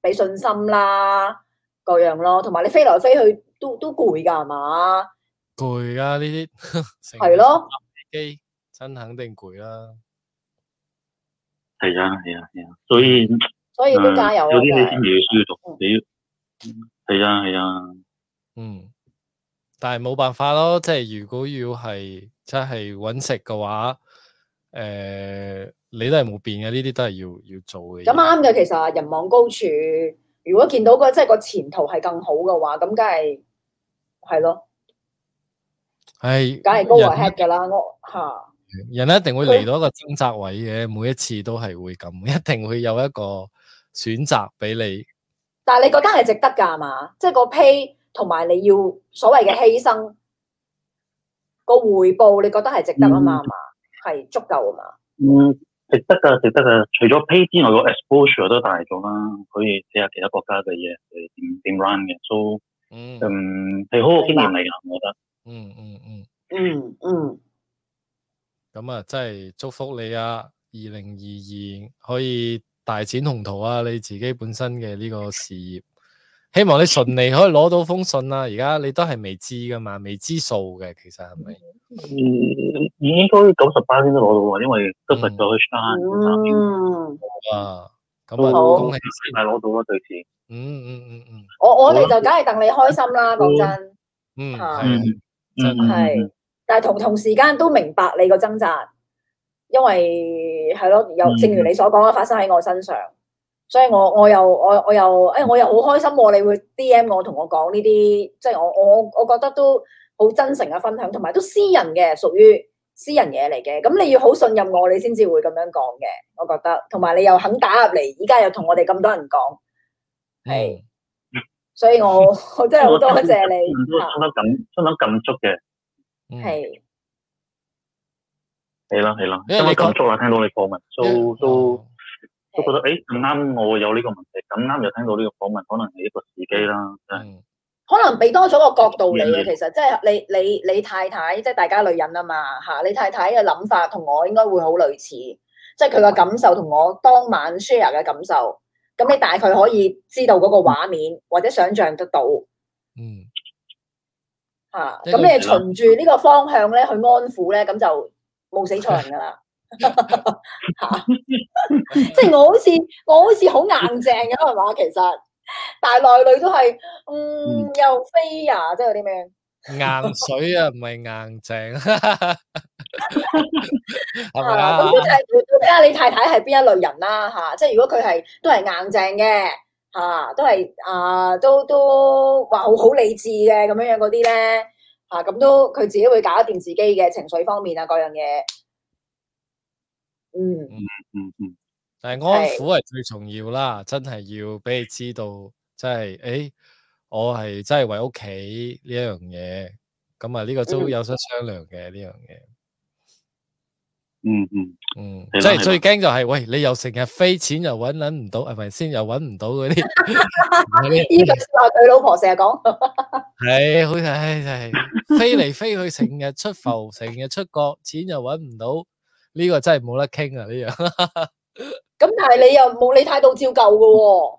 [SPEAKER 2] 俾信心啦，各樣咯。同埋你飛來飛去都都攰㗎，係嘛？
[SPEAKER 1] 攰啊噶呢啲， 成
[SPEAKER 2] 係咯。
[SPEAKER 1] 日機真肯定攰啦。
[SPEAKER 4] 係啊，係啊，係啊，所以
[SPEAKER 2] 所以都加油
[SPEAKER 4] 嗯
[SPEAKER 2] 啊！
[SPEAKER 4] 有啲
[SPEAKER 2] 真
[SPEAKER 4] 你先
[SPEAKER 2] 係
[SPEAKER 4] 要
[SPEAKER 2] 哦
[SPEAKER 4] 舒服，你係啊，係啊，
[SPEAKER 1] 嗯，但係冇辦法咯，即係如果要係真係揾食嘅話，诶、你都係冇變嘅，呢啲都係要要做嘅嘢。
[SPEAKER 2] 咁啊啱嘅，其實人望高處，如果見到個即係個前途係更好嘅話，咁梗係係咯，
[SPEAKER 1] Vâng, 唉，
[SPEAKER 2] 梗係高
[SPEAKER 4] 嗯
[SPEAKER 1] 人
[SPEAKER 2] ahead 㗎啦，我嚇
[SPEAKER 1] 人一定會嚟到一個掙扎位嘅，每一次都係會咁， 一定會有一個選擇俾你。
[SPEAKER 2] 但係你覺得係值得㗎係嘛？即係個 pay 同埋你要所謂嘅犧牲個回報，你覺得係值得啊嘛？係嘛？係足夠啊嘛？
[SPEAKER 8] 嗯，值得噶，值得噶。除咗 pay 之外，個 exposure 都大咗啦。佢哋睇下其他國家嘅嘢，佢點點 run 嘅，so
[SPEAKER 1] 嗯
[SPEAKER 8] 嗯係好好經驗嚟㗎，我覺得。
[SPEAKER 1] 嗯嗯嗯，
[SPEAKER 2] 嗯嗯，
[SPEAKER 1] 咁啊，真係祝福你啊！二零二二可以大展宏圖啊！你自己本身嘅呢個事業，希望你順利可以攞到封信啦、而家你都係未知噶嘛，未知數嘅，其實係咪？
[SPEAKER 8] 嗯，應該九十八先都攞到喎，因為都實咗 HR 三年，
[SPEAKER 2] 嗯，
[SPEAKER 1] 啊，咁啊，
[SPEAKER 2] 好
[SPEAKER 1] 恭喜
[SPEAKER 8] 係
[SPEAKER 1] 先！
[SPEAKER 8] 攞到咯，對此。
[SPEAKER 1] 嗯嗯嗯嗯
[SPEAKER 2] 我我哋就梗係戥你開心啦，講真。
[SPEAKER 1] 嗯，
[SPEAKER 2] 啊
[SPEAKER 1] 係啊真
[SPEAKER 4] 嗯
[SPEAKER 8] 嗯
[SPEAKER 2] 係，但係同同時間都明白你個掙扎，因為係咯，有
[SPEAKER 8] 嗯
[SPEAKER 2] 正如你所講啦，發生喺我身上，所以我我又我我又誒、哎我又好開心喎、你會 D M 我同我講呢啲，即係我我我覺得都好真誠嘅分享，同埋都私人嘅，屬於私人嘢嚟嘅。咁你要好信任我，你先至會咁樣講嘅，我覺得。同埋你又肯打入嚟，依家又同我哋咁多人講，係
[SPEAKER 1] 嗯
[SPEAKER 2] 所以我我真係好多謝你
[SPEAKER 8] 嗯都相當感，相當感觸嘅，
[SPEAKER 1] 嗯，
[SPEAKER 2] 係
[SPEAKER 8] 係啦係啦，
[SPEAKER 1] 因為
[SPEAKER 8] 相當
[SPEAKER 1] 你講
[SPEAKER 8] 感觸啊！聽到你訪問，都都
[SPEAKER 1] 哦
[SPEAKER 8] 都覺得誒咁啱，我有呢個問題，咁啱又聽到呢個訪問，可能係一個時機啦，真係。
[SPEAKER 1] 嗯
[SPEAKER 2] 可能俾多咗個角度你
[SPEAKER 8] 嗯
[SPEAKER 2] 啊，其實即係你你你太太，即係大家女人啊嘛嚇，你太太嘅諗法同我應該會好類似，即係佢嘅感受同我當晚 share 嘅感受，咁你大概可以知道嗰個畫面或者想像得到
[SPEAKER 1] 嗯。
[SPEAKER 2] 嚇，
[SPEAKER 1] 即係
[SPEAKER 2] 咁你循住呢個方向咧去安撫咧，咁就冇死錯人㗎啦。嚇！即係我好似我好似好硬正嘅係嘛，其實，但係內裏都係嗯
[SPEAKER 8] 嗯
[SPEAKER 2] 又飛呀，即係嗰啲咩？
[SPEAKER 1] 硬水啊，唔系硬 正，系咪
[SPEAKER 2] 啊，
[SPEAKER 1] 啊
[SPEAKER 2] 咁？都係要睇下你太太係邊一類人啦吓、即係如果佢係都係硬正嘅吓、都係啊都都話好好理智嘅咁樣樣嗰啲咧吓，咁、都佢自己會搞掂自己嘅情緒方面啊各樣嘢，嗯
[SPEAKER 8] 嗯嗯，
[SPEAKER 1] 但系安撫係最重要啦，真係要俾你知道，真係诶，我係真係為屋企呢一樣嘢，咁啊呢個都
[SPEAKER 2] 嗯
[SPEAKER 1] 有得商量嘅呢樣嘢。
[SPEAKER 8] 嗯嗯，
[SPEAKER 1] 嗯，
[SPEAKER 8] 係
[SPEAKER 1] 即
[SPEAKER 8] 啦係
[SPEAKER 1] 係
[SPEAKER 8] 啦
[SPEAKER 1] 最驚就係，喂，你又成日飛，錢又搵搵唔到，係咪先？又搵唔到嗰啲 嗰啲，
[SPEAKER 2] 呢句说話佢老婆成日講，
[SPEAKER 1] 系，好似唉， 真系飞嚟飛去，成日出埠，成日出國，錢又搵唔到，呢、個真係冇得傾啊！呢樣
[SPEAKER 2] 咁但係你又冇你態度照舊嘅喎，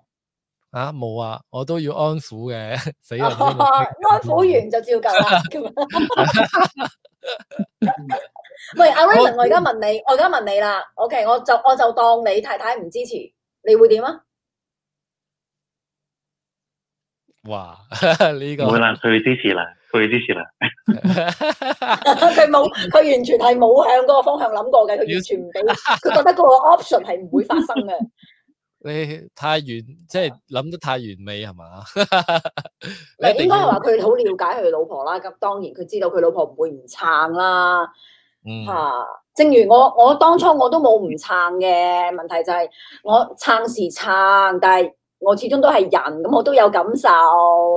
[SPEAKER 1] 啊冇啊，我都要安撫嘅， 死啊 人
[SPEAKER 2] 安撫哦完就照舊啦。咁樣喂，阿 Raymond，我而家問你，我而家問你啦，OK，我就我就當你太太唔支持，你會點啊？
[SPEAKER 1] 哇，呢、個
[SPEAKER 8] 唔會啦，佢支持啦，佢支持啦，
[SPEAKER 2] 佢冇，佢完全係冇向嗰個方向諗過嘅，佢完全唔俾，佢覺得嗰個 option 係唔會發生嘅。
[SPEAKER 1] 你太完，即係諗得太完美係嘛？
[SPEAKER 2] 唔係
[SPEAKER 1] 你一
[SPEAKER 2] 應
[SPEAKER 1] 定
[SPEAKER 2] 該係話
[SPEAKER 1] 要
[SPEAKER 2] 佢好了解佢老婆啦，咁當然佢知道佢老婆唔會唔撐啦。
[SPEAKER 1] 嗯
[SPEAKER 2] 吓、正如我我当初我都冇唔撐嘅，問題就係我撐是撐，但係我始終都係人，咁我都有感受。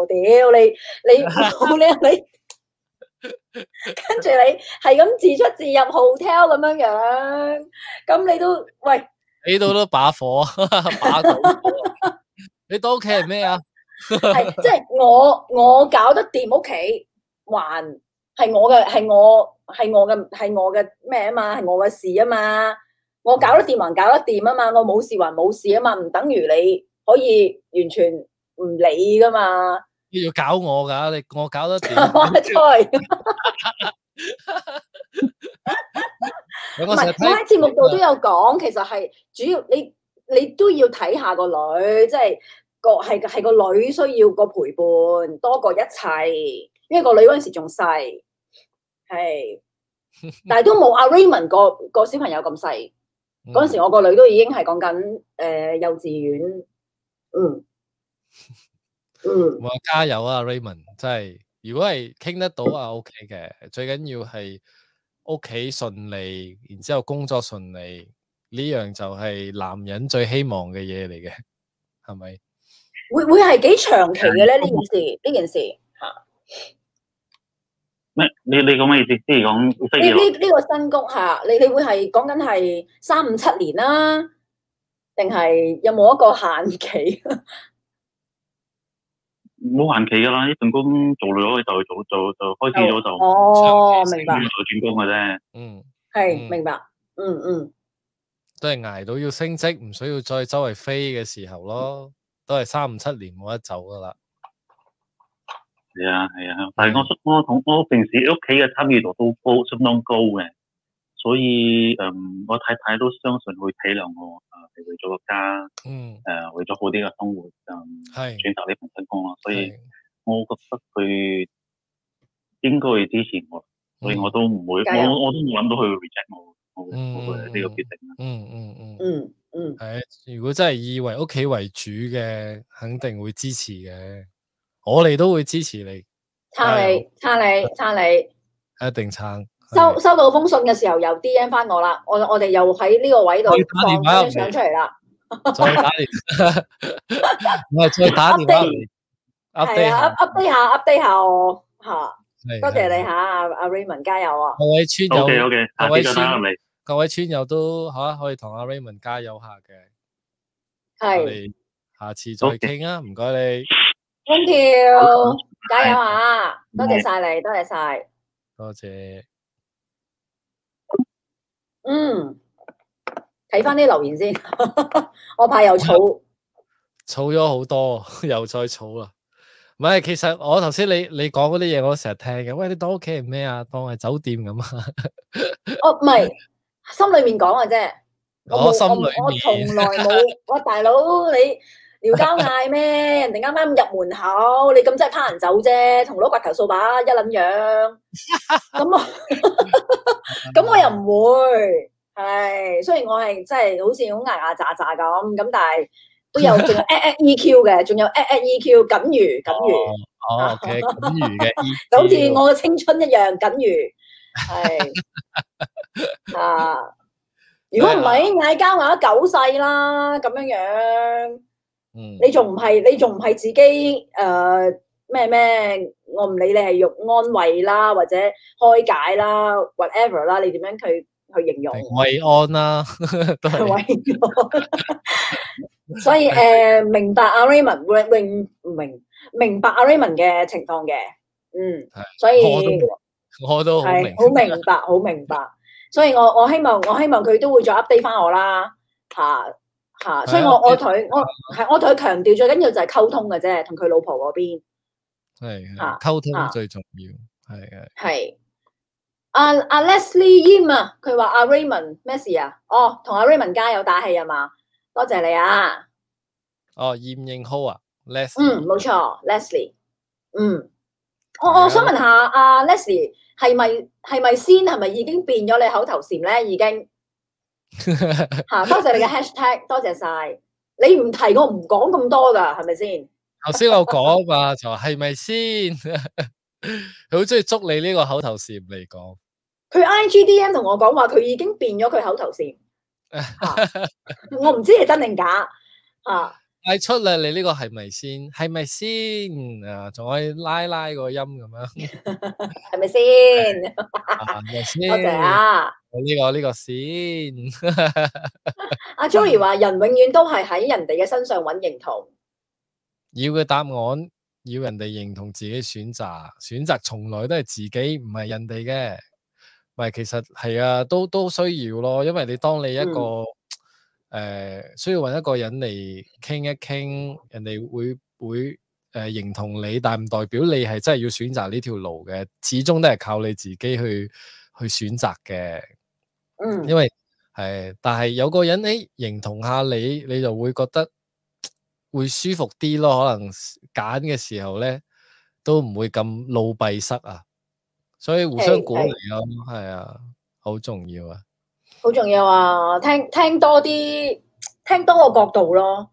[SPEAKER 2] 屌你你冇理由你，跟住你係咁自出自入 hotel 咁樣樣，咁你都喂
[SPEAKER 1] 你到都把火， 把到火。你當屋企係咩啊？
[SPEAKER 2] 係即係我我搞得掂屋企，還係我嘅係 我係我嘅係我嘅咩啊嘛，係我嘅事啊嘛，我搞得掂還搞得掂啊嘛，我冇事還冇事啊嘛，唔等於你可以完全唔理噶嘛，
[SPEAKER 1] 你要搞我㗎，你我搞得掂，
[SPEAKER 2] 我吹。唔係，我
[SPEAKER 1] 等我成日睇啊
[SPEAKER 2] 喺節目度都有講，其實係主要你你都要睇下個女，即係個係係個女需要個陪伴多過一切，因為個女嗰陣時仲細，係， 但係都冇阿 Raymond 個個小朋友咁細。
[SPEAKER 1] 嗯
[SPEAKER 2] 嗰陣時我個女都已經係講緊誒幼稚園，嗯嗯。 嗯
[SPEAKER 1] 我加油啊，Raymond！真係如果係傾得到啊，OK 嘅。最緊要係屋企順利，然之後工作順利，呢樣就係男人最希望嘅嘢嚟嘅，係咪？
[SPEAKER 2] 會會係幾長期嘅咧？呢件事呢件事吓，
[SPEAKER 8] 咩？你你講咩意思？即係講失
[SPEAKER 2] 呢
[SPEAKER 8] 業
[SPEAKER 2] 呢
[SPEAKER 8] 率
[SPEAKER 2] 呢個新谷吓，你你會係講緊係三五七年啦，定係有冇一個限期？
[SPEAKER 8] 冇限期㗎啦，呢份工做耐咗就做就就開始咗就
[SPEAKER 2] 哦，明白
[SPEAKER 8] 轉，轉工嘅啫。
[SPEAKER 1] 嗯，
[SPEAKER 2] 係
[SPEAKER 1] 嗯
[SPEAKER 2] 明白，嗯嗯，
[SPEAKER 1] 都係捱到要升職，唔需要再周圍飛嘅時候咯，都係三五七年冇得走噶啦。
[SPEAKER 8] 係啊係啊，但係我出我同我平時屋企嘅參與度都高，相當高嘅，所以嗯，我太太都相信會體諒我，啊、係為咗個家，誒、
[SPEAKER 1] 嗯，
[SPEAKER 8] 為咗好啲嘅生活，嗯，
[SPEAKER 1] 係
[SPEAKER 8] 選擇呢份新工啦，所以
[SPEAKER 1] 係
[SPEAKER 8] 我覺得佢應該會支持我，所以
[SPEAKER 1] 嗯
[SPEAKER 8] 我都唔會，
[SPEAKER 2] 嗯加油
[SPEAKER 8] 我我都冇諗到佢會 reject 我，我我嘅呢個決定啦。
[SPEAKER 1] 嗯嗯嗯。
[SPEAKER 2] 嗯嗯，
[SPEAKER 1] 系，如果真系以為屋企為主嘅，肯定會支持嘅。我哋都會支持你，
[SPEAKER 2] 撐你撐你撐你。
[SPEAKER 1] 一定撐。
[SPEAKER 2] 收
[SPEAKER 1] 係
[SPEAKER 2] 收到封信嘅時候又 D M 翻我啦，我我哋又喺呢個位度
[SPEAKER 1] 可以打
[SPEAKER 2] 放
[SPEAKER 1] 電話入
[SPEAKER 2] 張
[SPEAKER 1] 嚟
[SPEAKER 2] 相出嚟啦，
[SPEAKER 1] 再打電， 唔係再打電話嚟
[SPEAKER 2] 係
[SPEAKER 1] update
[SPEAKER 2] 啊
[SPEAKER 1] 下。
[SPEAKER 2] ，update 下 update 下我吓，
[SPEAKER 1] 係啊
[SPEAKER 2] 多謝你
[SPEAKER 1] 係
[SPEAKER 2] 吓，阿阿 Raymond 加油啊！
[SPEAKER 1] 各位村
[SPEAKER 8] O K O
[SPEAKER 1] 友，
[SPEAKER 8] K，
[SPEAKER 1] 各
[SPEAKER 8] 下
[SPEAKER 1] 位
[SPEAKER 8] 次再打入嚟，
[SPEAKER 1] 各位村友都吓可以同阿 Raymond 加油下嘅。
[SPEAKER 2] 係
[SPEAKER 1] 我哋下次再傾啊，唔該你，
[SPEAKER 2] ，thank you，加油啊！多謝晒你，多謝晒，
[SPEAKER 1] 多謝。
[SPEAKER 2] 嗯，睇翻啲留言先， 我怕又 儲，
[SPEAKER 1] 儲咗好多， 又再儲啦。唔係，其實我頭先你你講嗰啲嘢，我都成日聽嘅。喂，你當屋企係咩啊？當係酒店咁啊？
[SPEAKER 2] 我哦唔係心裏面講嘅啫，我冇
[SPEAKER 1] 我哦心
[SPEAKER 2] 我我
[SPEAKER 1] 裏面
[SPEAKER 2] 從來 冇，我大佬你。撩交嗌咩？人哋啱啱入門口，你咁真係拋人走啫，同攞掘頭掃把一撚樣。咁我咁 我又唔會，係雖然我係真係好似好牙牙咋咋咁，咁但係都有仲有 at at EQ 嘅，仲有 at at EQ 僅如僅如，
[SPEAKER 1] 哦哦，OK，僅餘嘅意思
[SPEAKER 2] 就 好似我嘅青春一樣僅如，係啊。如果唔係嗌交嗌咗九世啦，咁樣樣。
[SPEAKER 1] 嗯
[SPEAKER 2] 你仲唔係你仲唔係自己誒咩咩？我唔理你係用安慰啦，或者開解啦，whatever 啦，你點樣去去形容？
[SPEAKER 1] 慰安啦， 都係
[SPEAKER 2] 慰 我所以誒、呃明白阿 Raymond 會明明明白阿 Raymond 嘅情況嘅，嗯
[SPEAKER 1] 係，
[SPEAKER 2] 所以
[SPEAKER 1] 我都明我都好明
[SPEAKER 2] 係。好明白，好明白。所以我我希望我希望佢都會再 update 翻我啦，嚇、嚇、
[SPEAKER 1] 啊
[SPEAKER 2] 所以我我同佢我係我同佢強調最緊要就係溝通嘅啫，同佢老婆嗰邊
[SPEAKER 1] 係係
[SPEAKER 2] 啊
[SPEAKER 1] 溝通
[SPEAKER 2] 啊
[SPEAKER 1] 最重要，係係
[SPEAKER 2] 係。阿阿 Leslie Yim 啊，佢話阿 Raymond 咩事啊？哦，同阿 Raymond 加油打氣啊嘛，多謝你啊！
[SPEAKER 1] 哦，驗應好啊，less
[SPEAKER 2] 嗯，冇錯，Leslie。嗯，
[SPEAKER 1] 啊
[SPEAKER 2] 我我想問下阿、Leslie 係咪係咪先係咪已經變咗你口頭禪咧？已經。吓，多謝你嘅 hashtag，多謝晒。你唔提我唔講咁多噶，係咪先？
[SPEAKER 1] 頭先我講嘛，就係咪先？佢好中意捉你呢個口頭禪嚟講，
[SPEAKER 2] 佢 IGDM 同我講話，佢已經變咗佢口頭禪。嚇我唔知係真定假吓，
[SPEAKER 1] 嗌出啦！你呢個係咪先？係咪先？啊，仲可以拉拉個音咁樣。
[SPEAKER 2] 係咪先？
[SPEAKER 1] 啊咪先
[SPEAKER 2] 多謝啊！
[SPEAKER 1] 我呢個呢個先，
[SPEAKER 2] 阿 Joey 話：人永遠都係喺人哋嘅身上揾認同。
[SPEAKER 1] 要嘅答案要人哋認同自己選擇，選擇從來都係自己，唔係人哋嘅。唔係，其實係啊，都都需要咯，因為你當你一個誒、呃需要揾一個人嚟傾一傾，人哋會會誒、呃認同你，但唔代表你係真係要選擇呢條路嘅，始終都係靠你自己去去選擇嘅。
[SPEAKER 2] 嗯，
[SPEAKER 1] 因为系，但系有个人诶认同下你，你就会觉得会舒服啲咯。可能拣嘅时候咧，都唔会咁路闭塞啊。所以互相
[SPEAKER 2] 系
[SPEAKER 1] 鼓励咯，系啊，好重要啊。
[SPEAKER 2] 好重要啊！聽聽多啲，聽多個角度咯。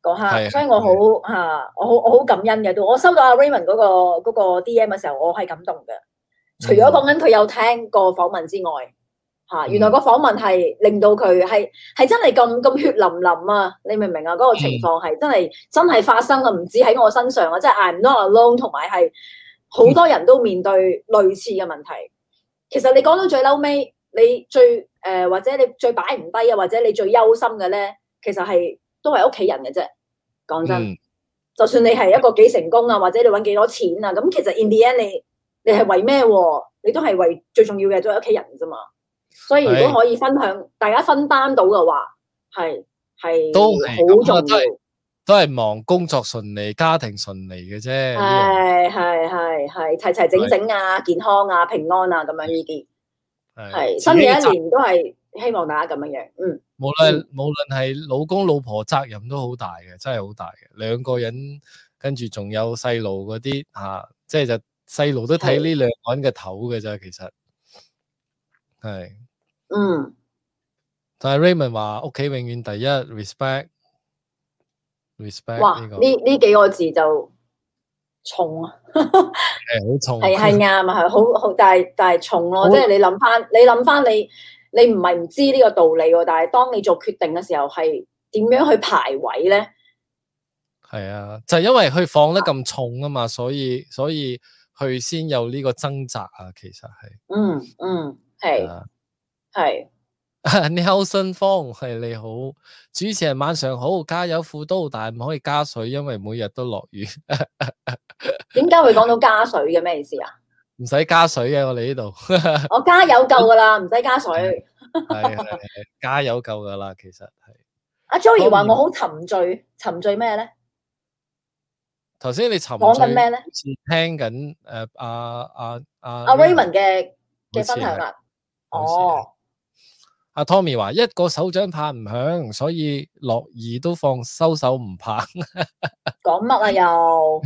[SPEAKER 2] 嗰
[SPEAKER 1] 係
[SPEAKER 2] 刻，所以我好吓、我好我好感恩嘅都。我收到阿 Raymond 嗰、個嗰、個 D.M 嘅時候，我係感動嘅。除咗
[SPEAKER 1] 嗯
[SPEAKER 2] 講緊佢有聽過訪問之外，吓、原來個訪問係令到佢係係真係咁咁血淋淋啊！你明唔明啊？嗰、個情況係真係真係發生啊，唔止喺我身上啊，即係 I'm not alone，同埋係好多人都面對類似嘅問題。其實你講到最嬲尾，你最誒、呃或者你最擺唔低啊，或者你最憂心嘅咧，其實係都係屋企人嘅啫。講真。
[SPEAKER 1] 嗯
[SPEAKER 2] 就算你係一個幾成功啊，或者你揾幾多錢啊，咁其實 in the end 你你係為咩喎？你都係為最重要嘅都係屋企人啫嘛。所以如
[SPEAKER 1] 係
[SPEAKER 2] 果可以分享，大家分擔到嘅話，係係
[SPEAKER 1] 都係咁啊
[SPEAKER 2] 好
[SPEAKER 1] 都
[SPEAKER 2] 重
[SPEAKER 1] 係
[SPEAKER 2] 要。
[SPEAKER 1] 都係忙工作順利、家庭順利嘅啫。呢
[SPEAKER 2] 係
[SPEAKER 1] 樣
[SPEAKER 2] 係係係齊齊整整啊，健康啊，平安啊，咁樣呢啲係新嘅
[SPEAKER 1] 啊自己責
[SPEAKER 2] 一年都係希望大家咁樣樣，嗯，
[SPEAKER 1] 無論無論係老公老婆責任都好大嘅，真係好大嘅。兩個人跟住仲有細路嗰啲啊，即係就細路都睇呢兩個人嘅頭嘅咋，其實係。
[SPEAKER 2] 嗯，
[SPEAKER 1] 但係 Raymond 話屋企永遠第一，respect，respect
[SPEAKER 2] 哇！
[SPEAKER 1] 呢個
[SPEAKER 2] 呢呢幾個字就重啊，
[SPEAKER 1] 哦係好重，
[SPEAKER 2] 係係啱啊，係好好，但係但係重咯，即係你諗翻，你諗翻你你唔係唔知呢個道理喎，但係當你做決定嘅時候係點樣去排位咧？
[SPEAKER 1] 係啊，就係因為佢放得咁重啊嘛，所以所以佢先有呢個掙扎啊，其實係
[SPEAKER 2] 嗯嗯，係
[SPEAKER 1] 啊。
[SPEAKER 2] 係，
[SPEAKER 1] 你好，信方系你好，主持人晚上好，加油副都，但系唔可以加水，因為每日都落雨，
[SPEAKER 2] 點解會講到加水嘅咩意 思啊？
[SPEAKER 1] 唔使加水嘅，我哋呢 度
[SPEAKER 2] 我加油夠噶啦，唔使加水。
[SPEAKER 1] 係系加油夠噶啦，其實係
[SPEAKER 2] 阿 Joey 話
[SPEAKER 1] 當
[SPEAKER 2] 我
[SPEAKER 1] 然
[SPEAKER 2] 好沉醉，沉醉咩咧？
[SPEAKER 1] 頭先你沉醉
[SPEAKER 2] 講緊咩咧
[SPEAKER 1] 好似聽緊诶阿阿阿
[SPEAKER 2] 阿 Raymond 嘅嘅
[SPEAKER 1] 好
[SPEAKER 2] 分
[SPEAKER 1] 似
[SPEAKER 2] 享啊
[SPEAKER 1] 係
[SPEAKER 2] 啦。
[SPEAKER 1] 好似係
[SPEAKER 2] 哦，
[SPEAKER 1] 啊阿 Tommy 話一個手掌拍唔響，所以樂兒都放收手唔拍，
[SPEAKER 2] 講乜啊又？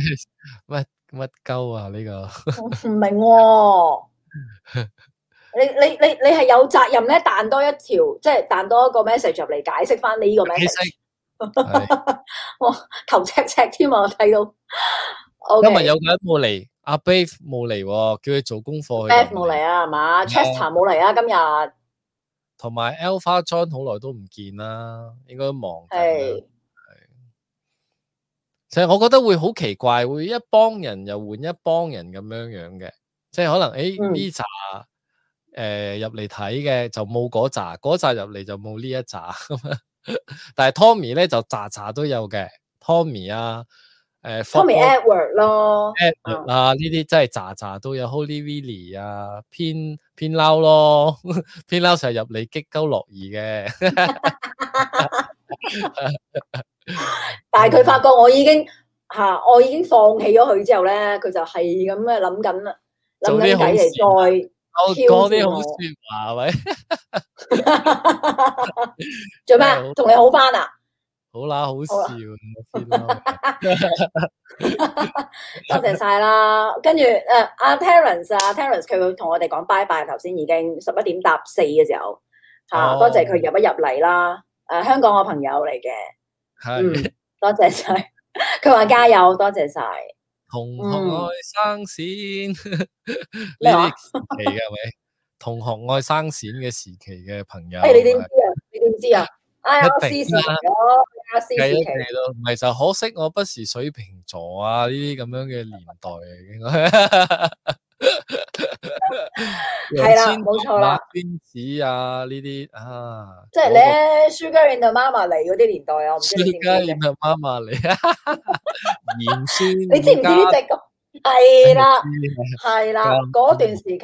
[SPEAKER 1] 乜鳩啊呢個？
[SPEAKER 2] 唔明喎、 你你你你係有責任咧，彈多一條，即係彈多一個 message 入嚟解釋翻你呢個
[SPEAKER 1] 其
[SPEAKER 2] message，
[SPEAKER 1] 實係
[SPEAKER 2] 頭赤赤添啊！我睇到。O
[SPEAKER 1] 今日
[SPEAKER 2] K。
[SPEAKER 1] 有個人冇嚟，阿 Brave 冇嚟喎，叫佢做功課。
[SPEAKER 2] Beth 冇嚟。啊，係嘛？Chester 冇嚟啊，今日
[SPEAKER 1] 同埋 Alpha John 好耐都唔見啦，應該都忙緊啦。
[SPEAKER 2] 係
[SPEAKER 1] 其實我覺得會好奇怪，會一幫人又換一幫人咁樣樣嘅，即係可能誒
[SPEAKER 2] 嗯
[SPEAKER 1] 呢扎誒入嚟睇嘅就冇嗰扎，嗰扎入嚟就冇呢一扎。 但係 Tommy 咧就扎扎都有嘅，Tommy 啊，誒
[SPEAKER 2] Tommy
[SPEAKER 1] Fort-
[SPEAKER 2] Edward 咯，
[SPEAKER 1] Edward 啊，呢啲真係渣渣都有 Holy Willie 啊，偏偏撈咯， 偏撈成日入嚟激鳩樂兒嘅，
[SPEAKER 2] 但係佢發覺我已經吓、我已經放棄咗佢之後咧，佢就係咁嘅諗緊啦，諗
[SPEAKER 1] 做
[SPEAKER 2] 緊
[SPEAKER 1] 啲好
[SPEAKER 2] 計嚟再
[SPEAKER 1] 我
[SPEAKER 2] 挑
[SPEAKER 1] 講啲
[SPEAKER 2] 戰
[SPEAKER 1] 好
[SPEAKER 2] 我
[SPEAKER 1] 说話喂，
[SPEAKER 2] 做咩
[SPEAKER 1] 真係
[SPEAKER 2] 啊
[SPEAKER 1] 好？
[SPEAKER 2] 同你好翻啊？
[SPEAKER 1] 好啦，好笑
[SPEAKER 2] 好
[SPEAKER 1] 啊
[SPEAKER 2] 啦
[SPEAKER 1] 偏撈，
[SPEAKER 2] 多謝晒啦，跟住誒阿 Terence 啊，Terence 佢會同我哋講拜拜，頭先已經十一點搭四嘅時候嚇，
[SPEAKER 1] 哦
[SPEAKER 2] 多謝佢入一入嚟啦。誒、香港嘅朋友嚟嘅，嗯
[SPEAKER 1] 係，
[SPEAKER 2] 多謝晒。 佢話加油，多謝晒。
[SPEAKER 1] 同
[SPEAKER 2] 嗯
[SPEAKER 1] 學愛生閃 呢
[SPEAKER 2] 咩話
[SPEAKER 1] 啲時期嘅係咪？同學愛生閃嘅時期嘅朋友，
[SPEAKER 2] 誒、你點知啊？你點知啊？哎呀，我
[SPEAKER 1] 一定
[SPEAKER 2] 試試
[SPEAKER 1] 啦
[SPEAKER 2] 咗，阿試
[SPEAKER 1] 係啊
[SPEAKER 2] 試
[SPEAKER 1] 一
[SPEAKER 2] 期，
[SPEAKER 1] 期咯，唔係就可惜我不是水瓶座啊，呢啲咁樣嘅年代嚟嘅。
[SPEAKER 2] 係 啦冇錯啦，
[SPEAKER 1] 仙子啊呢啲啊，
[SPEAKER 2] 即係咧 Sugar in the Mama 嚟嗰啲年代啊，我唔知你知唔知
[SPEAKER 1] 家
[SPEAKER 2] 嘅
[SPEAKER 1] 燕。係媽媽嚟 啊，鹽酸
[SPEAKER 2] 你知唔知呢啊
[SPEAKER 1] 加
[SPEAKER 2] 只歌？係啦。
[SPEAKER 1] 啲
[SPEAKER 2] 係啦
[SPEAKER 1] 咁，
[SPEAKER 2] 嗰段時期，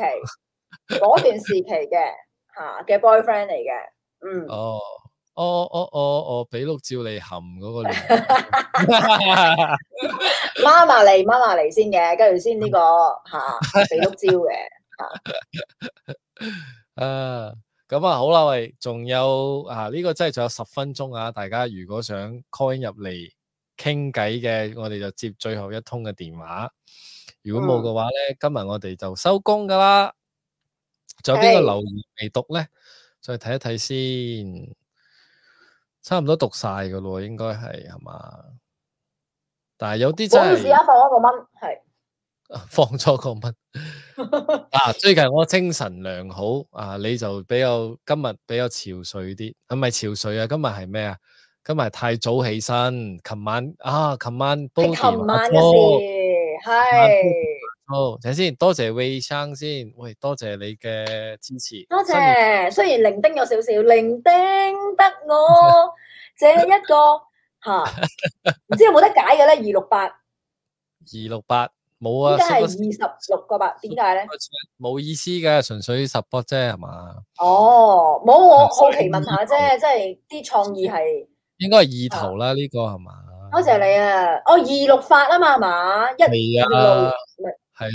[SPEAKER 2] 嗰段時期嘅吓嘅 boyfriend 嚟嘅， 嗯，
[SPEAKER 1] 哦。哦哦哦哦，俾碌照你含嗰個年 代，
[SPEAKER 2] 媽媽嚟媽媽嚟先嘅，跟住先呢個吓俾碌蕉嘅，
[SPEAKER 1] 啊，咁啊好啦，喂，仲有啊呢、個真係仲有十分鐘啊！大家如果想 call in 入嚟傾偈嘅，我哋就接最後一通嘅電話。如果冇嘅話咧，今日我哋就收工噶啦。仲有邊個
[SPEAKER 2] 係
[SPEAKER 1] 留言未讀咧？再睇一睇先。差唔多讀晒噶咯，應該係係嘛？但係有啲
[SPEAKER 2] 我
[SPEAKER 1] 真
[SPEAKER 2] 要試
[SPEAKER 1] 係
[SPEAKER 2] 下放一個蚊，係
[SPEAKER 1] 放咗 個蚊。啊，最近我精神良好啊，你就比較今日比較憔悴啲，係咪憔悴啊？今日係咩啊？今日係太早起身，琴晚啊，琴晚煲
[SPEAKER 2] 係
[SPEAKER 1] 電
[SPEAKER 2] 琴晚
[SPEAKER 1] 話
[SPEAKER 2] 嘅
[SPEAKER 1] 煲
[SPEAKER 2] 事，係
[SPEAKER 1] 好，睇先，多謝 Wei 生先，喂，多謝你嘅支持，
[SPEAKER 2] 多
[SPEAKER 1] 新
[SPEAKER 2] 謝。
[SPEAKER 1] 年
[SPEAKER 2] 雖然零丁有少少，零丁得我這一個嚇，唔知有冇得解嘅咧？二六八
[SPEAKER 1] 二六八冇
[SPEAKER 2] 點
[SPEAKER 1] 啊，
[SPEAKER 2] 解係
[SPEAKER 1] support
[SPEAKER 2] 二十六個八？點解咧？
[SPEAKER 1] 冇意思嘅，純粹 support 啫，係嘛？
[SPEAKER 2] 哦，冇我
[SPEAKER 1] 所
[SPEAKER 2] 好
[SPEAKER 1] 以
[SPEAKER 2] 奇問下啫，即係啲創意係。
[SPEAKER 1] 應該係二頭啦，呢個係嘛？
[SPEAKER 2] 多謝你啊！哦，二六八啊嘛，係嘛？一
[SPEAKER 1] 係
[SPEAKER 2] 路
[SPEAKER 1] 啊，係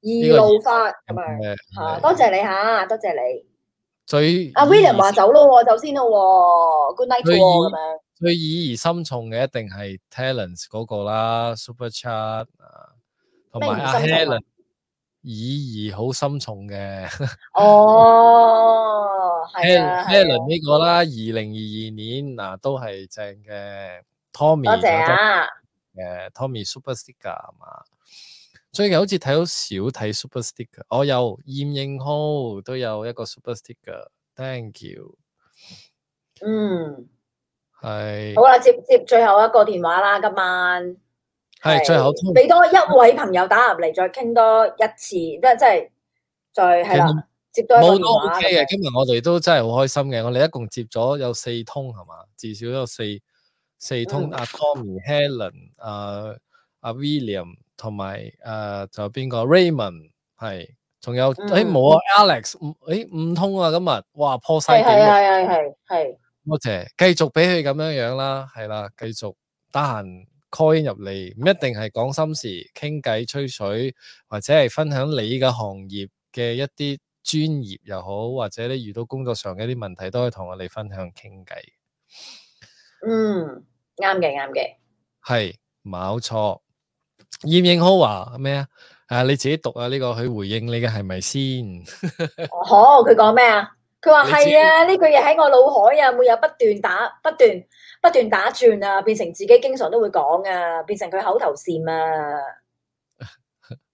[SPEAKER 1] 呢
[SPEAKER 2] 二
[SPEAKER 1] 個
[SPEAKER 2] 路發咁咪啊
[SPEAKER 1] 誒
[SPEAKER 2] 吓，
[SPEAKER 1] 係嗯
[SPEAKER 2] 多謝你吓，多謝你。
[SPEAKER 1] 最
[SPEAKER 2] 阿
[SPEAKER 1] 以
[SPEAKER 2] William 話走咯喎，走先咯喎，Good night to
[SPEAKER 1] 佢
[SPEAKER 2] all
[SPEAKER 1] 已
[SPEAKER 2] 咁樣。
[SPEAKER 1] 最以而深重嘅一定係 Talents 嗰個啦，Super Chat 啊，同埋
[SPEAKER 2] 咩
[SPEAKER 1] 阿
[SPEAKER 2] 而深重啊
[SPEAKER 1] Helen 以而好深重嘅。
[SPEAKER 2] 哦，係
[SPEAKER 1] Helen
[SPEAKER 2] 啊，係啊
[SPEAKER 1] Helen 呢個啦，二零二二年嗱都係正嘅，Tommy
[SPEAKER 2] 多謝
[SPEAKER 1] 就得
[SPEAKER 2] 啊！
[SPEAKER 1] 嘅 Tommy Super Sticker 係嘛？最近好似睇到少睇 Super Sticker，我、有燕應浩都有一個 Super Sticker，Thank you，
[SPEAKER 2] 嗯，
[SPEAKER 1] 係
[SPEAKER 2] 好啦，接接最後一個電話啦，今晚
[SPEAKER 1] 係最後通
[SPEAKER 2] 俾多一位朋友打入嚟，再傾多一次，即係即係再係
[SPEAKER 1] 其實
[SPEAKER 2] 啦，接多一個
[SPEAKER 1] 冇都
[SPEAKER 2] 電話
[SPEAKER 1] OK
[SPEAKER 2] 咁
[SPEAKER 1] 嘅，
[SPEAKER 2] 樣。
[SPEAKER 1] 今日我哋都真係好開心嘅，我哋一共接咗有四通係嘛，至少有四四通
[SPEAKER 2] 嗯
[SPEAKER 1] 阿 Tommy、Helen、啊阿 William 同埋誒仲有邊個 Raymond 係，仲有
[SPEAKER 2] 嗯
[SPEAKER 1] 誒冇啊 Alex 五誒五通啊今日，哇破晒
[SPEAKER 2] 係
[SPEAKER 1] 紀
[SPEAKER 2] 係係
[SPEAKER 1] 錄。
[SPEAKER 2] 係係係，
[SPEAKER 1] 多謝，繼續俾佢咁樣樣啦，係啦，繼續得閒 call in 入嚟，唔一定係講心事、傾偈、吹水，或者係分享你嘅行業嘅一啲專業又好，或者你遇到工作上嘅一啲問題，都可以同我哋分享傾偈。
[SPEAKER 2] 嗯，啱嘅啱嘅。
[SPEAKER 1] 係冇錯，燕應好話咩啊？啊，你自己讀啊！呢、個佢回應你嘅係咪先？
[SPEAKER 2] 哦，佢講咩啊？佢話
[SPEAKER 1] 你知
[SPEAKER 2] 係啊，呢句嘢喺我腦海啊，每日不斷打，不斷不斷打轉啊，變成自己經常都會講啊，變成佢口頭禪啊。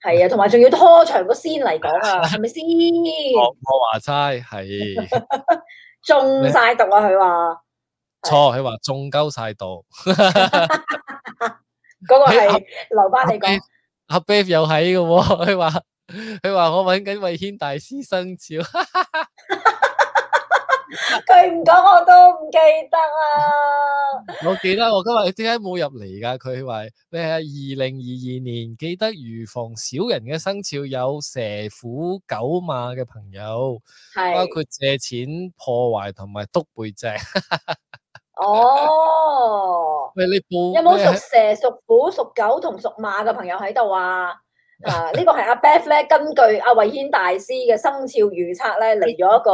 [SPEAKER 2] 係啊，同埋仲要拖長個先嚟講啊，係咪先？
[SPEAKER 1] 我我話齋係
[SPEAKER 2] 中晒毒啊！佢話
[SPEAKER 1] 錯，佢話中鳩晒度。
[SPEAKER 2] 嗰個
[SPEAKER 1] 係
[SPEAKER 2] 係留翻你講。
[SPEAKER 1] 阿 Bev 又喺嘅喎， 佢話佢話我揾緊慧軒大師生肖，
[SPEAKER 2] 佢唔講我都唔記得啊！
[SPEAKER 1] 我記得我今日點解冇入嚟㗎？佢話你係二零二二年記得預防小人嘅生肖有蛇虎狗馬嘅朋友，包
[SPEAKER 2] 係
[SPEAKER 1] 括借錢破壞同埋督背脊。
[SPEAKER 2] 哦，
[SPEAKER 1] 喂，你報
[SPEAKER 2] 有冇
[SPEAKER 1] 咩啊
[SPEAKER 2] 屬蛇、屬虎、屬狗同屬馬嘅朋友喺度 啊？啊，呢個係阿 Beth 咧，根據阿慧軒大師嘅生肖預測咧，嚟咗一個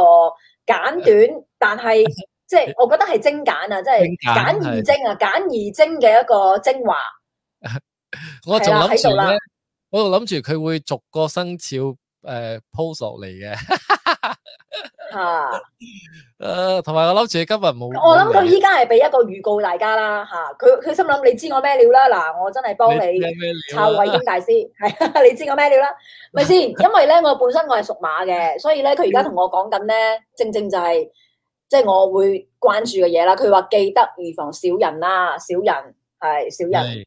[SPEAKER 2] 簡短， 但係即係我覺得係精簡啊，即係
[SPEAKER 1] 精簡
[SPEAKER 2] 簡而精啊，簡而精嘅一個精華。
[SPEAKER 1] 我仲
[SPEAKER 2] 係啦
[SPEAKER 1] 諗
[SPEAKER 2] 喺度
[SPEAKER 1] 住
[SPEAKER 2] 啦
[SPEAKER 1] 咧，我仲諗住佢會逐個生肖誒 post 落嚟嘅。
[SPEAKER 2] 吓，
[SPEAKER 1] 誒，呃同埋我諗住佢今日冇，
[SPEAKER 2] 我諗佢
[SPEAKER 1] 冇嚟
[SPEAKER 2] 依家嗯係俾一個預告大家啦，吓，佢佢心諗你知我咩料啦，嗱，我真係幫
[SPEAKER 1] 你
[SPEAKER 2] 你
[SPEAKER 1] 知有咩料
[SPEAKER 2] 抄
[SPEAKER 1] 啊
[SPEAKER 2] 慧英大師， 係啊你知我咩料啦？咪先，因為咧我本身我係屬馬嘅， 所以咧佢而家同我講緊咧，正正就係即係我會關注嘅嘢啦。佢話記得預防小人啦，小人係小人，
[SPEAKER 1] 係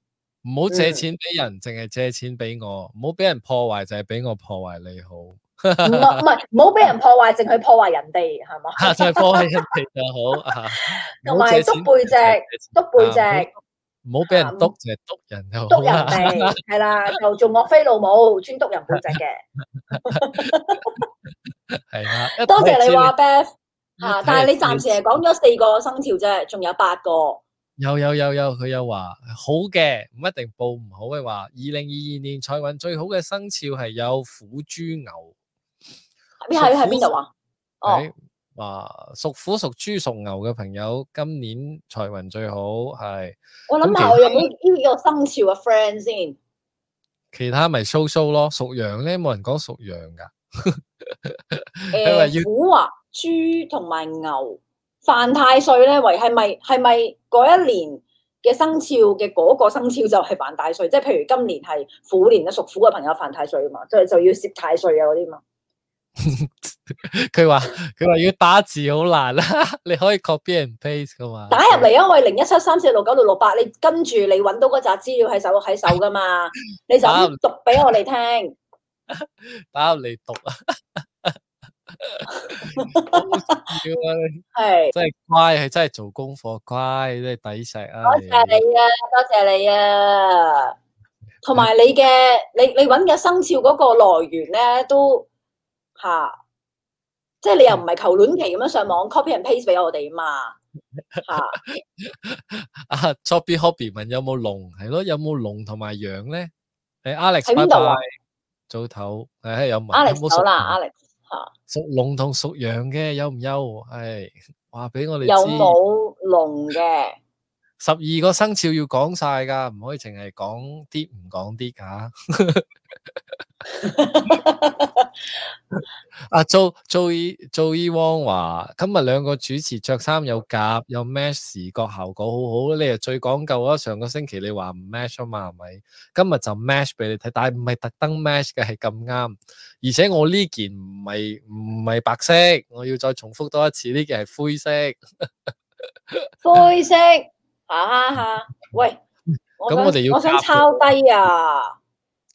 [SPEAKER 1] 唔好借
[SPEAKER 2] 嗯
[SPEAKER 1] 錢俾人，淨係借錢俾我，唔好俾人破壞，就係俾我破壞你好，
[SPEAKER 2] 唔係唔係唔好俾人破壞，淨係破壞人哋係嘛？
[SPEAKER 1] 就係啊破壞人哋就好啊。
[SPEAKER 2] 同埋督背脊，督背脊。
[SPEAKER 1] 唔啊好俾人督，
[SPEAKER 2] 啊
[SPEAKER 1] 淨係督人就好
[SPEAKER 2] 督人
[SPEAKER 1] 啦。
[SPEAKER 2] 哋係啦，就做岳飛老母，專督人背脊嘅。
[SPEAKER 1] 係啦，一睇
[SPEAKER 2] 多謝
[SPEAKER 1] 就
[SPEAKER 2] 你
[SPEAKER 1] 知
[SPEAKER 2] 話 Beth
[SPEAKER 1] 你
[SPEAKER 2] 啊但
[SPEAKER 1] 一睇就知你，
[SPEAKER 2] 係你暫時係講咗四個生肖啫，仲有八個。
[SPEAKER 1] 有有有有，佢有話好嘅，唔一定報唔好嘅話。二零二二年賽運最好嘅生肖係有虎、豬、牛。
[SPEAKER 2] 邊喺喺邊度啊？哦，
[SPEAKER 1] 诶，话屬虎、屬豬、屬牛嘅朋友，今年財運最好，係
[SPEAKER 2] 我諗下我有冇呢個生肖嘅 friend 先。
[SPEAKER 1] 其他咪 show show 咯。屬羊咧，冇人講屬羊噶，佢話
[SPEAKER 2] 诶
[SPEAKER 1] 要，
[SPEAKER 2] 虎啊、豬同埋牛，犯太歲咧，為係咪係咪嗰一年嘅生肖嘅嗰個生肖就係犯太歲？即係譬如今年係虎年咧，屬虎嘅朋友犯太歲啊嘛，即係就要攝太歲啊嗰啲嘛。
[SPEAKER 1] 佢话佢话要打字好难啦， 你可以 copy and paste 噶嘛？
[SPEAKER 2] 打入嚟，因為零一七三四六九六六八，你跟住你揾到嗰扎資料喺手喺手噶嘛，你就
[SPEAKER 1] 啱
[SPEAKER 2] 咁讀俾我哋聽。
[SPEAKER 1] 打入嚟读啊！要啊你
[SPEAKER 2] 係，
[SPEAKER 1] 真系乖，系真系做功课乖，真系抵食啊！
[SPEAKER 2] 多
[SPEAKER 1] 你
[SPEAKER 2] 謝你啊，多謝你啊。同埋你嘅你你揾嘅生肖嗰個來源咧，都吓、即係你又唔係求戀期咁樣上網 copy and paste 俾我哋 嘛吓。
[SPEAKER 1] 啊，Choppy Hobby 问有冇龙，系咯，有冇龙同埋羊咧？诶，Alex，
[SPEAKER 2] 喺邊度啊
[SPEAKER 1] 拜拜早唞，诶，有问
[SPEAKER 2] Alex
[SPEAKER 1] 有冇
[SPEAKER 2] 走
[SPEAKER 1] 啊屬
[SPEAKER 2] 啦啊
[SPEAKER 1] 龍
[SPEAKER 2] ，Alex
[SPEAKER 1] 属龙同属羊嘅有唔有？系话俾我哋
[SPEAKER 2] 有
[SPEAKER 1] 知
[SPEAKER 2] 冇龍嘅？
[SPEAKER 1] 十二個生肖要講晒噶，唔可以淨係講啲唔講啲 噶。阿 Jo Joey Joey Wong 話：今日兩個主持着衫有夾，有 match 視覺效果好好。你又最講究啦，上個星期你話唔 match 啊嘛，係咪？今日就 match 俾你睇，但係唔係特登 match 嘅，係咁啱。而且我呢件唔係唔係白色，我要再重複多一次，呢件係灰色。
[SPEAKER 2] 灰色， 吓吓，喂，我
[SPEAKER 1] 咁
[SPEAKER 2] 想
[SPEAKER 1] 我哋要
[SPEAKER 2] 我想
[SPEAKER 1] 夾
[SPEAKER 2] 抄低啊，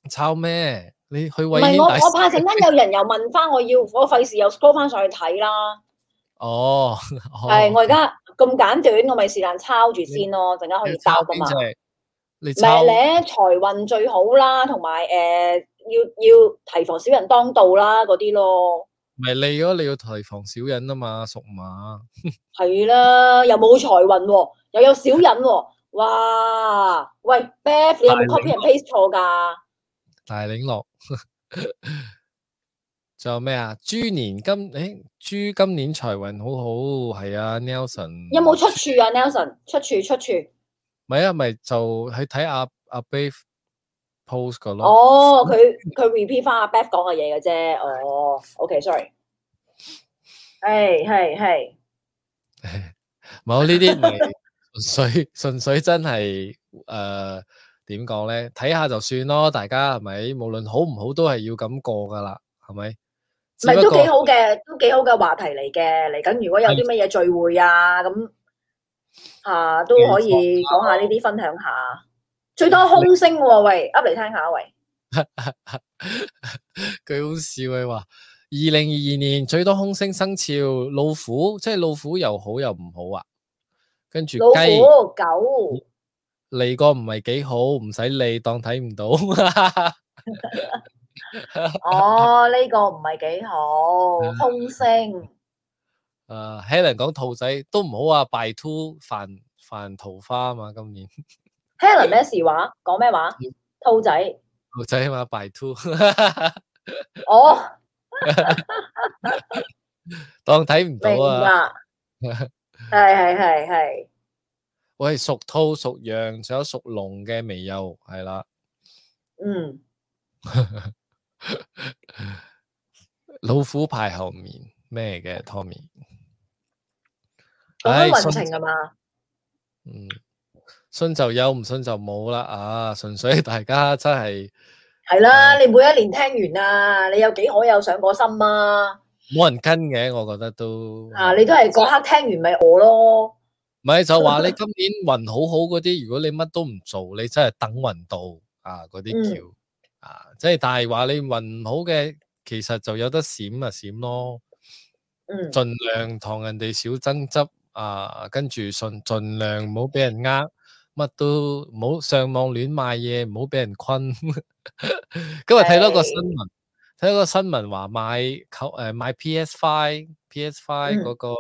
[SPEAKER 1] 抄咩？你去
[SPEAKER 2] 唔
[SPEAKER 1] 喂
[SPEAKER 2] 係
[SPEAKER 1] 煙
[SPEAKER 2] 我
[SPEAKER 1] 大
[SPEAKER 2] 我怕陣間有人又問翻我要，我費事又 scroll 翻上去睇啦。
[SPEAKER 1] 哦，
[SPEAKER 2] 係
[SPEAKER 1] 哦嗯
[SPEAKER 2] 我而家咁簡短，我咪是但抄住先咯，陣間可
[SPEAKER 1] 你
[SPEAKER 2] 以答
[SPEAKER 1] 抄
[SPEAKER 2] 啊
[SPEAKER 1] 邊
[SPEAKER 2] 嘛。
[SPEAKER 1] 隻？你
[SPEAKER 2] 唔係
[SPEAKER 1] 抄
[SPEAKER 2] 咧，財運最好啦，同埋誒要要提防小人當道啦，嗰啲咯，
[SPEAKER 1] 咪你咯，你要提防小人啊嘛，屬馬。
[SPEAKER 2] 係啦，又冇財運喎，又有小人喎，哇！喂，Beth，你有冇 copy and paste 錯㗎？
[SPEAKER 1] 大領落。仲有咩啊？豬年今诶，豬今年財運好好，係啊，Nelson
[SPEAKER 2] 有冇出處啊，Nelson？出處出處。
[SPEAKER 1] 咪啊，咪就去睇阿阿 Brave post 個咯。
[SPEAKER 2] 哦，佢佢 repeat 翻阿 Beth 講嘅嘢嘅啫。哦，OK，sorry。係係係，
[SPEAKER 1] 冇呢啲唔係純粹 純粹真係诶點講咧？睇下就算咯，大家係咪？無論好唔好都係要咁過噶啦，係咪？
[SPEAKER 2] 唔
[SPEAKER 1] 只
[SPEAKER 2] 係
[SPEAKER 1] 不
[SPEAKER 2] 都
[SPEAKER 1] 過
[SPEAKER 2] 幾好嘅，都幾好嘅話題嚟嘅。嚟緊如果有啲乜嘢聚會啊，咁啊都可以講下呢啲，分享下。最多空聲喎，喂，up 嚟聽下，喂，
[SPEAKER 1] 佢好笑佢話：二零二二年最多空星生肖老虎，即係老虎又好又唔好啊。跟住
[SPEAKER 2] 老
[SPEAKER 1] 雞
[SPEAKER 2] 虎 狗，
[SPEAKER 1] 嚟個唔係幾好，唔使理，當睇唔到。
[SPEAKER 2] 哦，呢個唔係幾好，
[SPEAKER 1] 嗯
[SPEAKER 2] 空聲。
[SPEAKER 1] 诶、h e l e n 講兔仔都唔好啊，敗兔犯犯桃花啊嘛，今年
[SPEAKER 2] Helen 咩事話？講咩話？兔仔。
[SPEAKER 1] 兔仔啊嘛，敗兔
[SPEAKER 2] 哦，
[SPEAKER 1] 當睇唔到
[SPEAKER 2] 明
[SPEAKER 1] 啊。
[SPEAKER 2] 啦， 係係係係，
[SPEAKER 1] 喂，屬兔、屬羊，仲有屬龍嘅未有，係啦。
[SPEAKER 2] 嗯，
[SPEAKER 1] 老虎排後面咩嘅，Tommy？
[SPEAKER 2] 講
[SPEAKER 1] 唉
[SPEAKER 2] 緊運
[SPEAKER 1] 信
[SPEAKER 2] 程啊嘛，
[SPEAKER 1] 嗯，信就有，唔信就冇啦。啊，純粹 大家真係
[SPEAKER 2] 係啦，你每一年聽完啊，你有幾可有上過心啊？
[SPEAKER 1] 冇人跟嘅，我覺得都
[SPEAKER 2] 啊，你都係嗰刻聽完咪我咯，
[SPEAKER 1] 唔係就話你今年運好好嗰啲，如果你乜都唔做，你真係等運到啊嗰啲
[SPEAKER 2] 嗯
[SPEAKER 1] 叫、啊，即係但係話你運唔好嘅，其實就有得閃啊閃咯，
[SPEAKER 2] 嗯，
[SPEAKER 1] 盡量同人哋少爭執啊，跟住盡盡量唔好俾人呃。乜都唔好上網亂買嘢，唔好俾人坤。 今日睇到個新聞，睇到個新聞話買購誒買 PS Five、PS
[SPEAKER 2] 嗯
[SPEAKER 1] Five 嗰個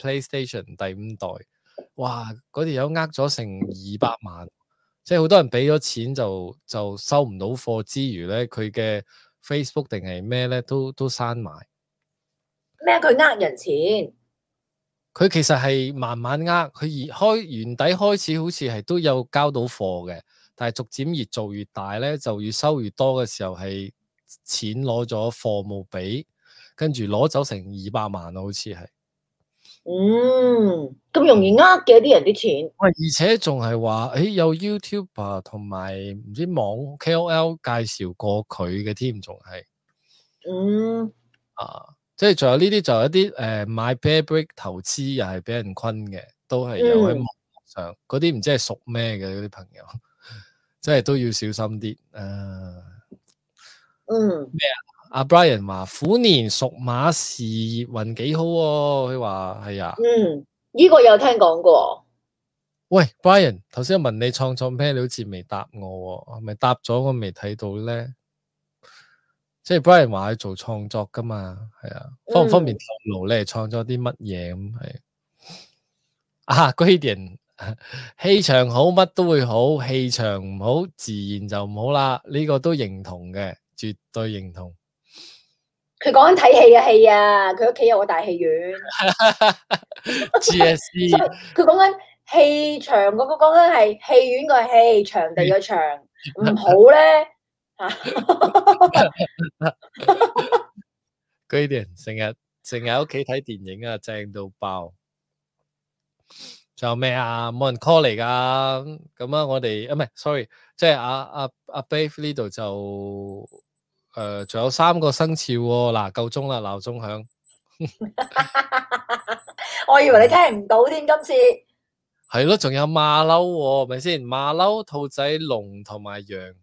[SPEAKER 1] PlayStation 第五代，哇！嗰條友呃咗成二百萬，即係好多人俾咗錢就就收唔到貨之餘咧，佢嘅 Facebook 定係咩咧都都刪埋。
[SPEAKER 2] 咩佢呃人錢，
[SPEAKER 1] 佢其實係慢慢呃，佢而開原底開始好似係都有交到貨嘅，但係逐漸越做越大咧，就越收越多嘅時候係錢攞咗貨冇俾，跟住攞走成二百萬啊好似係。
[SPEAKER 2] 嗯，咁容易呃嘅啲人啲錢，
[SPEAKER 1] 喂，而且仲係話，诶、有 YouTuber 同埋唔知網 KOL 介紹過佢嘅添，仲係
[SPEAKER 2] 嗯，
[SPEAKER 1] 啊，即係仲有呢啲，就有一啲诶、誒買 bear break 投資又係俾人坤嘅，都係有喺網
[SPEAKER 2] 嗯
[SPEAKER 1] 上嗰啲唔知係屬咩嘅嗰啲朋友， 即係都要小心啲。诶、
[SPEAKER 2] 嗯，
[SPEAKER 1] 阿 Brian 話虎年屬馬事業運幾好喎、佢話係啊。
[SPEAKER 2] 嗯，呢個有聽講過，
[SPEAKER 1] 喂，Brian，頭先我問你創創咩，你好似未答我喎，係咪答咗我未睇到咧？即係 Brian 話佢做創作噶嘛，係啊，方唔方便透露你係創作啲乜嘢咁係？啊，Gradian，氣場好乜都會好，氣場唔好自然就唔好啦，呢、個都認同嘅，絕對認同。
[SPEAKER 2] 佢講緊睇戲嘅戲啊，佢屋企有個大戲院，所
[SPEAKER 1] GSE
[SPEAKER 2] 以佢講緊戲場嗰個講緊係戲院個戲，場地嘅場，唔好咧嚇，
[SPEAKER 1] 居然成日成日喺屋企睇電影啊，正到爆！仲有咩啊？冇人 call 嚟噶，咁啊，我哋啊唔係，sorry，即係阿阿阿 Bave 呢度就诶，呃仲、有三個生肖喎、嗱，夠鐘啦，鬧鐘響，
[SPEAKER 2] 我以為你聽唔到添，今次
[SPEAKER 1] 係咯，仲有馬騮喎，咪先？馬騮、兔仔、龍同埋羊，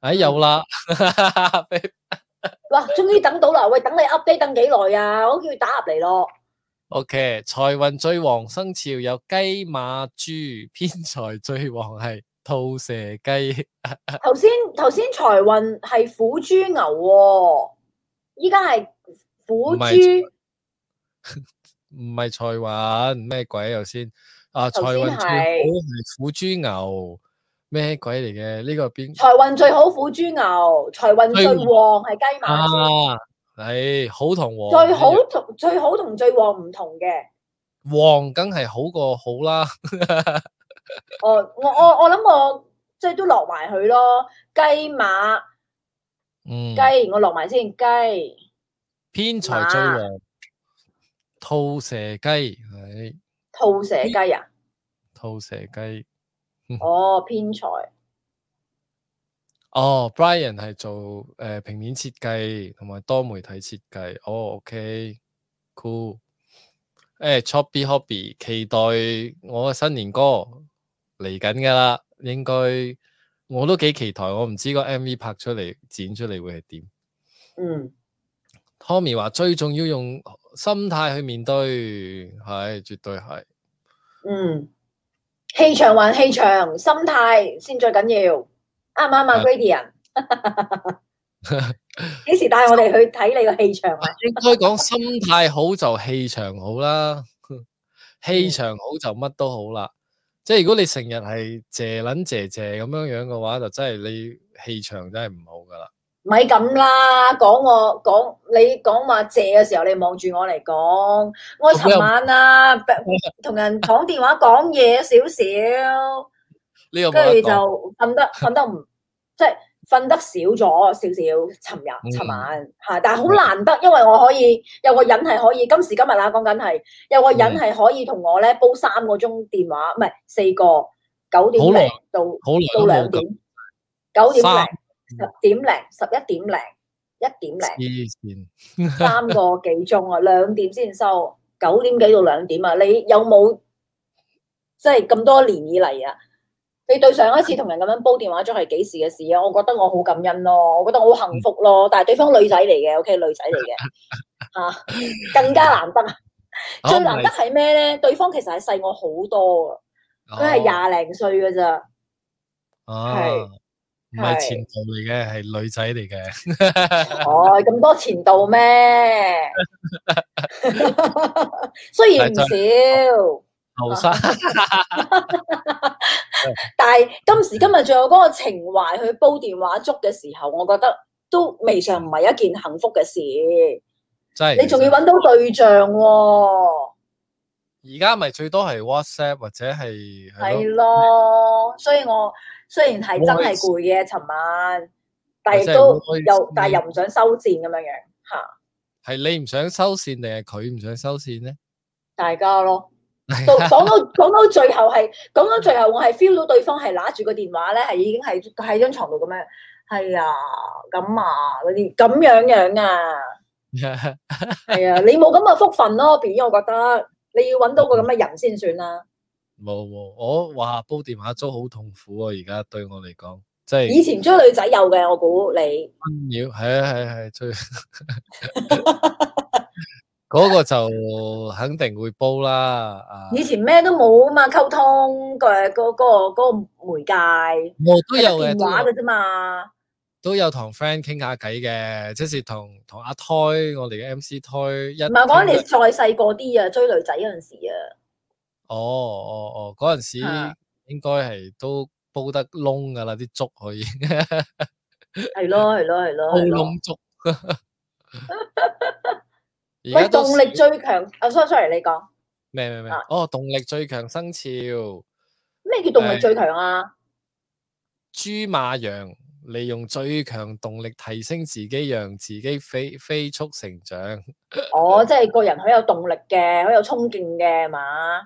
[SPEAKER 1] 哎，有啦 ，Babe
[SPEAKER 2] 哇，終於等到啦，喂，等你 update 等幾耐啊，我都叫佢打入嚟咯。
[SPEAKER 1] ，OK，財運最旺生肖有雞、馬、豬，偏財最旺係兔、蛇、雞。
[SPEAKER 2] 頭先頭先財運係虎豬牛喎、依家係虎
[SPEAKER 1] 唔係
[SPEAKER 2] 豬，
[SPEAKER 1] 唔系財運咩鬼又先？啊，
[SPEAKER 2] 頭
[SPEAKER 1] 財運
[SPEAKER 2] 先
[SPEAKER 1] 最好
[SPEAKER 2] 係
[SPEAKER 1] 係虎豬牛，咩鬼嚟嘅？呢個邊
[SPEAKER 2] 財運最好虎豬牛，財運最旺係雞馬豬，
[SPEAKER 1] 啊？係好同旺
[SPEAKER 2] 最好
[SPEAKER 1] 一樣
[SPEAKER 2] 同最好同最旺唔同嘅。
[SPEAKER 1] 旺，梗係好過好啦。
[SPEAKER 2] 我我我我諗我即係都落埋佢咯，雞馬
[SPEAKER 1] 嗯，
[SPEAKER 2] 雞，我落埋先雞。
[SPEAKER 1] 偏財最旺，兔蛇雞係
[SPEAKER 2] 兔蛇雞啊！
[SPEAKER 1] 兔蛇雞。
[SPEAKER 2] 哦，偏財，
[SPEAKER 1] 哦，Brian 係做诶、呃平面設計同埋多媒體設計。哦，OK，cool。诶，Choppy Hobby 期待我嘅新年歌嚟緊噶啦，應該我都幾期待。我唔知個 MV 拍出嚟剪出嚟會係點。
[SPEAKER 2] 嗯，
[SPEAKER 1] Tommy 話最重要用心態去面對，係絕對係。
[SPEAKER 2] 嗯，氣場還氣場，心態先最緊要，啱唔啱啊
[SPEAKER 1] 係
[SPEAKER 2] ，Gradian？幾時帶我哋去睇你個氣場啊？
[SPEAKER 1] 應該講心態好就氣場好啦， 氣場好就乜都好啦。即係如果你成日係謝撚謝謝咁樣樣嘅話，就真係你氣場真係唔好噶啦。
[SPEAKER 2] 咪咁啦，講我講你講話謝嘅時候，你望住我嚟講。我尋晚啊，同人講電話講嘢少少，
[SPEAKER 1] 呢、個
[SPEAKER 2] 跟
[SPEAKER 1] 冇
[SPEAKER 2] 住
[SPEAKER 1] 得
[SPEAKER 2] 就
[SPEAKER 1] 講。
[SPEAKER 2] 瞓 得瞓得唔即係瞓得少咗少少。尋
[SPEAKER 1] 嗯
[SPEAKER 2] 日尋晚嚇，但係好難得，因為我可以有個人係可以今時今日啦，講緊係有個
[SPEAKER 1] 嗯
[SPEAKER 2] 人係可以同我咧煲三個鐘電話，唔係四個九點
[SPEAKER 1] 好
[SPEAKER 2] 零
[SPEAKER 1] 耐
[SPEAKER 2] 到
[SPEAKER 1] 好耐
[SPEAKER 2] 到
[SPEAKER 1] 都
[SPEAKER 2] 兩
[SPEAKER 1] 冇
[SPEAKER 2] 點
[SPEAKER 1] 咁，
[SPEAKER 2] 九點
[SPEAKER 1] 三
[SPEAKER 2] 零。十點零、十一點零、一點零，
[SPEAKER 1] 黐線。
[SPEAKER 2] 三個幾鐘啊，兩點先收，九點幾到兩點啊，你有冇即係咁多年以嚟啊？你對上一次同人咁樣煲電話粥係幾時嘅事啊？我覺得我好感恩咯，我覺得我好幸福
[SPEAKER 1] 嗯
[SPEAKER 2] 咯。但係對方女仔嚟嘅，OK，女 仔嚟嘅嚇，啊更加難得啊！
[SPEAKER 1] 哦
[SPEAKER 2] 最
[SPEAKER 1] 唔
[SPEAKER 2] 難得
[SPEAKER 1] 係
[SPEAKER 2] 係咩咧？對方其實係細我好多啊，佢係
[SPEAKER 1] 哦
[SPEAKER 2] 廿零歲嘅咋。
[SPEAKER 1] 啊，唔係
[SPEAKER 2] 係
[SPEAKER 1] 前度嚟嘅，係女仔嚟嘅。
[SPEAKER 2] 哦，咁多前度 咩？ 雖然唔少，
[SPEAKER 1] 後生
[SPEAKER 2] 但係今
[SPEAKER 1] 嗯
[SPEAKER 2] 時今日仲有嗰個情懷去煲電話粥嘅時候，我覺得都未嘗唔係一件幸福嘅事。
[SPEAKER 1] 真係。
[SPEAKER 2] 你仲要揾到對象喎、
[SPEAKER 1] 而家咪最多係 WhatsApp 或者係
[SPEAKER 2] 係
[SPEAKER 1] 係咯
[SPEAKER 2] 咯。所以我雖然係真係攰嘅，尋晚，但係亦都
[SPEAKER 1] 我真係嗯好開
[SPEAKER 2] 又
[SPEAKER 1] 心
[SPEAKER 2] 但係又唔想收線咁樣樣嚇。
[SPEAKER 1] 係你唔想收線定係佢唔想收線咧？
[SPEAKER 2] 大家咯。到講到講到最後係講到最後，我係 feel 到對方係揦住個電話咧，係已經係喺張床度咁樣，係啊，咁啊嗰啲咁樣樣啊，係啊，你冇咁嘅福分咯，B，我覺得你要揾到個咁嘅人先算啦。
[SPEAKER 1] 冇冇，我哇煲電話粥好痛苦啊！而家對我嚟講，即係
[SPEAKER 2] 以前追女仔有嘅，我估你
[SPEAKER 1] 困擾，係啊係啊係最嗰個就肯定會煲啦。啊，
[SPEAKER 2] 以前咩都冇啊嘛，溝通嘅嗰嗰個嗰個媒介
[SPEAKER 1] 我都有嘅
[SPEAKER 2] 電
[SPEAKER 1] 都有
[SPEAKER 2] 話嘅啫嘛。
[SPEAKER 1] 都有同 friend 傾下偈嘅，即是同同阿胎，我哋嘅 MC 胎一
[SPEAKER 2] 唔係我講你
[SPEAKER 1] 傾得
[SPEAKER 2] 再細個啲啊，追女仔嗰陣時啊，
[SPEAKER 1] 哦哦哦，嗰陣時
[SPEAKER 2] 啊
[SPEAKER 1] 應該係都煲得窿噶啦，啲粥可以
[SPEAKER 2] 係咯
[SPEAKER 1] 嗯
[SPEAKER 2] 係咯係咯
[SPEAKER 1] 煲
[SPEAKER 2] 係咯。
[SPEAKER 1] 窿粥。而
[SPEAKER 2] 喂，
[SPEAKER 1] 家都
[SPEAKER 2] 動力最強啊！sorry sorry，你講
[SPEAKER 1] 咩咩咩
[SPEAKER 2] 啊？
[SPEAKER 1] 哦，動力最強生肖
[SPEAKER 2] 咩叫動力最強啊？
[SPEAKER 1] 豬馬羊，利用最強動力提升自己，讓自己飛飛速成長。
[SPEAKER 2] 哦，即係個人好有動力嘅，好有衝勁嘅係嘛？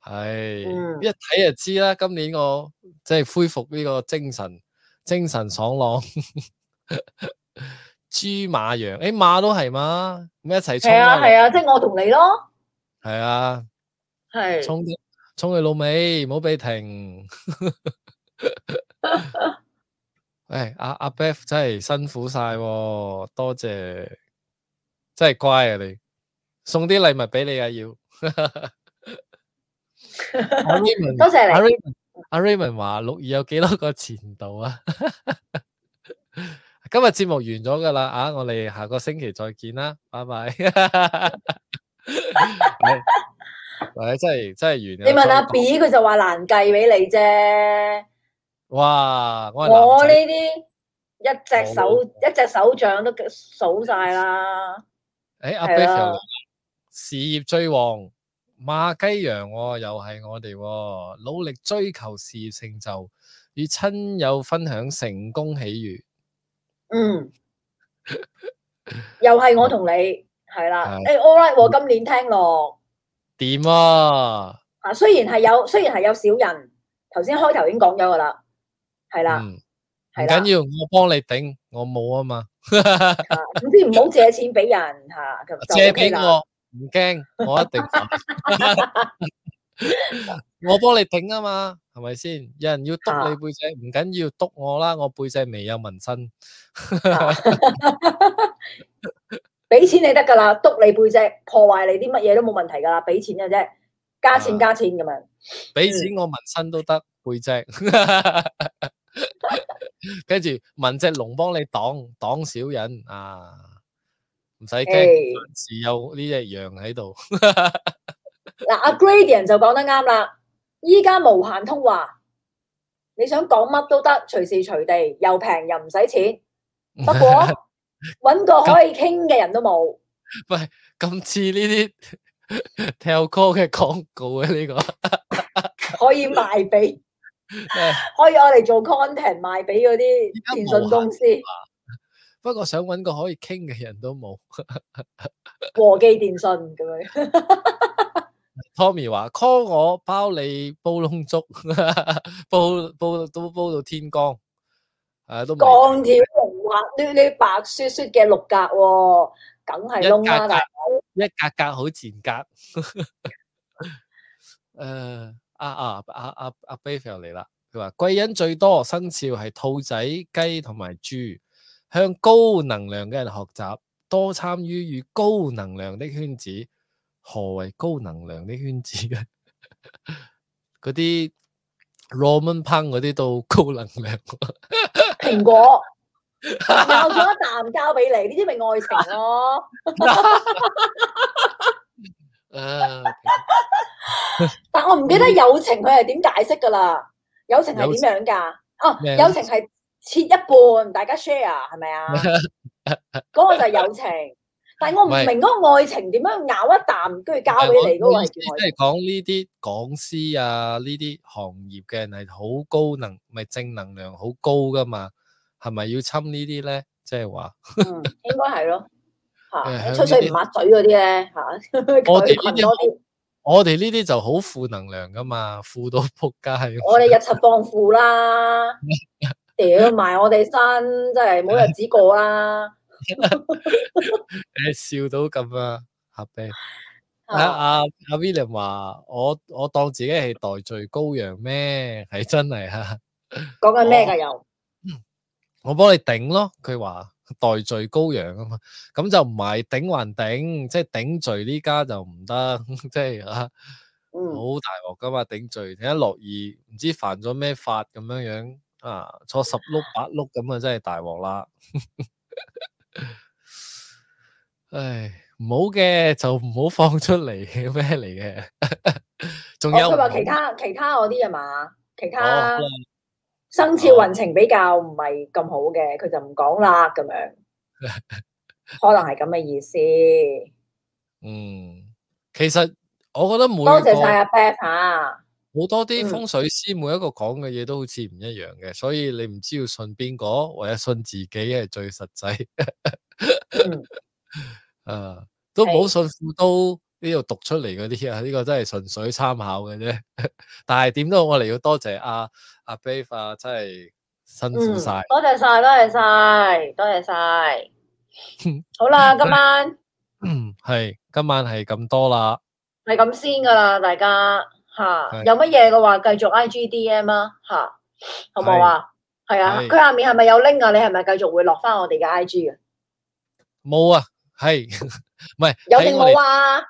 [SPEAKER 1] 系，
[SPEAKER 2] 嗯
[SPEAKER 1] 一睇就知啦。今年我即系恢復呢個精神，精神爽朗。 豬馬羊，诶、馬都係嘛，咁一齊衝
[SPEAKER 2] 係啊
[SPEAKER 1] 啦，
[SPEAKER 2] 係啊，即係我同你咯，
[SPEAKER 1] 係啊，
[SPEAKER 2] 係
[SPEAKER 1] 衝啲衝佢老尾，唔好俾停。喂，阿阿 Beth 真係辛苦晒、喎，多謝，真係乖啊你，送啲禮物俾你啊要。阿 Raymond
[SPEAKER 2] 多謝
[SPEAKER 1] 阿
[SPEAKER 2] 你。
[SPEAKER 1] Raymond 阿 Raymond 话六二有几多个前度啊？今日节目完咗噶啦，啊，我哋下个星期再见啦，拜拜。係喂，真系真系完啦。
[SPEAKER 2] 你問阿
[SPEAKER 1] 再講
[SPEAKER 2] B，佢就話難計俾你啫。
[SPEAKER 1] 哇，我
[SPEAKER 2] 我
[SPEAKER 1] 係
[SPEAKER 2] 呢
[SPEAKER 1] 男仔
[SPEAKER 2] 啲一隻手一隻手掌都數晒啦。
[SPEAKER 1] 诶，阿
[SPEAKER 2] 係
[SPEAKER 1] Beth 又
[SPEAKER 2] 啦
[SPEAKER 1] 嚟啦事业最旺，马鸡羊喎又系我哋喎，努力追求事业成就，与亲友分享成功喜悦。
[SPEAKER 2] 嗯，又係我同你係啦。
[SPEAKER 1] 係
[SPEAKER 2] 诶，all right，喎今年聽落
[SPEAKER 1] 掂啊！
[SPEAKER 2] 啊，虽然係有，雖然係有少人，頭先開頭已經講咗噶啦，係啦
[SPEAKER 1] 嗯，唔
[SPEAKER 2] 係啦
[SPEAKER 1] 紧，要，我帮你顶，我冇啊嘛。
[SPEAKER 2] 啊總之唔好借錢俾人吓， 就就
[SPEAKER 1] 借
[SPEAKER 2] OK
[SPEAKER 1] 俾
[SPEAKER 2] 啦。
[SPEAKER 1] 我，唔惊，我一 定 還。我帮你顶啊嘛，系咪先？有人要督
[SPEAKER 2] 嚇
[SPEAKER 1] 你背脊，唔紧要，督我啦，我背脊未有纹身。
[SPEAKER 2] 啊俾錢你得噶啦，督你背脊，破壞你啲乜嘢都冇問題噶啦，俾錢嘅啫，加錢
[SPEAKER 1] 啊
[SPEAKER 2] 加錢咁樣。
[SPEAKER 1] 俾钱我纹身都得，背脊。跟住纹只龙帮你挡挡小人啊，唔使惊，
[SPEAKER 2] 誒
[SPEAKER 1] 暫時有呢只羊喺度。
[SPEAKER 2] 嗱，阿 Gradient 就講得啱啦，依家無限通話，你想講乜都得，隨時隨地，又平又唔使錢。不 過揾個可以傾嘅人都冇，
[SPEAKER 1] 咁似 呢啲 telco 嘅廣告啊嘅呢個，
[SPEAKER 2] 可以賣俾，
[SPEAKER 1] 唉
[SPEAKER 2] 可以我嚟做 content 賣俾嗰啲
[SPEAKER 1] 依
[SPEAKER 2] 電信
[SPEAKER 1] 家無限
[SPEAKER 2] 公司、
[SPEAKER 1] 不過想揾個可以傾嘅人都冇。
[SPEAKER 2] 和記電信咁樣。
[SPEAKER 1] Tommy 話 call 我包你煲窿粥， 煲煲都煲到天光，诶、都唔
[SPEAKER 2] 鋼
[SPEAKER 1] 係
[SPEAKER 2] 條龍滑捋捋白雪雪嘅六格喎，梗係窿啦，
[SPEAKER 1] 一格
[SPEAKER 2] 但
[SPEAKER 1] 格
[SPEAKER 2] 係
[SPEAKER 1] 一格格好賤格。 诶、啊啊啊啊啊 b a v e 又嚟啦，佢話貴人最多生肖係兔仔、雞同埋豬，向高能量嘅人學習，多參與與高能量的圈子。何謂高能量的圈子嘅？嗰啲 Roman Pang 嗰啲都高能量，
[SPEAKER 2] 蘋果咬咗一啖交俾你，呢啲咪愛情咯。
[SPEAKER 1] 啊、
[SPEAKER 2] 但我唔記得友情佢係點解釋噶啦，友情係點樣㗎？哦，
[SPEAKER 1] 咩
[SPEAKER 2] 友情係切一半，大家 share 係咪啊？嗰個就係 友情，但係我唔
[SPEAKER 1] 喂
[SPEAKER 2] 明嗰個愛情點樣咬一啖，跟住交俾你嗰個係叫愛
[SPEAKER 1] 即
[SPEAKER 2] 情。
[SPEAKER 1] 系讲呢啲講師啊，呢啲行業嘅人係好高能，咪正能量好高噶嘛？係咪要侵呢啲咧？即係話
[SPEAKER 2] 嗯，應該係咯。
[SPEAKER 1] 誒
[SPEAKER 2] 嚇，
[SPEAKER 1] 向
[SPEAKER 2] 吹水唔抹嘴嗰啲咧嚇，
[SPEAKER 1] 我哋呢啲
[SPEAKER 2] 佢群多啲。
[SPEAKER 1] 我哋呢啲就好負能量噶嘛，負到仆街。
[SPEAKER 2] 我哋日日放負啦，屌埋我哋身，真係冇日子過 啦。
[SPEAKER 1] 你笑到咁啊，合啤。阿
[SPEAKER 2] 啊
[SPEAKER 1] 阿阿 William 話：我我當自己係代罪羔羊咩？係真係啊！
[SPEAKER 2] 講緊咩㗎又？
[SPEAKER 1] 我幫你頂咯。佢話代罪羔羊啊嘛，咁就唔係頂還頂，即係頂罪呢家就唔得， 即係啊。
[SPEAKER 2] 嗯，
[SPEAKER 1] 好大镬噶嘛，頂罪，你一落二唔知犯咗咩法咁樣樣啊，坐十碌八碌咁啊，真係大镬啦！ 唉，唔好嘅就唔好放出嚟嘅咩嚟嘅， 仲
[SPEAKER 2] 哦
[SPEAKER 1] 有
[SPEAKER 2] 佢話
[SPEAKER 1] 唔
[SPEAKER 2] 其
[SPEAKER 1] 好
[SPEAKER 2] 他其他嗰啲啊嘛，其
[SPEAKER 1] 哦
[SPEAKER 2] 他生肖運程比較唔係咁好嘅，佢就唔講啦咁 樣，可能係咁嘅意思。
[SPEAKER 1] 嗯，其實我覺得每
[SPEAKER 2] 多謝晒
[SPEAKER 1] 個
[SPEAKER 2] 阿 Beth 啊，
[SPEAKER 1] 好多啲
[SPEAKER 2] 嗯
[SPEAKER 1] 風水師每一個講嘅嘢都好似唔一樣嘅，所以你唔知要信邊個，或者信自己係最實際。
[SPEAKER 2] 嗯，
[SPEAKER 1] 啊，都唔好
[SPEAKER 2] 係
[SPEAKER 1] 信副都呢度讀出嚟嗰啲啊，呢、個真係純粹參考嘅啫。 但係點都好，我哋要多謝阿阿 Brave 啊，真係辛
[SPEAKER 2] 嗯
[SPEAKER 1] 苦晒。
[SPEAKER 2] 多謝晒，多謝晒，多謝 晒。好啦，今晚
[SPEAKER 1] 係、今晚係咁多啦，
[SPEAKER 2] 係咁先噶啦，大家吓
[SPEAKER 1] 係
[SPEAKER 2] 有乜嘢嘅話，繼續 I G D M 啦吓，好冇啊？係啊，
[SPEAKER 1] 係
[SPEAKER 2] 佢下面係咪有 link 啊？你係咪繼續會落翻我哋嘅 I G 啊？
[SPEAKER 1] 冇啊，係唔係
[SPEAKER 2] 有
[SPEAKER 1] 喺
[SPEAKER 2] 定
[SPEAKER 1] 我
[SPEAKER 2] 冇
[SPEAKER 1] 哋
[SPEAKER 2] 啊？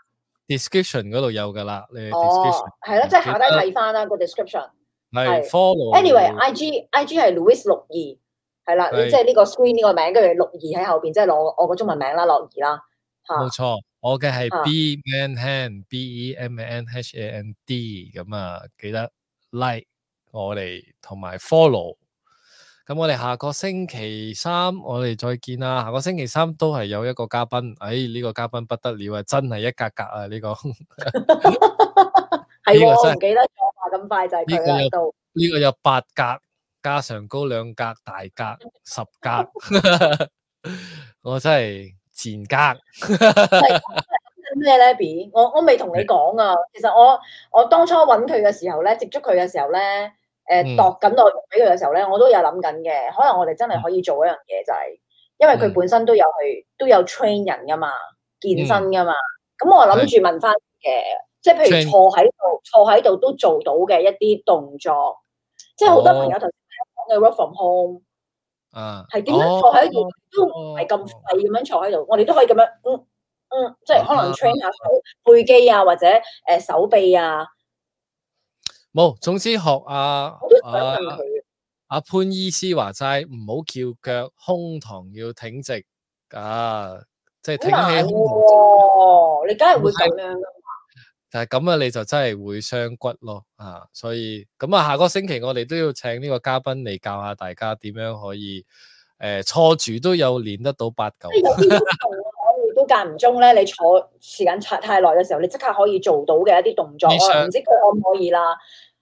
[SPEAKER 1] description 嗰度有㗎啦，你哋
[SPEAKER 2] 哦
[SPEAKER 1] description，
[SPEAKER 2] 係咯，即係下低
[SPEAKER 1] 記得
[SPEAKER 2] 睇翻啦個 description。
[SPEAKER 1] 係
[SPEAKER 2] 係
[SPEAKER 1] follow。
[SPEAKER 2] Anyway，I G I G 係 Louis 六二係啦，
[SPEAKER 1] 係
[SPEAKER 2] 即係呢個 screen 呢個名，跟住六二喺後邊，即係攞我個中文名啦，樂兒啦吓。
[SPEAKER 1] 冇錯，我嘅係
[SPEAKER 2] 啊
[SPEAKER 1] B Man Hand B E M A N H A N D 咁啊，記得 like 我哋同埋 follow。咁我哋下個星期三我哋再見啦。下個星期三都係有一個嘉賓，哎呢、個嘉賓不得了啊，真係一格格啊呢、個
[SPEAKER 2] 係
[SPEAKER 1] 呢個
[SPEAKER 2] 喎，我
[SPEAKER 1] 真係
[SPEAKER 2] 唔記得咗啊，咁快就係佢
[SPEAKER 1] 呢個
[SPEAKER 2] 啦
[SPEAKER 1] 有
[SPEAKER 2] 到。
[SPEAKER 1] 呢、個有八格，加上高兩格，大格十格， 我真係賤格。
[SPEAKER 2] 咩咧？B，我我未同你講啊。其實我我當初揾佢嘅時候咧，接觸佢嘅時候咧，
[SPEAKER 1] 嗯
[SPEAKER 2] 誒度緊內容俾佢嘅時候咧，我都有諗緊嘅。可能我哋真係可以做一樣嘢，就係因為佢
[SPEAKER 1] 嗯
[SPEAKER 2] 本身都有去都有 train 人噶嘛，健
[SPEAKER 1] 嗯
[SPEAKER 2] 身噶嘛。咁我諗住問翻嘅，即係譬
[SPEAKER 1] Train
[SPEAKER 2] 如坐喺度坐喺度都做到嘅一啲動作，即係好多
[SPEAKER 1] 哦
[SPEAKER 2] 朋友頭先講嘅 work from home
[SPEAKER 1] 啊，
[SPEAKER 2] 係點樣
[SPEAKER 1] 哦
[SPEAKER 2] 坐喺度都唔
[SPEAKER 1] 哦
[SPEAKER 2] 係咁廢咁樣坐喺度，我哋都可以咁樣，嗯嗯，即係可
[SPEAKER 1] 啊
[SPEAKER 2] 能 train 下手背肌啊，或者誒、呃手臂啊，
[SPEAKER 1] 冇，總之學啊
[SPEAKER 2] 我都想
[SPEAKER 1] 啊
[SPEAKER 2] 問佢，
[SPEAKER 1] 阿潘醫師話齋唔好翹腳，胸膛要挺直啊，即係挺
[SPEAKER 2] 好難
[SPEAKER 1] 起
[SPEAKER 2] 嘅
[SPEAKER 1] 胸膛，
[SPEAKER 2] 喎，你梗係會
[SPEAKER 1] 唔係
[SPEAKER 2] 咁樣㗎
[SPEAKER 1] 但係咁啊你就真係會傷骨咯啊！所以咁啊，下個星期我哋都要請呢個嘉賓嚟教下大家點樣可以诶、呃坐住都有練得到八
[SPEAKER 2] 即係有
[SPEAKER 1] 嚿。
[SPEAKER 2] 啲動作你都間唔中咧，你坐時間太太耐嘅時候，你即刻可以做到嘅一啲動作，
[SPEAKER 1] 其實
[SPEAKER 2] 我唔知佢可唔可以啦，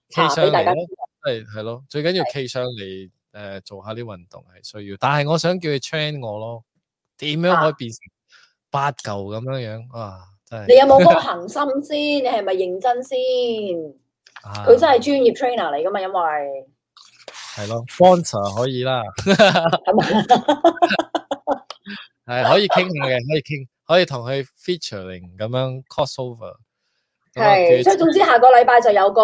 [SPEAKER 1] 其
[SPEAKER 2] 嚇
[SPEAKER 1] 實
[SPEAKER 2] 俾大家
[SPEAKER 1] 係
[SPEAKER 2] 知
[SPEAKER 1] 咯係係咯，最緊要企上嚟诶做下啲運動係需要，但係我想叫佢 train 我咯，點
[SPEAKER 2] 啊
[SPEAKER 1] 樣可以變成八嚿咁樣樣啊？真
[SPEAKER 2] 你
[SPEAKER 1] 係
[SPEAKER 2] 有冇嗰個恒心先，你係咪認真先？佢真係專業 trainer 嚟㗎嘛，因為。
[SPEAKER 1] 系咯，sponsor 可以 啦，系可以傾下嘅，可以傾，可以同佢 featuring 咁樣 crossover，咁啊
[SPEAKER 2] 係，所以
[SPEAKER 1] 叫
[SPEAKER 2] 總之下個禮拜就有個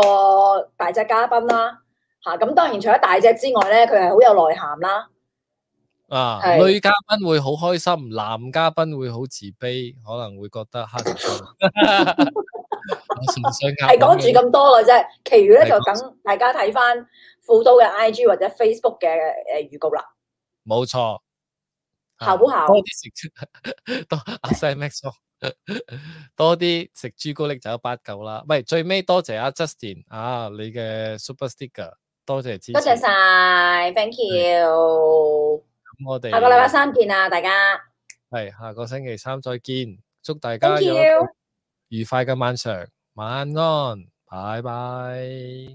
[SPEAKER 2] 大隻嘉賓啦。嚇，咁當然除咗大隻之外咧，佢係好有內涵啦。
[SPEAKER 1] 啊
[SPEAKER 2] 係
[SPEAKER 1] 女嘉賓會好開心，男嘉賓會好自卑，可能會覺得黑人 憎我純粹
[SPEAKER 2] 係講住咁多嘅啫，其餘咧
[SPEAKER 1] 啊係
[SPEAKER 2] 就等大家睇翻副都嘅 IG 或者 Facebook 嘅誒預告啦。
[SPEAKER 1] 冇錯，啊
[SPEAKER 2] 好不好
[SPEAKER 1] 多啲食 多阿 Sam Max 話 多啲食朱古力就有八嚿啦。喂，最尾多謝阿 Justin 啊，你嘅 Super Sticker，多謝支持。
[SPEAKER 2] 多謝晒 t h a n k you。
[SPEAKER 1] 咁我哋
[SPEAKER 2] 下個禮拜三見啦，大家。
[SPEAKER 1] 系下個星期三再見，祝大家
[SPEAKER 2] Thank
[SPEAKER 1] 有一個
[SPEAKER 2] you。
[SPEAKER 1] 愉快嘅晚上，晚安，拜拜。